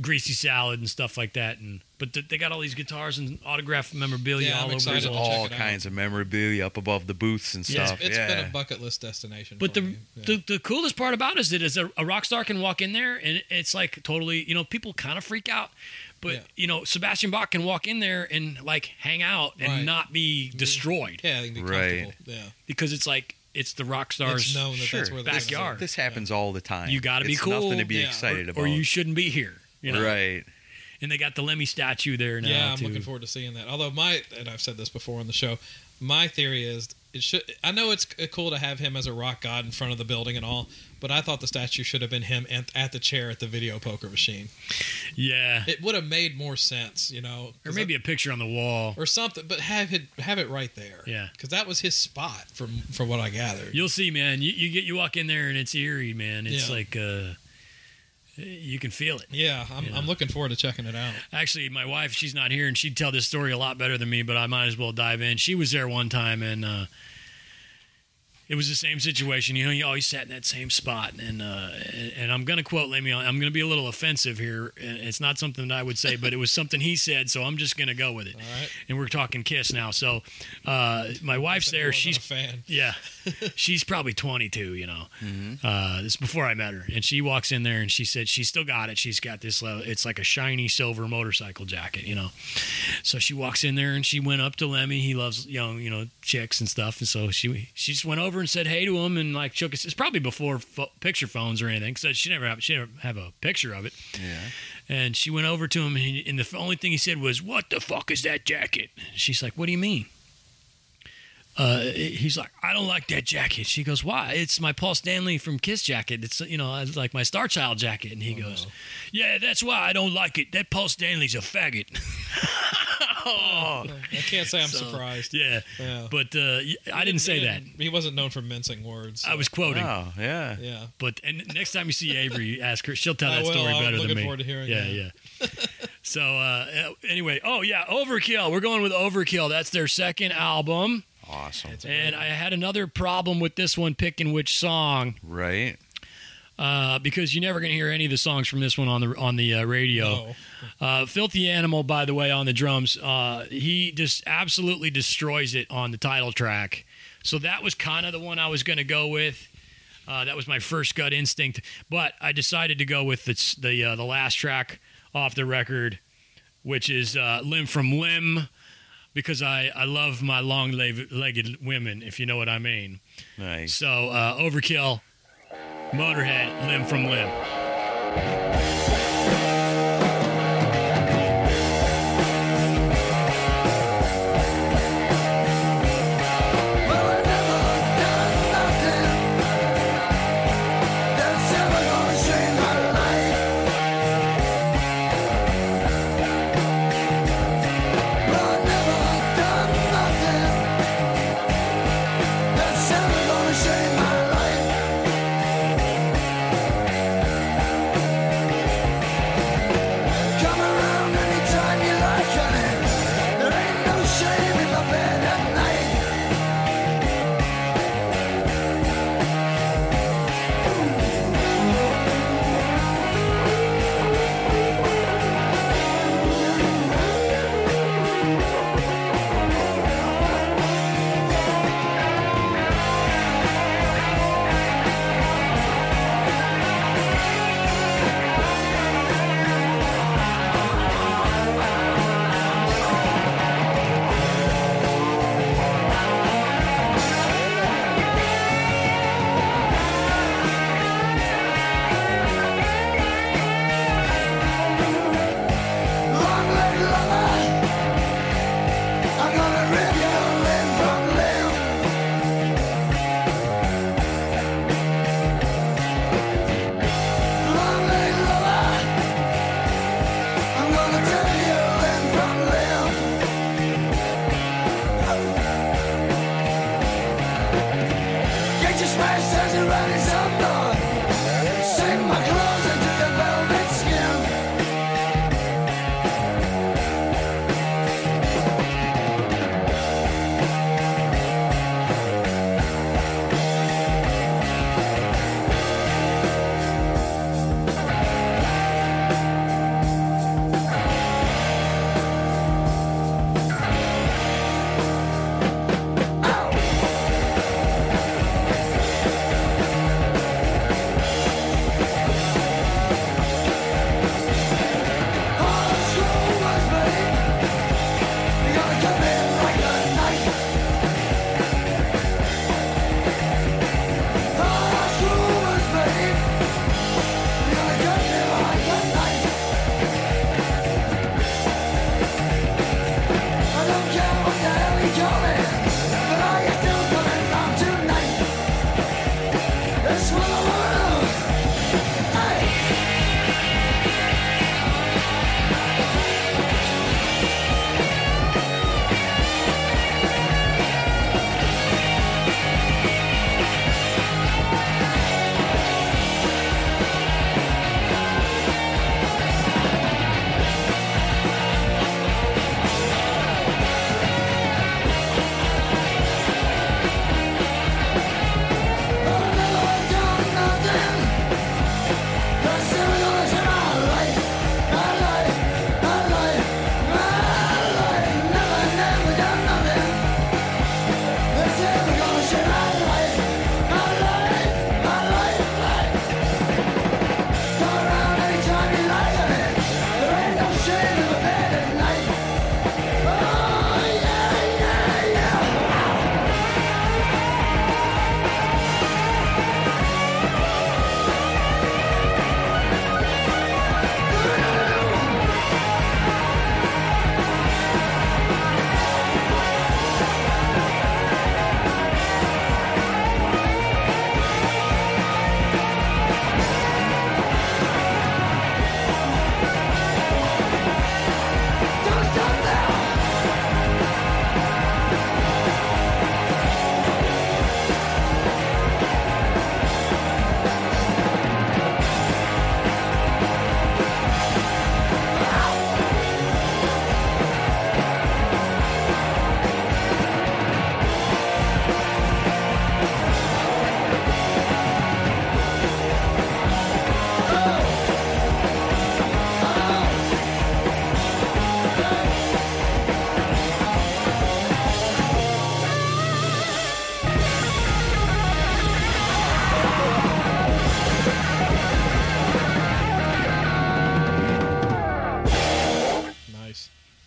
Speaker 4: greasy salad and stuff like that. And but th- they got all these guitars and autographed memorabilia
Speaker 3: Yeah, I'm
Speaker 4: all over.
Speaker 3: excited
Speaker 4: the
Speaker 3: to
Speaker 4: wall.
Speaker 3: check
Speaker 2: all
Speaker 3: it out.
Speaker 2: kinds of memorabilia up above the booths and
Speaker 4: Yeah,
Speaker 2: stuff.
Speaker 3: It's,
Speaker 2: Yeah,
Speaker 3: it's been a bucket list destination.
Speaker 4: But
Speaker 3: for
Speaker 4: the,
Speaker 3: me. Yeah.
Speaker 4: the the coolest part about it is that is a, a rock star can walk in there and it's like totally you know people kind of freak out, but
Speaker 3: Yeah.
Speaker 4: you know Sebastian Bach can walk in there and like hang out and
Speaker 3: Right.
Speaker 4: not be destroyed
Speaker 3: yeah, they can be
Speaker 2: Right.
Speaker 3: comfortable. Yeah,
Speaker 4: because it's like it's the rock stars
Speaker 3: it's known that
Speaker 2: sure.
Speaker 3: that's where the business is.
Speaker 4: Backyard.
Speaker 2: this happens all the time.
Speaker 4: You gotta be
Speaker 2: It's
Speaker 4: cool.
Speaker 2: Nothing to be
Speaker 3: Yeah.
Speaker 2: excited about.
Speaker 4: or you shouldn't be here. You know?
Speaker 2: Right.
Speaker 4: And they got the Lemmy statue there now
Speaker 3: Yeah, I'm
Speaker 4: too.
Speaker 3: looking forward to seeing that. Although my and I've said this before on the show, my theory is it should. I know it's c- cool to have him as a rock god in front of the building and all, but I thought the statue should have been him at, at the chair at the video poker machine.
Speaker 4: yeah.
Speaker 3: It would have made more sense, you know,
Speaker 4: Or
Speaker 3: 'cause
Speaker 4: maybe a picture on the wall.
Speaker 3: I- or something. But have it have it right there.
Speaker 4: Yeah.
Speaker 3: because that was his spot from from what I gathered.
Speaker 4: You'll see, man. You, you get you walk in there and it's eerie, man. It's
Speaker 3: Yeah.
Speaker 4: like uh, you can feel it.
Speaker 3: yeah, I'm, I'm looking forward to checking it out.
Speaker 4: Actually, my wife, she's not here, and she'd tell this story a lot better than me, but I might as well dive in. She was there one time, and uh, it was the same situation. You know, you always sat in that same spot, and uh, and, and I'm going to quote Lemmy. I'm going to be a little offensive here. and It's not something that I would say, but it was something he said, so I'm just going to go with it.
Speaker 3: All right,
Speaker 4: And we're talking Kiss now. So uh, my wife's
Speaker 3: More
Speaker 4: there.
Speaker 3: than
Speaker 4: She's
Speaker 3: a fan.
Speaker 4: yeah. She's probably 22, you know. Uh, this is before I met her. And she walks in there and she said, she's still got it. She's got this, uh, it's like a shiny silver motorcycle jacket, you know. So she walks in there and she went up to Lemmy. He loves young, you know, chicks and stuff. And so she she just went over and said hey to him and like shook his, it's probably before pho- picture phones or anything. So she never, have, she never have a picture of it. And she went over to him, and, he, and the only thing he said was, "What the fuck is that jacket?" She's like, "What do you mean?" Uh, he's like, "I don't like that jacket." She goes, "Why?" It's my Paul Stanley from Kiss jacket. It's you know, it's like my Star Child jacket. And he
Speaker 3: Oh,
Speaker 4: goes, "Yeah, that's why I don't like it. That Paul Stanley's a faggot." *laughs*
Speaker 3: I can't say I'm surprised.
Speaker 4: yeah.
Speaker 3: Yeah.
Speaker 4: but uh, I didn't say
Speaker 3: He
Speaker 4: that.
Speaker 3: He wasn't known for mincing words.
Speaker 4: I was quoting.
Speaker 2: Oh, yeah.
Speaker 3: yeah.
Speaker 4: But and next time you see Avery, ask her. She'll tell
Speaker 3: I
Speaker 4: that
Speaker 3: will.
Speaker 4: story
Speaker 3: I'm
Speaker 4: better than
Speaker 3: looking
Speaker 4: me.
Speaker 3: forward to hearing
Speaker 4: yeah,
Speaker 3: that.
Speaker 4: yeah. so uh, anyway, oh yeah, Overkill. We're going with Overkill. That's their second album.
Speaker 2: Awesome.
Speaker 4: And I had another problem with this one picking which song
Speaker 2: Right.
Speaker 4: uh, because you're never going to hear any of the songs from this one on the on the uh, radio.
Speaker 3: Oh.
Speaker 4: Uh, Filthy Animal, by the way, on the drums, uh, he just absolutely destroys it on the title track. So that was kind of the one I was going to go with. Uh, that was my first gut instinct, but I decided to go with the the, uh, the last track off the record, which is uh, "Limb from Limb," because I I love my long legged women, if you know what I mean.
Speaker 2: Nice.
Speaker 4: So uh, Overkill, Motorhead, Limb from Limb.
Speaker 1: Shame my life.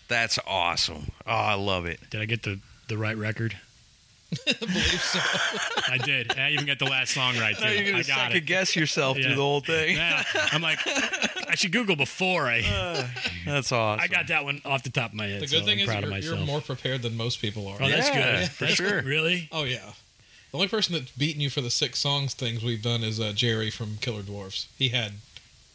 Speaker 2: That's awesome. Oh, I love it.
Speaker 4: Did I get the the right record?
Speaker 3: I *laughs* believe so.
Speaker 4: I did. I even got the last song right too.
Speaker 2: you're
Speaker 4: I
Speaker 2: gonna
Speaker 4: got
Speaker 2: second
Speaker 4: it.
Speaker 2: guess yourself
Speaker 4: Yeah.
Speaker 2: through the whole thing.
Speaker 4: Yeah. I'm like, I should Google before I.
Speaker 2: That's awesome.
Speaker 4: I got that one off the top of my head.
Speaker 3: Oh, The
Speaker 4: so
Speaker 3: good thing
Speaker 4: I'm
Speaker 3: is
Speaker 4: proud
Speaker 3: you're,
Speaker 4: of
Speaker 3: you're
Speaker 4: myself.
Speaker 3: more prepared than most people are.
Speaker 4: oh, that's
Speaker 2: Yeah,
Speaker 4: good.
Speaker 2: for
Speaker 4: That's-
Speaker 2: sure.
Speaker 4: Really?
Speaker 3: Oh yeah. The only person that's beaten you for the six songs things we've done is uh, Jerry from Killer Dwarfs. He had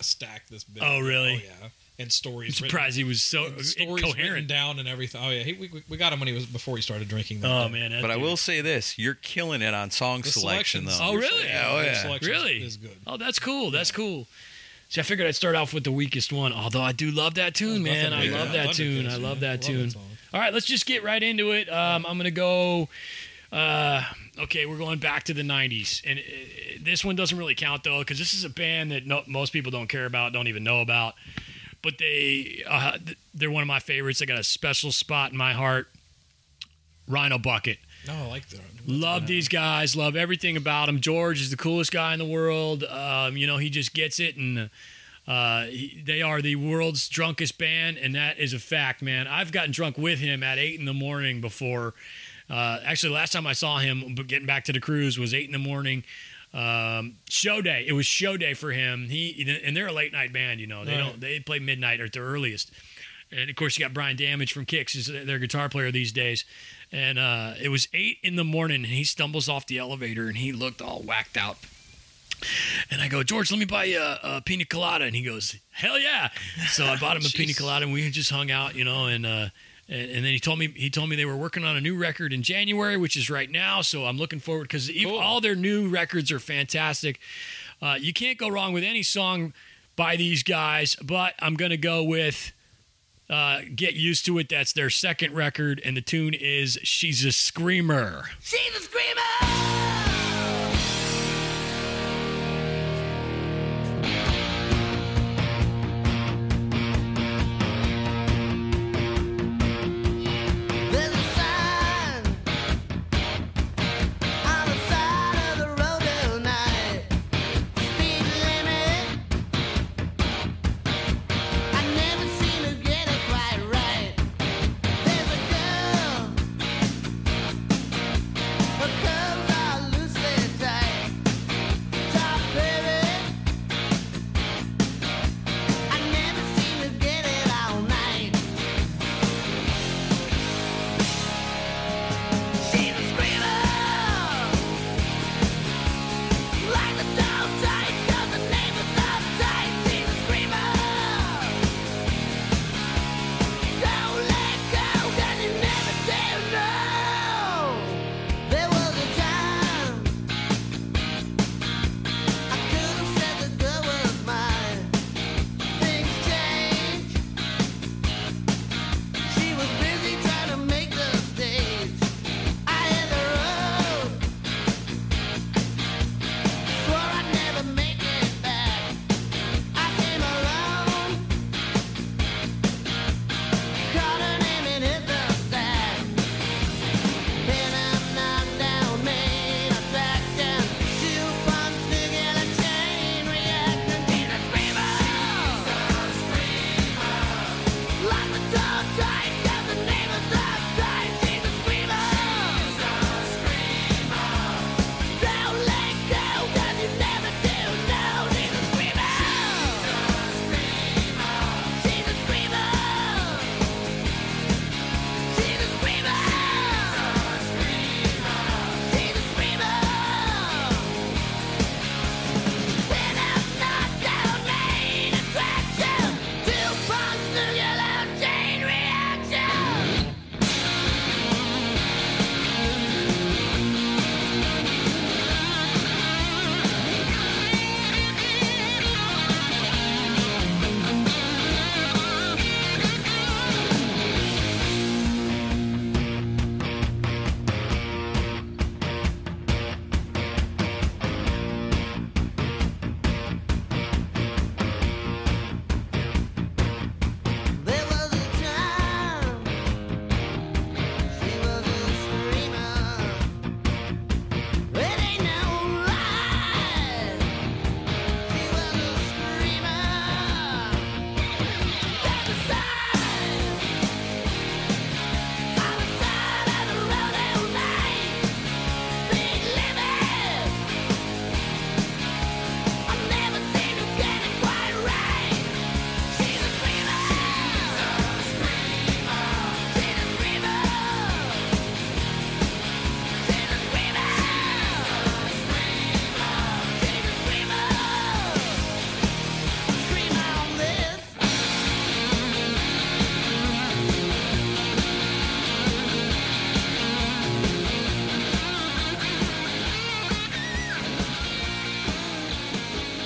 Speaker 3: a stack this big.
Speaker 4: Oh, really?
Speaker 3: Oh yeah. And stories.
Speaker 4: I'm surprised he was so
Speaker 3: Written, and stories written
Speaker 4: incoherent.
Speaker 3: down and everything. Oh yeah, he, we, we got him when he was before he started drinking. That
Speaker 4: Oh
Speaker 3: day.
Speaker 4: man. that
Speaker 2: But I
Speaker 4: dude-
Speaker 2: will say this: you're killing it on song
Speaker 3: The
Speaker 2: selection,
Speaker 3: selections-
Speaker 2: though.
Speaker 4: Oh, really?
Speaker 2: Yeah, oh,
Speaker 3: the
Speaker 2: yeah.
Speaker 3: selection
Speaker 4: Really?
Speaker 3: Is good.
Speaker 4: Oh, that's cool. That's cool. See, I figured I'd start off with the weakest one, although I do love that tune, man. I
Speaker 3: Nothing
Speaker 4: love
Speaker 3: but-
Speaker 4: that
Speaker 3: Love it,
Speaker 4: tune.
Speaker 3: yes,
Speaker 4: I
Speaker 3: man.
Speaker 4: love that tune.
Speaker 3: song.
Speaker 4: All right, let's just get right into it. Um, I'm going to go. Uh, okay, we're going back to the 90s. And uh, this one doesn't really count, though, because this is a band that no, most people don't care about, don't even know about. But they, uh, th- they're one of my favorites. They got a special spot in my heart. Rhino Bucket.
Speaker 3: No, I like that.
Speaker 4: Love these guys. Love everything about them. George is the coolest guy in the world. Um, you know, he just gets it, and uh, he- they are the world's drunkest band, and that is a fact, man. I've gotten drunk with him at eight in the morning before. Uh, actually, last time I saw him, but getting back to the cruise was eight in the morning. Um, show day. It was show day for him. He and they're a late night band. You know, they don't they play midnight or at the earliest. And of course, you got Brian Damage from Kicks, is their guitar player these days. And uh, it was eight in the morning, and he stumbles off the elevator, and he looked all whacked out. And I go, George, let me buy you a, a pina colada. And he goes, Hell yeah! So I bought him a pina colada, and we just hung out, you know. And uh, and, and then he told me he told me they were working on a new record in January, which is right now. So I'm looking forward because all their new records are fantastic. Uh, you can't go wrong with any song by these guys, but I'm gonna go with uh, get used to it. That's their second record, and the tune is "She's a Screamer."
Speaker 1: There's a sign on the side of the road tonight. Speed limit. I never seem to get it quite right. There's a girl. Her curves are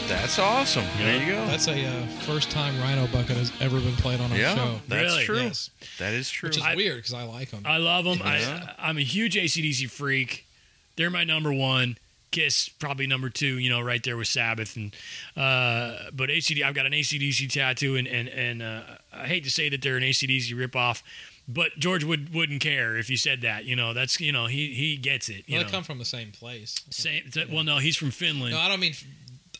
Speaker 2: That's awesome. There you go.
Speaker 3: That's a uh, first time Rhino Bucket has ever been played on our
Speaker 2: yeah,
Speaker 3: show.
Speaker 2: that's
Speaker 4: Really?
Speaker 2: true.
Speaker 3: Yes.
Speaker 2: That is true.
Speaker 3: Which is
Speaker 2: I-
Speaker 3: weird because I like them.
Speaker 4: I love them.
Speaker 2: Yeah.
Speaker 4: I, I'm a huge ACDC freak. They're my number one. Kiss probably number two. You know, right there with Sabbath and uh, but ACD. I've got an ACDC tattoo, and and and uh, I hate to say that they're an ACDC ripoff, but George would wouldn't care if you said that. You know, that's you know he he gets it. You
Speaker 3: well,
Speaker 4: know,
Speaker 3: they come from the same place.
Speaker 4: same. th- Well, no, he's from Finland.
Speaker 3: No, I don't mean. f-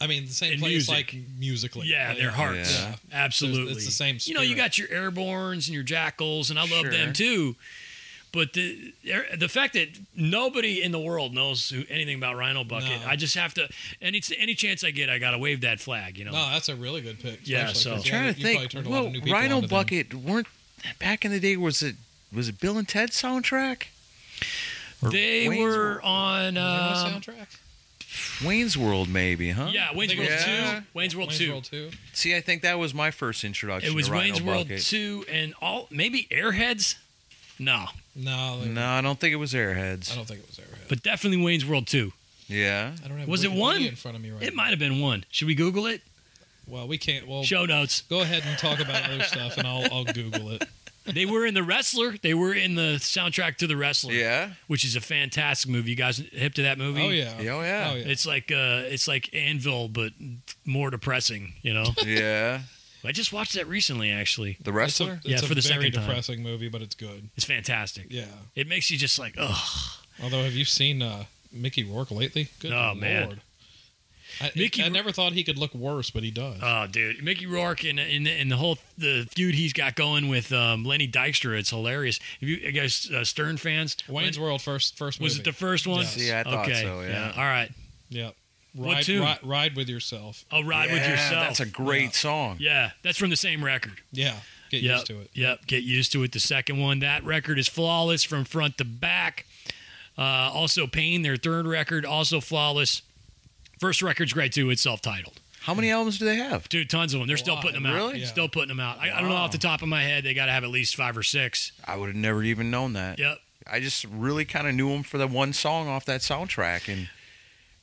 Speaker 3: I mean the same
Speaker 4: In
Speaker 3: place,
Speaker 4: music.
Speaker 3: like musically.
Speaker 4: yeah, their hearts.
Speaker 2: Yeah.
Speaker 4: Absolutely.
Speaker 3: It's the same
Speaker 4: You know, you
Speaker 3: spirit.
Speaker 4: got your airborns and your jackals, and I love
Speaker 2: Sure.
Speaker 4: them too. But the the fact that nobody in the world knows who, anything about Rhino Bucket,
Speaker 3: No.
Speaker 4: I just have to any any chance I get, I gotta wave that flag. You know,
Speaker 3: No, that's a really good pick.
Speaker 4: Yeah,
Speaker 3: especially
Speaker 4: so-
Speaker 3: 'cause,
Speaker 4: I'm
Speaker 2: I'm trying
Speaker 3: you
Speaker 2: to
Speaker 3: probably
Speaker 2: think.
Speaker 3: turned a lot
Speaker 2: Well,
Speaker 3: of new people
Speaker 2: Rhino
Speaker 3: onto them.
Speaker 2: Bucket weren't back in the day. Was it was it Bill and Ted soundtrack? Or
Speaker 4: they
Speaker 2: Wayne's
Speaker 4: were on.
Speaker 3: Is there
Speaker 4: um,
Speaker 3: a soundtrack.
Speaker 2: World- Wayne's World, maybe, huh?
Speaker 4: yeah, Wayne's
Speaker 3: I think
Speaker 4: World
Speaker 2: it's- Yeah.
Speaker 4: two. Wayne's World
Speaker 3: Wayne's
Speaker 4: two.
Speaker 3: World Two.
Speaker 2: See, I think that was my first introduction.
Speaker 4: It was
Speaker 2: to Rhino
Speaker 4: Wayne's World
Speaker 2: Bucket.
Speaker 4: two and all maybe Airheads. No,
Speaker 3: No, they-
Speaker 2: No, I don't think it was Airheads.
Speaker 3: I don't think it was Airhead.
Speaker 4: but definitely Wayne's World two.
Speaker 2: yeah,
Speaker 3: I don't have
Speaker 4: Was it
Speaker 3: Wikipedia
Speaker 4: one?
Speaker 3: in front of me right
Speaker 4: It
Speaker 3: now.
Speaker 4: might have been one. Should we Google it?
Speaker 3: Well, we can't. Well,
Speaker 4: Show notes.
Speaker 3: go ahead and talk about
Speaker 4: *laughs*
Speaker 3: other stuff, and I'll I'll Google it.
Speaker 4: They were in the wrestler. They were in the soundtrack to the wrestler.
Speaker 2: yeah,
Speaker 4: which is a fantastic movie. You guys hip to that movie?
Speaker 3: Oh yeah.
Speaker 2: Yeah, oh, yeah.
Speaker 3: Oh yeah.
Speaker 4: It's like uh, it's like Anvil, but more depressing. You
Speaker 3: *laughs*
Speaker 4: know,
Speaker 2: yeah.
Speaker 4: I just watched that recently. Actually,
Speaker 2: The
Speaker 3: It's a,
Speaker 2: wrestler.
Speaker 3: it's
Speaker 4: Yeah,
Speaker 3: a
Speaker 4: for the
Speaker 3: very
Speaker 4: second time.
Speaker 3: depressing movie, but it's good.
Speaker 4: it's fantastic.
Speaker 3: Yeah.
Speaker 4: It makes you just like, ugh.
Speaker 3: Although, have you seen uh, Mickey Rourke lately? Good
Speaker 4: Oh,
Speaker 3: lord.
Speaker 4: man.
Speaker 3: I,
Speaker 4: Mickey
Speaker 3: I
Speaker 4: Rourke-
Speaker 3: never thought he could look worse, but he does.
Speaker 4: Oh, dude, Mickey Rourke and and, and the whole the feud he's got going with um, Lenny Dykstra. It's hilarious. If you, you guys uh, Stern fans,
Speaker 3: Wayne's
Speaker 4: Len-
Speaker 3: World first first
Speaker 4: was
Speaker 3: movie.
Speaker 4: it the first one?
Speaker 3: Yes.
Speaker 2: Yeah, I thought
Speaker 4: okay.
Speaker 2: so, yeah.
Speaker 4: All right.
Speaker 3: yeah.
Speaker 4: What
Speaker 3: Ride,
Speaker 4: tune?
Speaker 3: ride, ride with yourself.
Speaker 4: I'll ride with
Speaker 2: Yeah,
Speaker 4: yourself.
Speaker 2: That's a great song.
Speaker 4: yeah, that's from the same record.
Speaker 3: Yeah. Get
Speaker 4: yep,
Speaker 3: used to it.
Speaker 4: Yep, get used to it. The second one, that record is flawless from front to back. Uh, also, Pain, their third record, also flawless. First record's great too. It's self-titled.
Speaker 2: How many albums do they have?
Speaker 4: Dude, tons of them. They're still
Speaker 3: lot.
Speaker 4: putting them out.
Speaker 2: Really?
Speaker 3: Yeah.
Speaker 4: Still putting them out. I, I don't know off the top of my head. They got to have at least five or six.
Speaker 2: I would have never even known that.
Speaker 4: Yep.
Speaker 2: I just really kind of knew him for the one song off that soundtrack, and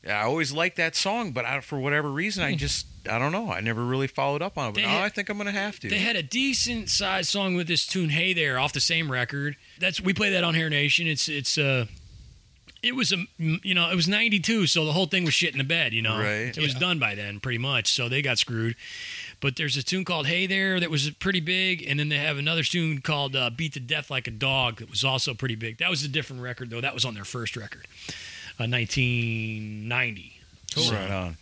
Speaker 2: I always liked that song. But I, for whatever reason, I just I don't know. I never really followed up on it.
Speaker 4: They
Speaker 2: But now
Speaker 4: had-
Speaker 2: I think I'm gonna have to.
Speaker 4: They had a decent sized song with this tune "Hey There" off the same record. That's we play that on Hair Nation. It's it's uh, it was a you know it was '92, so the whole thing was shit in the bed. You know,
Speaker 2: Right.
Speaker 4: It was done by then, pretty much. So they got screwed. But there's a tune called "Hey There" that was pretty big, and then they have another tune called uh, "Beat to Death Like a Dog" that was also pretty big. That was a different record though. That was on their first record, uh, 1990.
Speaker 2: Right on.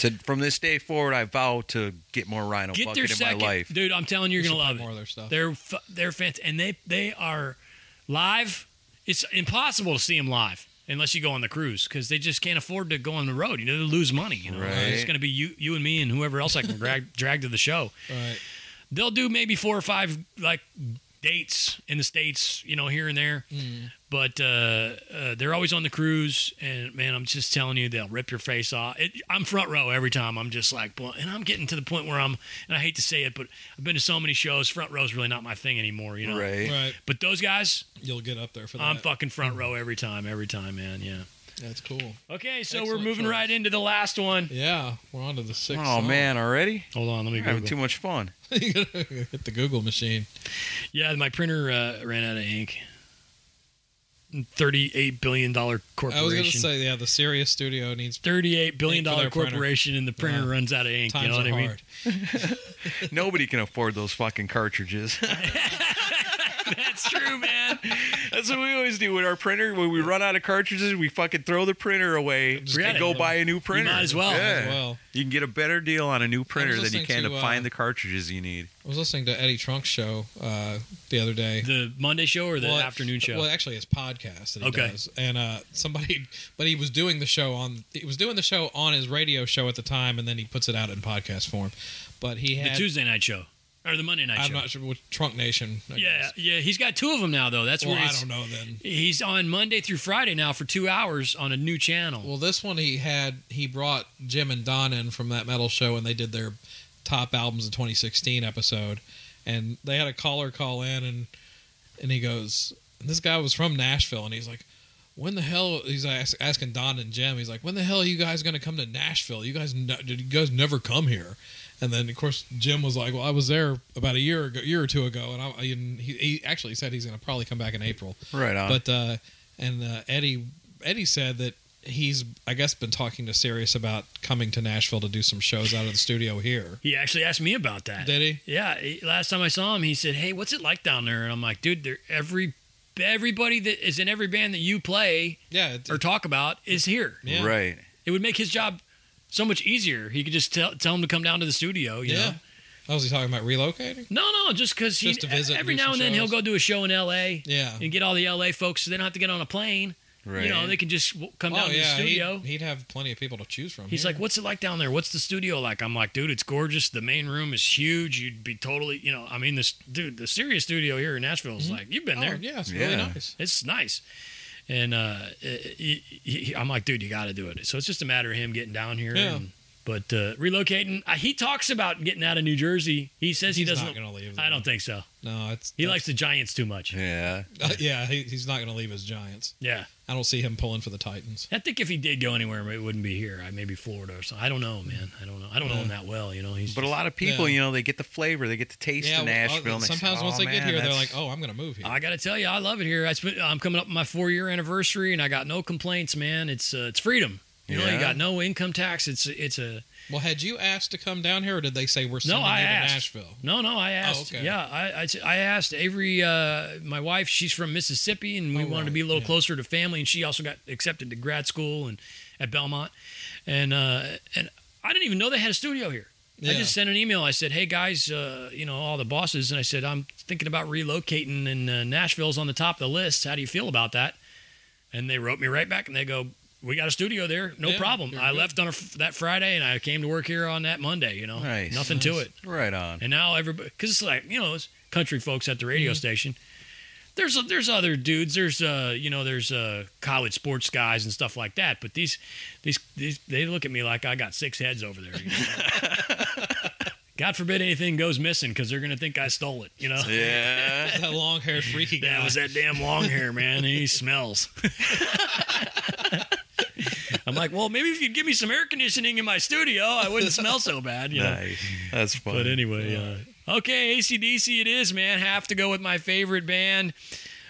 Speaker 2: To, from this day forward, I vow to get more Rhino
Speaker 4: Get
Speaker 2: Bucket
Speaker 4: their
Speaker 2: in
Speaker 4: second,
Speaker 2: my life.
Speaker 4: dude. I'm telling you, you're
Speaker 3: We
Speaker 4: gonna
Speaker 3: should play
Speaker 4: love it.
Speaker 3: more of their stuff.
Speaker 4: They're f- they're fans, and they they are live. It's impossible to see them live unless you go on the cruise because they just can't afford to go on the road. You know, they lose money. You know, it's
Speaker 2: Right.
Speaker 4: going to be you you and me and whoever else I can *laughs* drag drag to the show.
Speaker 3: Right.
Speaker 4: They'll do maybe four or five like dates in the states, you know, here and there. But uh, uh, they're always on the cruise, and man, I'm just telling you, they'll rip your face off. It, I'm front row every time. I'm just like, "Boy," and I'm getting to the point where I'm, and I hate to say it, but I've been to so many shows. Front row's really not my thing anymore, you know.
Speaker 2: Right.
Speaker 3: Right.
Speaker 4: But those guys,
Speaker 3: You'll get up there for that.
Speaker 4: I'm fucking front row every time, every time, man. Yeah.
Speaker 3: That's cool.
Speaker 4: Okay, so
Speaker 3: Excellent
Speaker 4: we're moving
Speaker 3: choice.
Speaker 4: right into the last one.
Speaker 3: Yeah, we're on to the sixth.
Speaker 2: Oh
Speaker 3: song. *laughs*
Speaker 2: man, already
Speaker 4: Hold on, let me
Speaker 2: I'm having
Speaker 4: Google.
Speaker 2: too much *laughs* fun.
Speaker 3: hit the Google machine.
Speaker 4: Yeah, my printer uh, ran out of ink. Thirty-eight billion dollar corporation.
Speaker 3: I was gonna say, yeah, the Sirius Studio needs
Speaker 4: Thirty-eight billion
Speaker 3: Ink for
Speaker 4: dollar
Speaker 3: their printer.
Speaker 4: corporation, and the printer
Speaker 3: Yeah.
Speaker 4: runs out of ink.
Speaker 3: times
Speaker 4: you know what
Speaker 3: are
Speaker 4: I mean?
Speaker 3: hard.
Speaker 2: Nobody can afford those fucking cartridges. *laughs*
Speaker 4: That's true,
Speaker 3: *laughs*
Speaker 4: man.
Speaker 2: That's what we always do with our printer. When we run out of cartridges, we fucking throw the printer away
Speaker 4: gotta-
Speaker 2: and go buy a new printer.
Speaker 4: might as well.
Speaker 2: Yeah.
Speaker 3: As Oh, well,
Speaker 2: You can get a better deal on a new printer than you
Speaker 3: listening
Speaker 2: can to,
Speaker 3: to, uh,
Speaker 2: find the cartridges you need.
Speaker 3: I was listening to Eddie Trunk's show uh, the other day.
Speaker 4: The Monday show or the
Speaker 3: Well,
Speaker 4: afternoon show?
Speaker 3: Well, actually, his podcast. That he
Speaker 4: Okay.
Speaker 3: does. and uh, somebody, *laughs* but he was doing the show on. He was doing the show on his radio show at the time, and then he puts it out in podcast form. But he
Speaker 4: the
Speaker 3: had.
Speaker 4: Tuesday night show or the Monday night
Speaker 3: I'm
Speaker 4: show?
Speaker 3: not sure what Trunk Nation. I
Speaker 4: yeah,
Speaker 3: guess.
Speaker 4: yeah. He's got two of them now, though. That's
Speaker 3: Well,
Speaker 4: where
Speaker 3: I
Speaker 4: it's-
Speaker 3: don't know then.
Speaker 4: He's on Monday through Friday now for two hours on a new channel.
Speaker 3: Well, this one he had. He brought Jim and Don in from that metal show, and they did their top albums of 2016 episode. And they had a caller call in, and and he goes, and this guy was from Nashville, and he's like, when the hell he's ask, asking Don and Jim. He's like, when the hell are you guys going to come to Nashville? You guys, no, did you guys never come here? And then of course Jim was like, well, I was there about a year ago, year or two ago, and I, I and he, he actually said he's going to probably come back in April.
Speaker 2: Right on.
Speaker 3: But uh, and uh, Eddie Eddie said that he's I guess been talking to Sirius about coming to Nashville to do some shows out of the
Speaker 4: *laughs*
Speaker 3: studio here.
Speaker 4: He actually asked me about that.
Speaker 3: Did he?
Speaker 4: Yeah. he- Last time I saw him, he said, "Hey, what's it like down there?" And I'm like, "Dude, they're every everybody that is in every band that you play
Speaker 3: Yeah. it-
Speaker 4: or talk about is here.
Speaker 3: yeah.
Speaker 2: Right.
Speaker 4: It would make his job so much easier. He could just tell tell him to come down to the studio. You
Speaker 3: Yeah.
Speaker 4: know?
Speaker 3: How was he talking about relocating?
Speaker 4: No, no, just because he
Speaker 3: Just to visit and
Speaker 4: every
Speaker 3: do
Speaker 4: now
Speaker 3: some
Speaker 4: and then he'll
Speaker 3: shows.
Speaker 4: go do a show in L.A.
Speaker 3: Yeah.
Speaker 4: and get all the L.A. folks, so they don't have to get on a plane.
Speaker 2: Right.
Speaker 4: You know, they can just w- come down
Speaker 3: oh
Speaker 4: to
Speaker 3: yeah.
Speaker 4: the studio.
Speaker 3: He'd, he'd have plenty of people to choose from.
Speaker 4: He's
Speaker 3: here.
Speaker 4: like, "What's it like down there? What's the studio like?" I'm like, "Dude, it's gorgeous. The main room is huge. You'd be totally, you know, I mean, this dude, the serious studio here in Nashville is like, you've been
Speaker 3: oh,
Speaker 4: there.
Speaker 3: yeah, it's
Speaker 2: Yeah.
Speaker 3: really nice.
Speaker 4: It's nice." And uh, he, he- he- I'm like, "Dude, you got to do it." So it's just a matter of him getting down here.
Speaker 3: Yeah.
Speaker 4: And, but uh, relocating, uh, he talks about getting out of New Jersey. He says he
Speaker 3: He's
Speaker 4: doesn't.
Speaker 3: not gonna leave,
Speaker 4: I don't think so.
Speaker 3: No, it's
Speaker 4: He likes the Giants too much.
Speaker 2: Yeah.
Speaker 3: Uh, *laughs* yeah, he, he's not going to leave his Giants.
Speaker 4: Yeah.
Speaker 3: I don't see him pulling for the Titans.
Speaker 4: I think if he did go anywhere, it wouldn't be here. I maybe Florida or something. I don't know, man. I don't know. I don't know him that well. You know, he's
Speaker 2: But a lot of people,
Speaker 3: Yeah.
Speaker 2: you know, they get the flavor, they get the taste
Speaker 3: yeah,
Speaker 2: of
Speaker 3: well, uh,
Speaker 2: Nashville. and they say,
Speaker 3: sometimes
Speaker 2: "Oh,
Speaker 3: once they get
Speaker 2: man,
Speaker 3: here, they're
Speaker 2: that's-
Speaker 3: like, "Oh, I'm going to move here."
Speaker 4: I gotta tell you, I love it here. I spent, I'm coming up on my four year anniversary, and I got no complaints, man. It's uh, it's freedom. You know,
Speaker 2: Yeah.
Speaker 4: you got no income tax. It's it's a
Speaker 3: well, had you asked to come down here, or did they say we're sending
Speaker 4: no. I
Speaker 3: you
Speaker 4: asked.
Speaker 3: to Nashville? Oh,
Speaker 4: No, no. I asked.
Speaker 3: okay.
Speaker 4: Yeah, I, I I asked Avery, uh, my wife. She's from Mississippi, and we
Speaker 3: Oh,
Speaker 4: wanted to
Speaker 3: right,
Speaker 4: be a little
Speaker 3: yeah.
Speaker 4: closer to family. And she also got accepted to grad school and at Belmont, and uh, and I didn't even know they had a studio here. I
Speaker 3: Yeah.
Speaker 4: just sent an email. I said, "Hey guys, uh, you know all the bosses," and I said, "I'm thinking about relocating, and uh, Nashville's on the top of the list. How do you feel about that?" And they wrote me right back, and they go, "We got a studio there, no
Speaker 3: Yeah,
Speaker 4: problem."
Speaker 3: you're
Speaker 4: I
Speaker 3: good.
Speaker 4: left on a, that Friday, and I came to work here on that Monday. You know,
Speaker 2: Nice.
Speaker 4: nothing to it.
Speaker 2: right
Speaker 3: *laughs*
Speaker 2: on.
Speaker 4: And now everybody, because it's like you know, it's country folks at the radio station. There's there's other dudes. There's uh you know there's uh college sports guys and stuff like that. But these these, these they look at me like I got six heads over there. you know? God forbid anything goes missing because they're gonna think I stole it. You know.
Speaker 2: Yeah.
Speaker 3: that long haired freaky
Speaker 4: *laughs*
Speaker 3: guy.
Speaker 4: That was that damn long hair, man. He smells. *laughs* I'm like, well, maybe if you'd give me some air conditioning in my studio, I wouldn't smell so bad. You know?
Speaker 2: nice. That's fun.
Speaker 4: But anyway, uh, okay, ACDC it is, man. Have to go with my favorite band.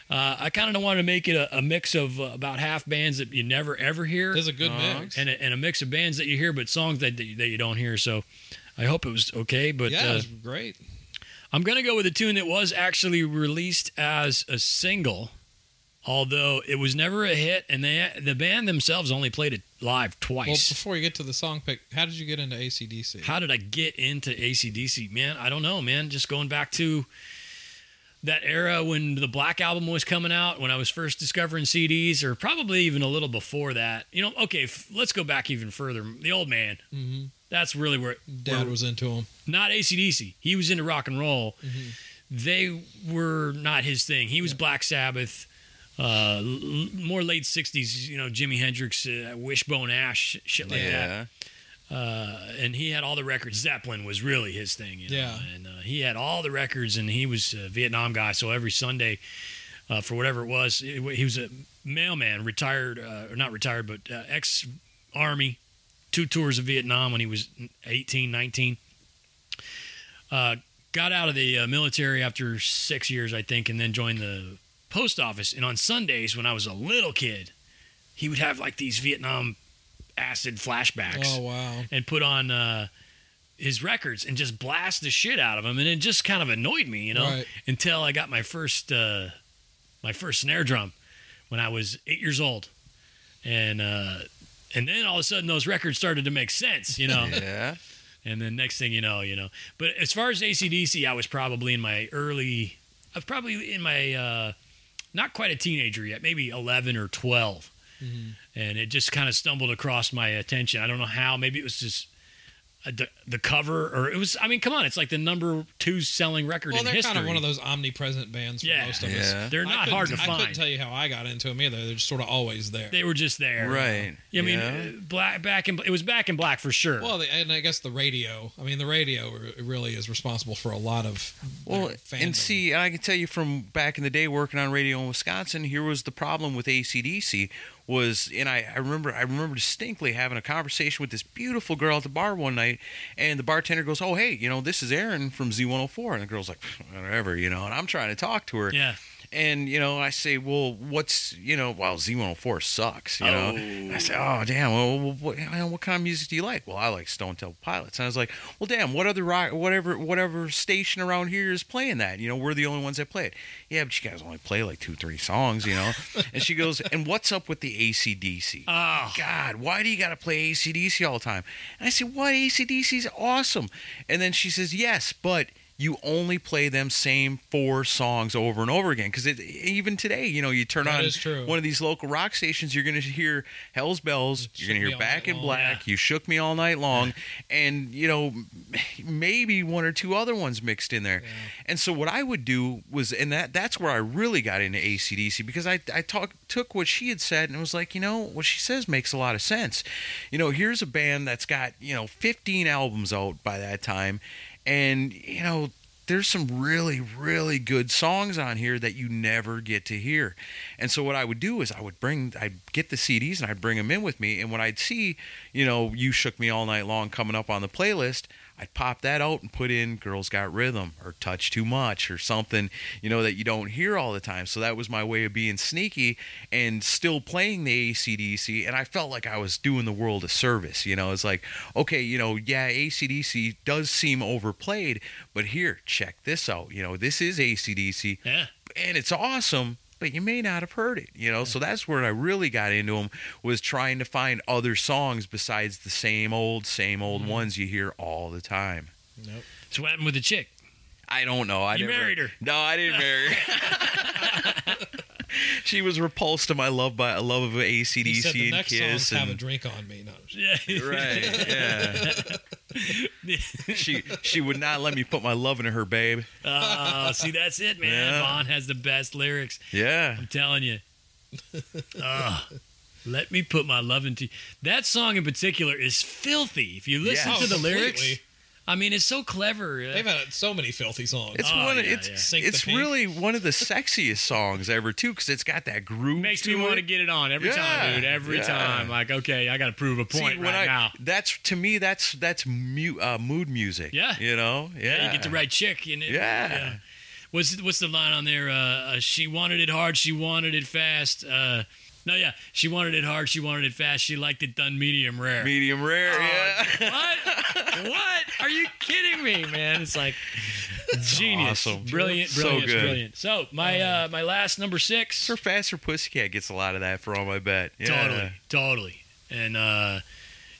Speaker 4: Uh, I kind of wanted to make it a, a mix of uh, about half bands that you never ever hear,
Speaker 3: It's a good
Speaker 2: Uh,
Speaker 3: mix.
Speaker 4: Uh-huh. and a, and a mix of bands that you hear, but songs that, that you- that you don't hear. So I hope it was okay. But
Speaker 3: yeah, it
Speaker 4: uh,
Speaker 3: was great.
Speaker 4: I'm gonna go with a tune that was actually released as a single, although it was never a hit, and they the band themselves only played it live
Speaker 3: Well,
Speaker 4: twice.
Speaker 3: before you get to the song pick, how did you get into ACDC?
Speaker 4: How did I get into ACDC? Man, I don't know, man. Just going back to that era when the Black Album was coming out, when I was first discovering CDs, or probably even a little before that. You know, okay, f- let's go back even further. The old man.
Speaker 3: Mhm.
Speaker 4: That's really where, where
Speaker 3: Dad was into him.
Speaker 4: not ACDC. He was into rock and roll. They were not his thing. He was Black Sabbath, uh, l- l- more late 60s, you know, Jimi Hendrix, uh, Wishbone Ash, shit like that
Speaker 3: *laughs*
Speaker 2: yeah.
Speaker 4: uh, and he had all the records. Zeppelin was really his thing, you know?
Speaker 3: Yeah.
Speaker 4: And uh, he had all the records, and he was a Vietnam guy. So every Sunday, uh, for whatever it was, it, he was a mailman, retired uh, or not retired, but uh, ex army, two tours of Vietnam when he was 18, 19. Uh, got out of the uh, military after six years, I think, and then joined the post office. And on Sundays, when I was a little kid, he would have like these Vietnam acid flashbacks
Speaker 3: Oh wow.
Speaker 4: *laughs* and put on uh, his records and just blast the shit out of him, and it just kind of annoyed me, you know,
Speaker 3: Right.
Speaker 4: until I got my first uh, my first snare drum when I was eight years old, and uh, and then all of a sudden those records started to make sense, you know.
Speaker 2: Yeah.
Speaker 4: And then next thing you know, you know. But as far as ACDC, I was probably in my early, I was probably in my, uh, not quite a teenager yet, maybe 11 or 12.
Speaker 3: Mm-hmm.
Speaker 4: And it just kind of stumbled across my attention. I don't know how. Maybe it was just, uh, the, the cover, or it was. I mean, come on, it's like the number two selling record
Speaker 3: Well,
Speaker 4: in
Speaker 3: they're
Speaker 4: history.
Speaker 3: kind of one of those omnipresent bands for
Speaker 4: Yeah.
Speaker 3: most of
Speaker 2: Yeah.
Speaker 3: us.
Speaker 4: They're
Speaker 3: I
Speaker 4: not
Speaker 3: couldn't-
Speaker 4: hard to
Speaker 3: I couldn't
Speaker 4: find.
Speaker 3: tell you how I got into them either. They're just sort of always there.
Speaker 4: They were just there,
Speaker 2: Right.
Speaker 4: I mean,
Speaker 2: Yeah.
Speaker 4: uh, black back in it was back in black for sure.
Speaker 3: well, they, and I guess the radio. I mean, the radio re- really is responsible for a lot of their
Speaker 2: Well,
Speaker 3: fandom.
Speaker 2: and see, and I can tell you from back in the day working on radio in Wisconsin, here was the problem with ACDC was, and I, I remember, I remember distinctly having a conversation with this beautiful girl at the bar one night, and the bartender goes, "Oh, hey, you know, this is Aaron from Z104," and the girl's like, "Whatever," you know, and I'm trying to talk to her,
Speaker 4: yeah,
Speaker 2: and you know, I say, "Well, what's you know, well, Z104 sucks," you know. And I say, "Oh, damn. Well, what, you know, what kind of music do you like?" Well, I like Stone Temple Pilots. And I was like, "Well, damn. What other rock, whatever, whatever station around here is playing that? You know, we're the only ones that play it." Yeah, but you guys only play like two, three songs, you know. and she goes, "And what's up with the ACDC?"
Speaker 4: oh,
Speaker 2: God, why do you got to play ACDC all the time? And I said, What? ACDC's awesome. And then she says, Yes, but you only play them same four songs over and over again. Because even today, you know, you turn
Speaker 3: That
Speaker 2: on
Speaker 3: is true.
Speaker 2: one of these local rock stations, you're going to hear Hell's Bells, you're going
Speaker 3: Shook
Speaker 2: to
Speaker 3: Me
Speaker 2: hear
Speaker 3: All
Speaker 2: Back
Speaker 3: Night
Speaker 2: in
Speaker 3: Long.
Speaker 2: Black, You Shook Me All Night
Speaker 3: *laughs*
Speaker 2: Long, and, you know, maybe one or two other ones mixed in there. And so what I would do was, and that that's where I really got into ACDC because I I talk, took what she had said and was like, you know, what she says makes a lot of sense. You know, here's a band that's got you know 15 albums out by that time, and you know. There's some really, really good songs on here that you never get to hear. And so, what I would do is, I would bring, I'd get the CDs and I'd bring them in with me. And when I'd see, you know, You Shook Me All Night Long coming up on the playlist, I'd pop that out and put in Girls Got Rhythm or Touch Too Much or something, you know, that you don't hear all the time. So that was my way of being sneaky and still playing the ACDC. And I felt like I was doing the world a service, you know. It's like, okay, you know, yeah, ACDC does seem overplayed, but here, check this out. You know, this is ACDC
Speaker 4: yeah.
Speaker 2: and it's awesome but you may not have heard it you know so that's where i really got into them was trying to find other songs besides the same old same old ones you hear all the time
Speaker 4: So what happened with the chick?
Speaker 2: i don't know i
Speaker 4: You
Speaker 2: never-
Speaker 4: married her.
Speaker 2: no i didn't marry her
Speaker 4: *laughs*
Speaker 2: she was repulsed to my love by love of acdc
Speaker 3: he said the
Speaker 2: and
Speaker 3: next
Speaker 2: kiss
Speaker 3: songs have a
Speaker 2: and-
Speaker 3: drink on me. No, I'm just-
Speaker 4: Yeah, *laughs*
Speaker 2: right yeah she she would not let me put my love into her babe
Speaker 4: Oh, see, that's it, man.
Speaker 2: Yeah.
Speaker 4: Vaughn has the best lyrics.
Speaker 2: yeah
Speaker 4: I'm telling
Speaker 2: *laughs*
Speaker 4: you. Ugh. let me put my love into that song in particular is filthy. If you listen
Speaker 2: Yeah. Oh,
Speaker 4: to the lyrics,
Speaker 3: Oh, Completely.
Speaker 4: I mean, it's so clever. Uh,
Speaker 3: They've had so many filthy songs.
Speaker 2: It's
Speaker 4: Oh,
Speaker 2: one.
Speaker 4: yeah,
Speaker 2: it's
Speaker 4: yeah.
Speaker 3: Sink the
Speaker 2: it's
Speaker 3: Pink.
Speaker 2: really one of the sexiest songs ever too, because it's got that groove.
Speaker 4: makes
Speaker 2: to
Speaker 4: me want
Speaker 2: it.
Speaker 4: to get it on every
Speaker 2: Yeah,
Speaker 4: time, dude. Every
Speaker 2: yeah.
Speaker 4: time, like, okay, I got to prove a
Speaker 2: See,
Speaker 4: point
Speaker 2: when
Speaker 4: right
Speaker 2: I-
Speaker 4: now.
Speaker 2: That's to me. That's that's mu- uh, mood music.
Speaker 4: Yeah.
Speaker 2: you know. Yeah,
Speaker 4: You get the right chick, and it,
Speaker 2: Yeah.
Speaker 4: What's what's the line on there? Uh, uh, she wanted it hard. She wanted it fast. Uh, no, yeah, she wanted it hard. She wanted it fast. She liked it done medium rare.
Speaker 2: medium rare.
Speaker 4: Oh,
Speaker 2: yeah,
Speaker 4: what? what? Are you kidding me, man? It's
Speaker 2: *laughs*
Speaker 4: like genius,
Speaker 2: awesome.
Speaker 4: brilliant,
Speaker 2: So
Speaker 4: brilliant,
Speaker 2: good.
Speaker 4: brilliant. So
Speaker 3: Oh,
Speaker 4: my uh, my last number six.
Speaker 2: Sir Faster Pussycat gets a lot of that from. I bet. Yeah.
Speaker 4: Totally, totally. And uh,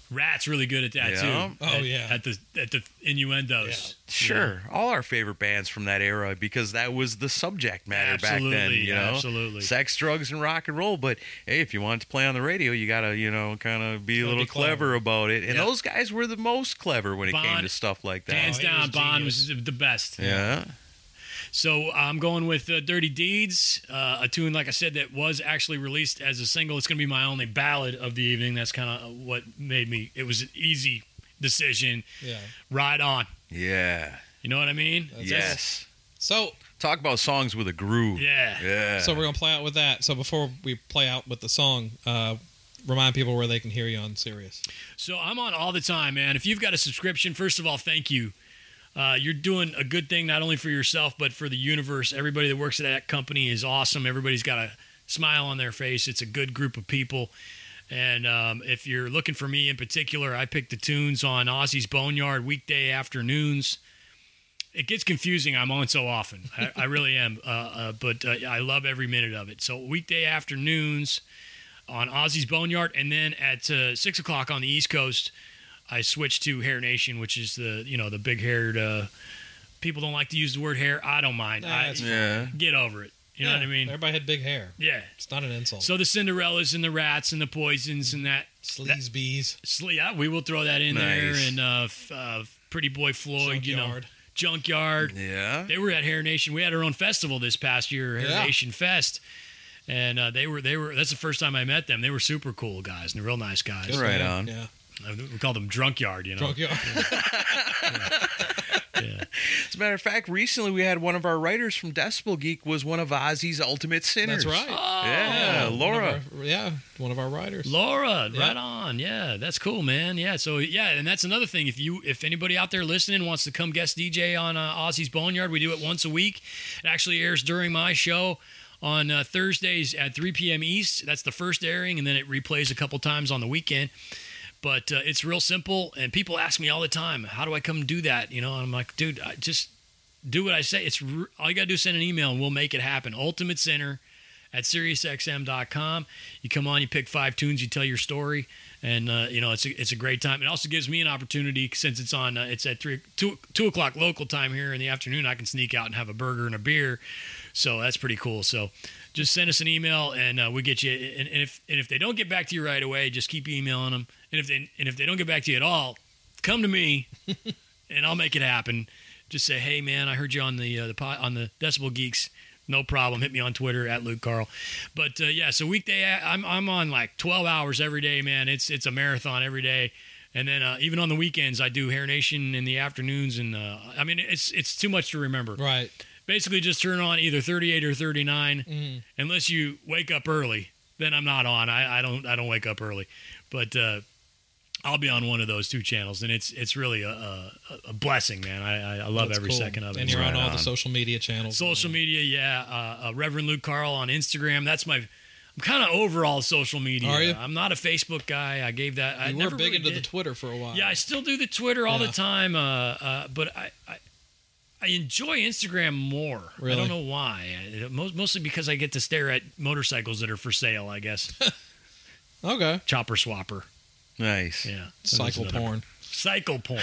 Speaker 4: Rat's really good at that
Speaker 2: Yeah.
Speaker 4: too.
Speaker 3: Oh,
Speaker 4: at,
Speaker 3: yeah.
Speaker 4: at the at the innuendos.
Speaker 2: Sure, all our favorite bands from that era because that was the subject matter back then.
Speaker 4: Absolutely,
Speaker 2: You know,
Speaker 4: absolutely.
Speaker 2: sex, drugs, and rock and roll. But hey, if you want to play on the radio, you gotta you know kind of be a
Speaker 3: Gotta
Speaker 2: little
Speaker 3: be
Speaker 2: clever.
Speaker 3: clever.
Speaker 2: about it. And
Speaker 4: Yeah.
Speaker 2: those guys were the most clever when it came
Speaker 4: Bond,
Speaker 2: to stuff like that.
Speaker 4: Hands
Speaker 3: Oh, he was
Speaker 4: down, Bond
Speaker 3: genius.
Speaker 4: was the best.
Speaker 2: Yeah.
Speaker 4: So I'm going with uh, "Dirty Deeds," uh, a tune like I said that was actually released as a single. It's going to be my only ballad of the evening. That's kind of what made me. It was an easy decision.
Speaker 3: yeah.
Speaker 4: Ride on.
Speaker 2: Yeah.
Speaker 4: You know what I mean?
Speaker 2: yes.
Speaker 3: So
Speaker 2: Talk about songs with a groove.
Speaker 4: Yeah.
Speaker 2: Yeah.
Speaker 3: so we're gonna play out with that. So before we play out with the song, uh, remind people where they can hear you on Sirius.
Speaker 4: So I'm on all the time, man. If you've got a subscription, first of all, thank you. Uh, you're doing a good thing not only for yourself but for the universe. Everybody that works at that company is awesome. Everybody's got a smile on their face. It's a good group of people. And um, if you're looking for me in particular, I pick the tunes on Aussie's Boneyard weekday afternoons. It gets confusing. I'm on so often. I, I really am. Uh, uh, but uh, I love every minute of it. So weekday afternoons on Ozzy's Boneyard, and then at uh, six o'clock on the East Coast, I switched to Hair Nation, which is the you know the big haired. Uh, people don't like to use the word hair. I don't mind.
Speaker 3: Nah,
Speaker 4: I
Speaker 3: it's fine.
Speaker 2: yeah.
Speaker 4: get over it. You know
Speaker 3: Yeah,
Speaker 4: what I mean?
Speaker 3: Everybody had big hair.
Speaker 4: Yeah.
Speaker 3: It's not an insult.
Speaker 4: So the Cinderellas and the rats and the poisons and that
Speaker 3: Sleaze bees.
Speaker 4: Slee, I- we will throw that in
Speaker 2: Nice.
Speaker 4: there. And uh, f- uh, Pretty Boy Floyd, you know, Junkyard.
Speaker 3: Junkyard.
Speaker 2: Yeah.
Speaker 4: They were at Hair Nation. We had our own festival this past year, Hair
Speaker 3: Yeah.
Speaker 4: Nation Fest. And uh, they were they were that's the first time I met them. They were super cool guys and real nice guys.
Speaker 2: Right on.
Speaker 3: Yeah.
Speaker 4: Uh, We called them Drunkyard, you know.
Speaker 2: *laughs*
Speaker 3: Drunk yard.
Speaker 4: Yeah.
Speaker 2: As a matter of fact, recently we had one of our writers from Decibel Geek was one of Ozzy's ultimate sinners.
Speaker 3: That's right.
Speaker 2: Yeah, Uh, Laura.
Speaker 3: One of our- yeah, one of our riders.
Speaker 4: Laura,
Speaker 3: Yeah.
Speaker 4: right on. Yeah, that's cool, man. Yeah, so yeah, and that's another thing. If you, if anybody out there listening wants to come guest DJ on uh, Aussie's Boneyard, we do it once a week. It actually airs during my show on uh, Thursdays at 3 p.m. East. That's the first airing, and then it replays a couple times on the weekend. But uh, it's real simple, and people ask me all the time, "How do I come do that?" You know, and I'm like, dude, I just do what I say. It's r all you got to do is send an email, and we'll make it happen. Ultimate Center at SiriusXM.com. You come on, you pick five tunes, you tell your story, and uh, you know it's a, it's a great time. It also gives me an opportunity since it's on uh, it's at three two two o'clock local time here in the afternoon. I can sneak out and have a burger and a beer, so that's pretty cool. So just send us an email and uh, we get you. And, and if and if they don't get back to you right away, just keep emailing them. And if they and if they don't get back to you at all, come to me, and I'll make it happen. Just say, hey man, I heard you on the uh, the pod, on the Decibel Geeks. No problem. Hit me on Twitter at Luke Carl. But uh, yeah, so weekday, I'm I'm on like 12 hours every day, man. It's it's a marathon every day, and then uh, even on the weekends, I do Hair Nation in the afternoons, and uh, I mean it's it's too much to remember.
Speaker 3: Right.
Speaker 4: Basically, just turn on either 38 or 39,
Speaker 3: Mm-hmm.
Speaker 4: unless you wake up early. Then I'm not on. I, I don't I don't wake up early, but uh, I'll be on one of those two channels, and it's it's really a a, a blessing, man. I I, I love
Speaker 3: That's
Speaker 4: every
Speaker 3: cool.
Speaker 4: second of it.
Speaker 3: And you're
Speaker 2: Right
Speaker 3: on all
Speaker 2: on.
Speaker 3: the social media channels.
Speaker 4: Social media, yeah. Uh, uh, Reverend Luke Carl on Instagram. That's my. I'm kind of over all social media.
Speaker 3: Are you?
Speaker 4: I'm not a Facebook guy. I gave that. I
Speaker 3: You were
Speaker 4: never
Speaker 3: big
Speaker 4: really
Speaker 3: into
Speaker 4: did.
Speaker 3: the Twitter for a while.
Speaker 4: Yeah, I still do the Twitter all
Speaker 3: Yeah.
Speaker 4: the time, uh, uh, but I, I I enjoy Instagram more. I
Speaker 3: Really?
Speaker 4: don't know why. I- Most, mostly because I get to stare at motorcycles that are for sale. I
Speaker 2: *laughs*
Speaker 4: guess
Speaker 3: Okay.
Speaker 4: chopper swapper.
Speaker 2: Nice.
Speaker 4: Yeah,
Speaker 3: Cycle
Speaker 4: That's another-
Speaker 3: porn.
Speaker 4: Cycle porn.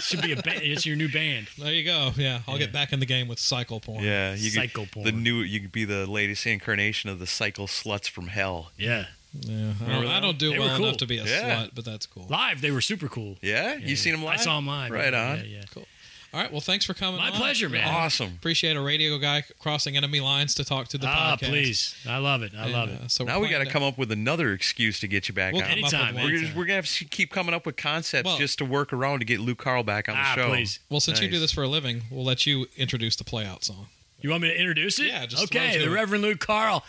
Speaker 4: Should be a band. It's your new band.
Speaker 3: There you go. Yeah, I'll
Speaker 4: Yeah.
Speaker 3: get back in the game with cycle porn.
Speaker 2: Yeah, you
Speaker 4: Psycho
Speaker 2: could,
Speaker 4: porn.
Speaker 2: the new you could be the latest incarnation of the cycle sluts from hell.
Speaker 4: Yeah,
Speaker 3: Yeah, I don't, I don't do
Speaker 4: They were
Speaker 3: well
Speaker 4: cool.
Speaker 3: enough to be a
Speaker 2: Yeah.
Speaker 3: slut, but that's cool.
Speaker 4: live they were super cool.
Speaker 2: Yeah, you seen him live?
Speaker 4: I saw him live.
Speaker 2: Right
Speaker 4: Yeah,
Speaker 2: on.
Speaker 4: Yeah, yeah.
Speaker 3: Cool. All right. Well, thanks for coming.
Speaker 4: My
Speaker 3: on.
Speaker 4: pleasure, man.
Speaker 2: Awesome.
Speaker 3: Appreciate a radio guy crossing enemy lines to talk to the
Speaker 4: ah,
Speaker 3: podcast.
Speaker 4: please. I love it. I
Speaker 3: And,
Speaker 4: love
Speaker 3: uh,
Speaker 4: it.
Speaker 3: so
Speaker 2: Now we got to
Speaker 3: planning
Speaker 2: come up with another excuse to get you back
Speaker 3: We'll
Speaker 2: on.
Speaker 3: come up
Speaker 4: Anytime,
Speaker 3: with
Speaker 2: We're
Speaker 3: one.
Speaker 2: just, we're gonna have to keep coming up with concepts
Speaker 3: Well-
Speaker 2: just to work around to get Luke Carl back on the
Speaker 4: ah,
Speaker 2: show.
Speaker 4: please.
Speaker 3: Well, since you do
Speaker 2: Nice.
Speaker 3: this for a living, we'll let you introduce the playout song.
Speaker 4: You want me to introduce it?
Speaker 3: Yeah, just run
Speaker 4: okay.
Speaker 3: through
Speaker 4: The
Speaker 3: it.
Speaker 4: Reverend Luke Carl,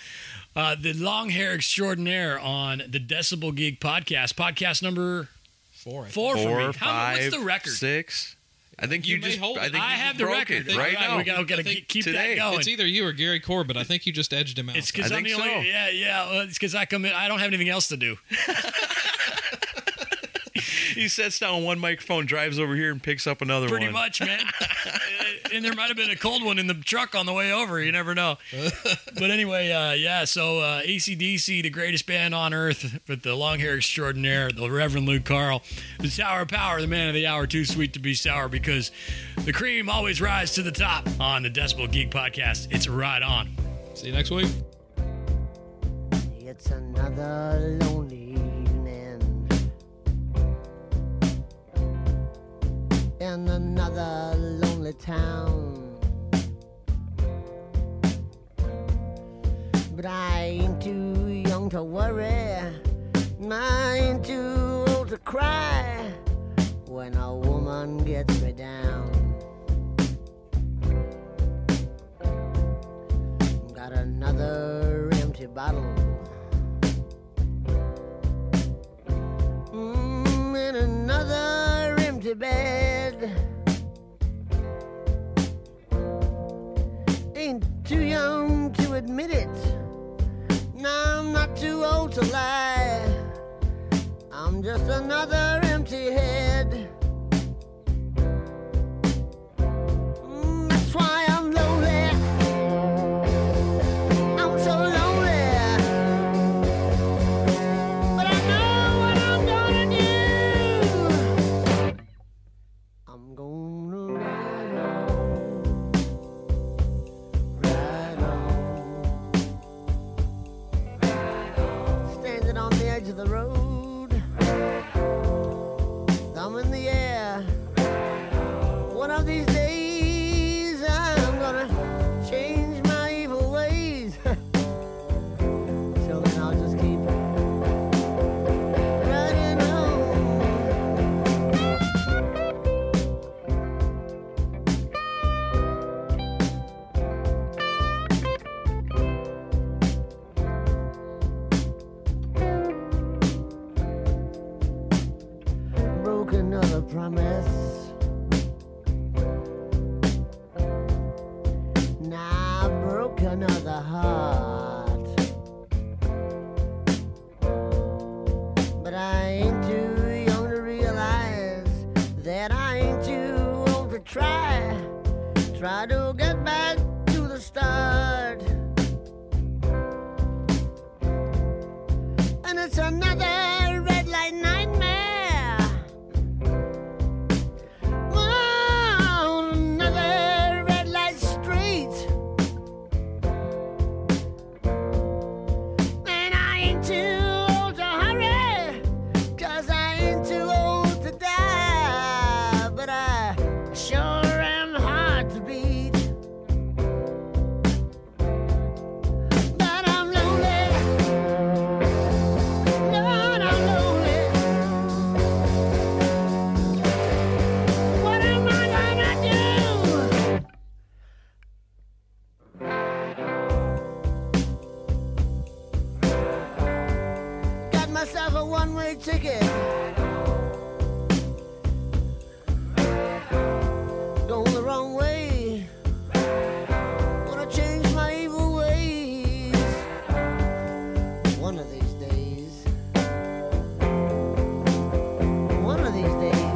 Speaker 4: uh, the long hair extraordinaire on the Decibel Geek podcast, podcast number
Speaker 3: Four. I think.
Speaker 4: four, for me.
Speaker 2: Four,
Speaker 4: How,
Speaker 2: five,
Speaker 4: what's the record?
Speaker 2: six. I think
Speaker 3: You
Speaker 2: you,
Speaker 3: may
Speaker 2: just.
Speaker 3: hold
Speaker 2: I
Speaker 3: it.
Speaker 2: think
Speaker 4: I
Speaker 2: you
Speaker 4: have
Speaker 2: just
Speaker 4: the
Speaker 2: broke
Speaker 4: record
Speaker 2: it
Speaker 3: All
Speaker 2: right
Speaker 3: right,
Speaker 2: now.
Speaker 4: We gotta,
Speaker 3: I
Speaker 4: gotta
Speaker 3: think
Speaker 4: keep that
Speaker 2: today.
Speaker 4: going.
Speaker 3: It's either you or Gary Corbett. I think you just edged him out.
Speaker 4: It's because
Speaker 2: I
Speaker 4: I'm the
Speaker 2: think
Speaker 4: only.
Speaker 2: so.
Speaker 4: Yeah, yeah. Well, it's because I come in. I don't have anything else to do.
Speaker 2: He sets down one microphone, drives over here, and picks up another
Speaker 4: Pretty
Speaker 2: one.
Speaker 4: much, man. and there might have been a cold one in the truck on the way over. You never know. but anyway, uh, yeah. So uh, ACDC, the greatest band on earth, with the long hair extraordinaire, the Reverend Luke Carl, the Tower of Power, the man of the hour, too sweet to be sour, because the cream always rise to the top on the Decibel Geek podcast. It's right on.
Speaker 3: See you next week.
Speaker 5: It's another lonely evening. In another lonely town. But I ain't too young to worry. And I ain't too old to cry when a woman gets me down. Got another empty bottle. Mm, and another empty bed. Ain't too young to admit it. No, I'm not too old to lie. I'm just another empty head. Mm, that's why I'm lonely. I'm so lonely, but I know what I'm gonna do. I'm gonna ride on, ride on, standing on the edge of the road. *laughs*
Speaker 4: Try to get back to the start. And it's another red light nightmare. Oh, another red light street. And I ain't too old to hurry. Cause I ain't too old to die, but I sure am hard to beat. But I'm lonely. Lord, I'm lonely. What am I gonna do? Got myself a one way ticket. Going the wrong way. Gonna change my evil ways. One of these days. One of these days.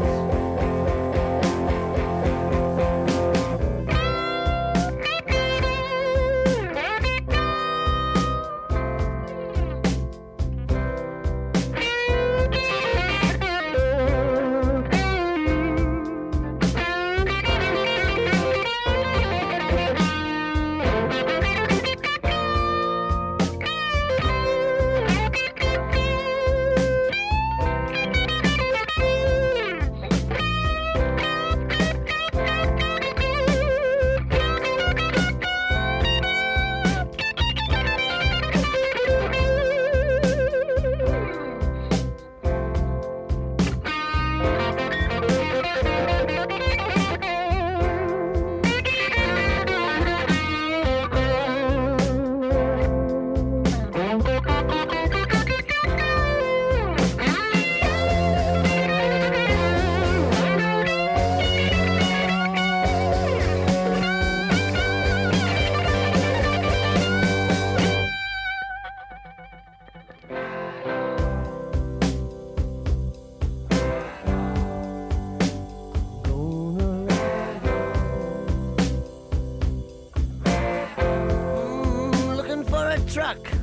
Speaker 4: Gonna ride. Mm, looking for a truck. Mm-hmm.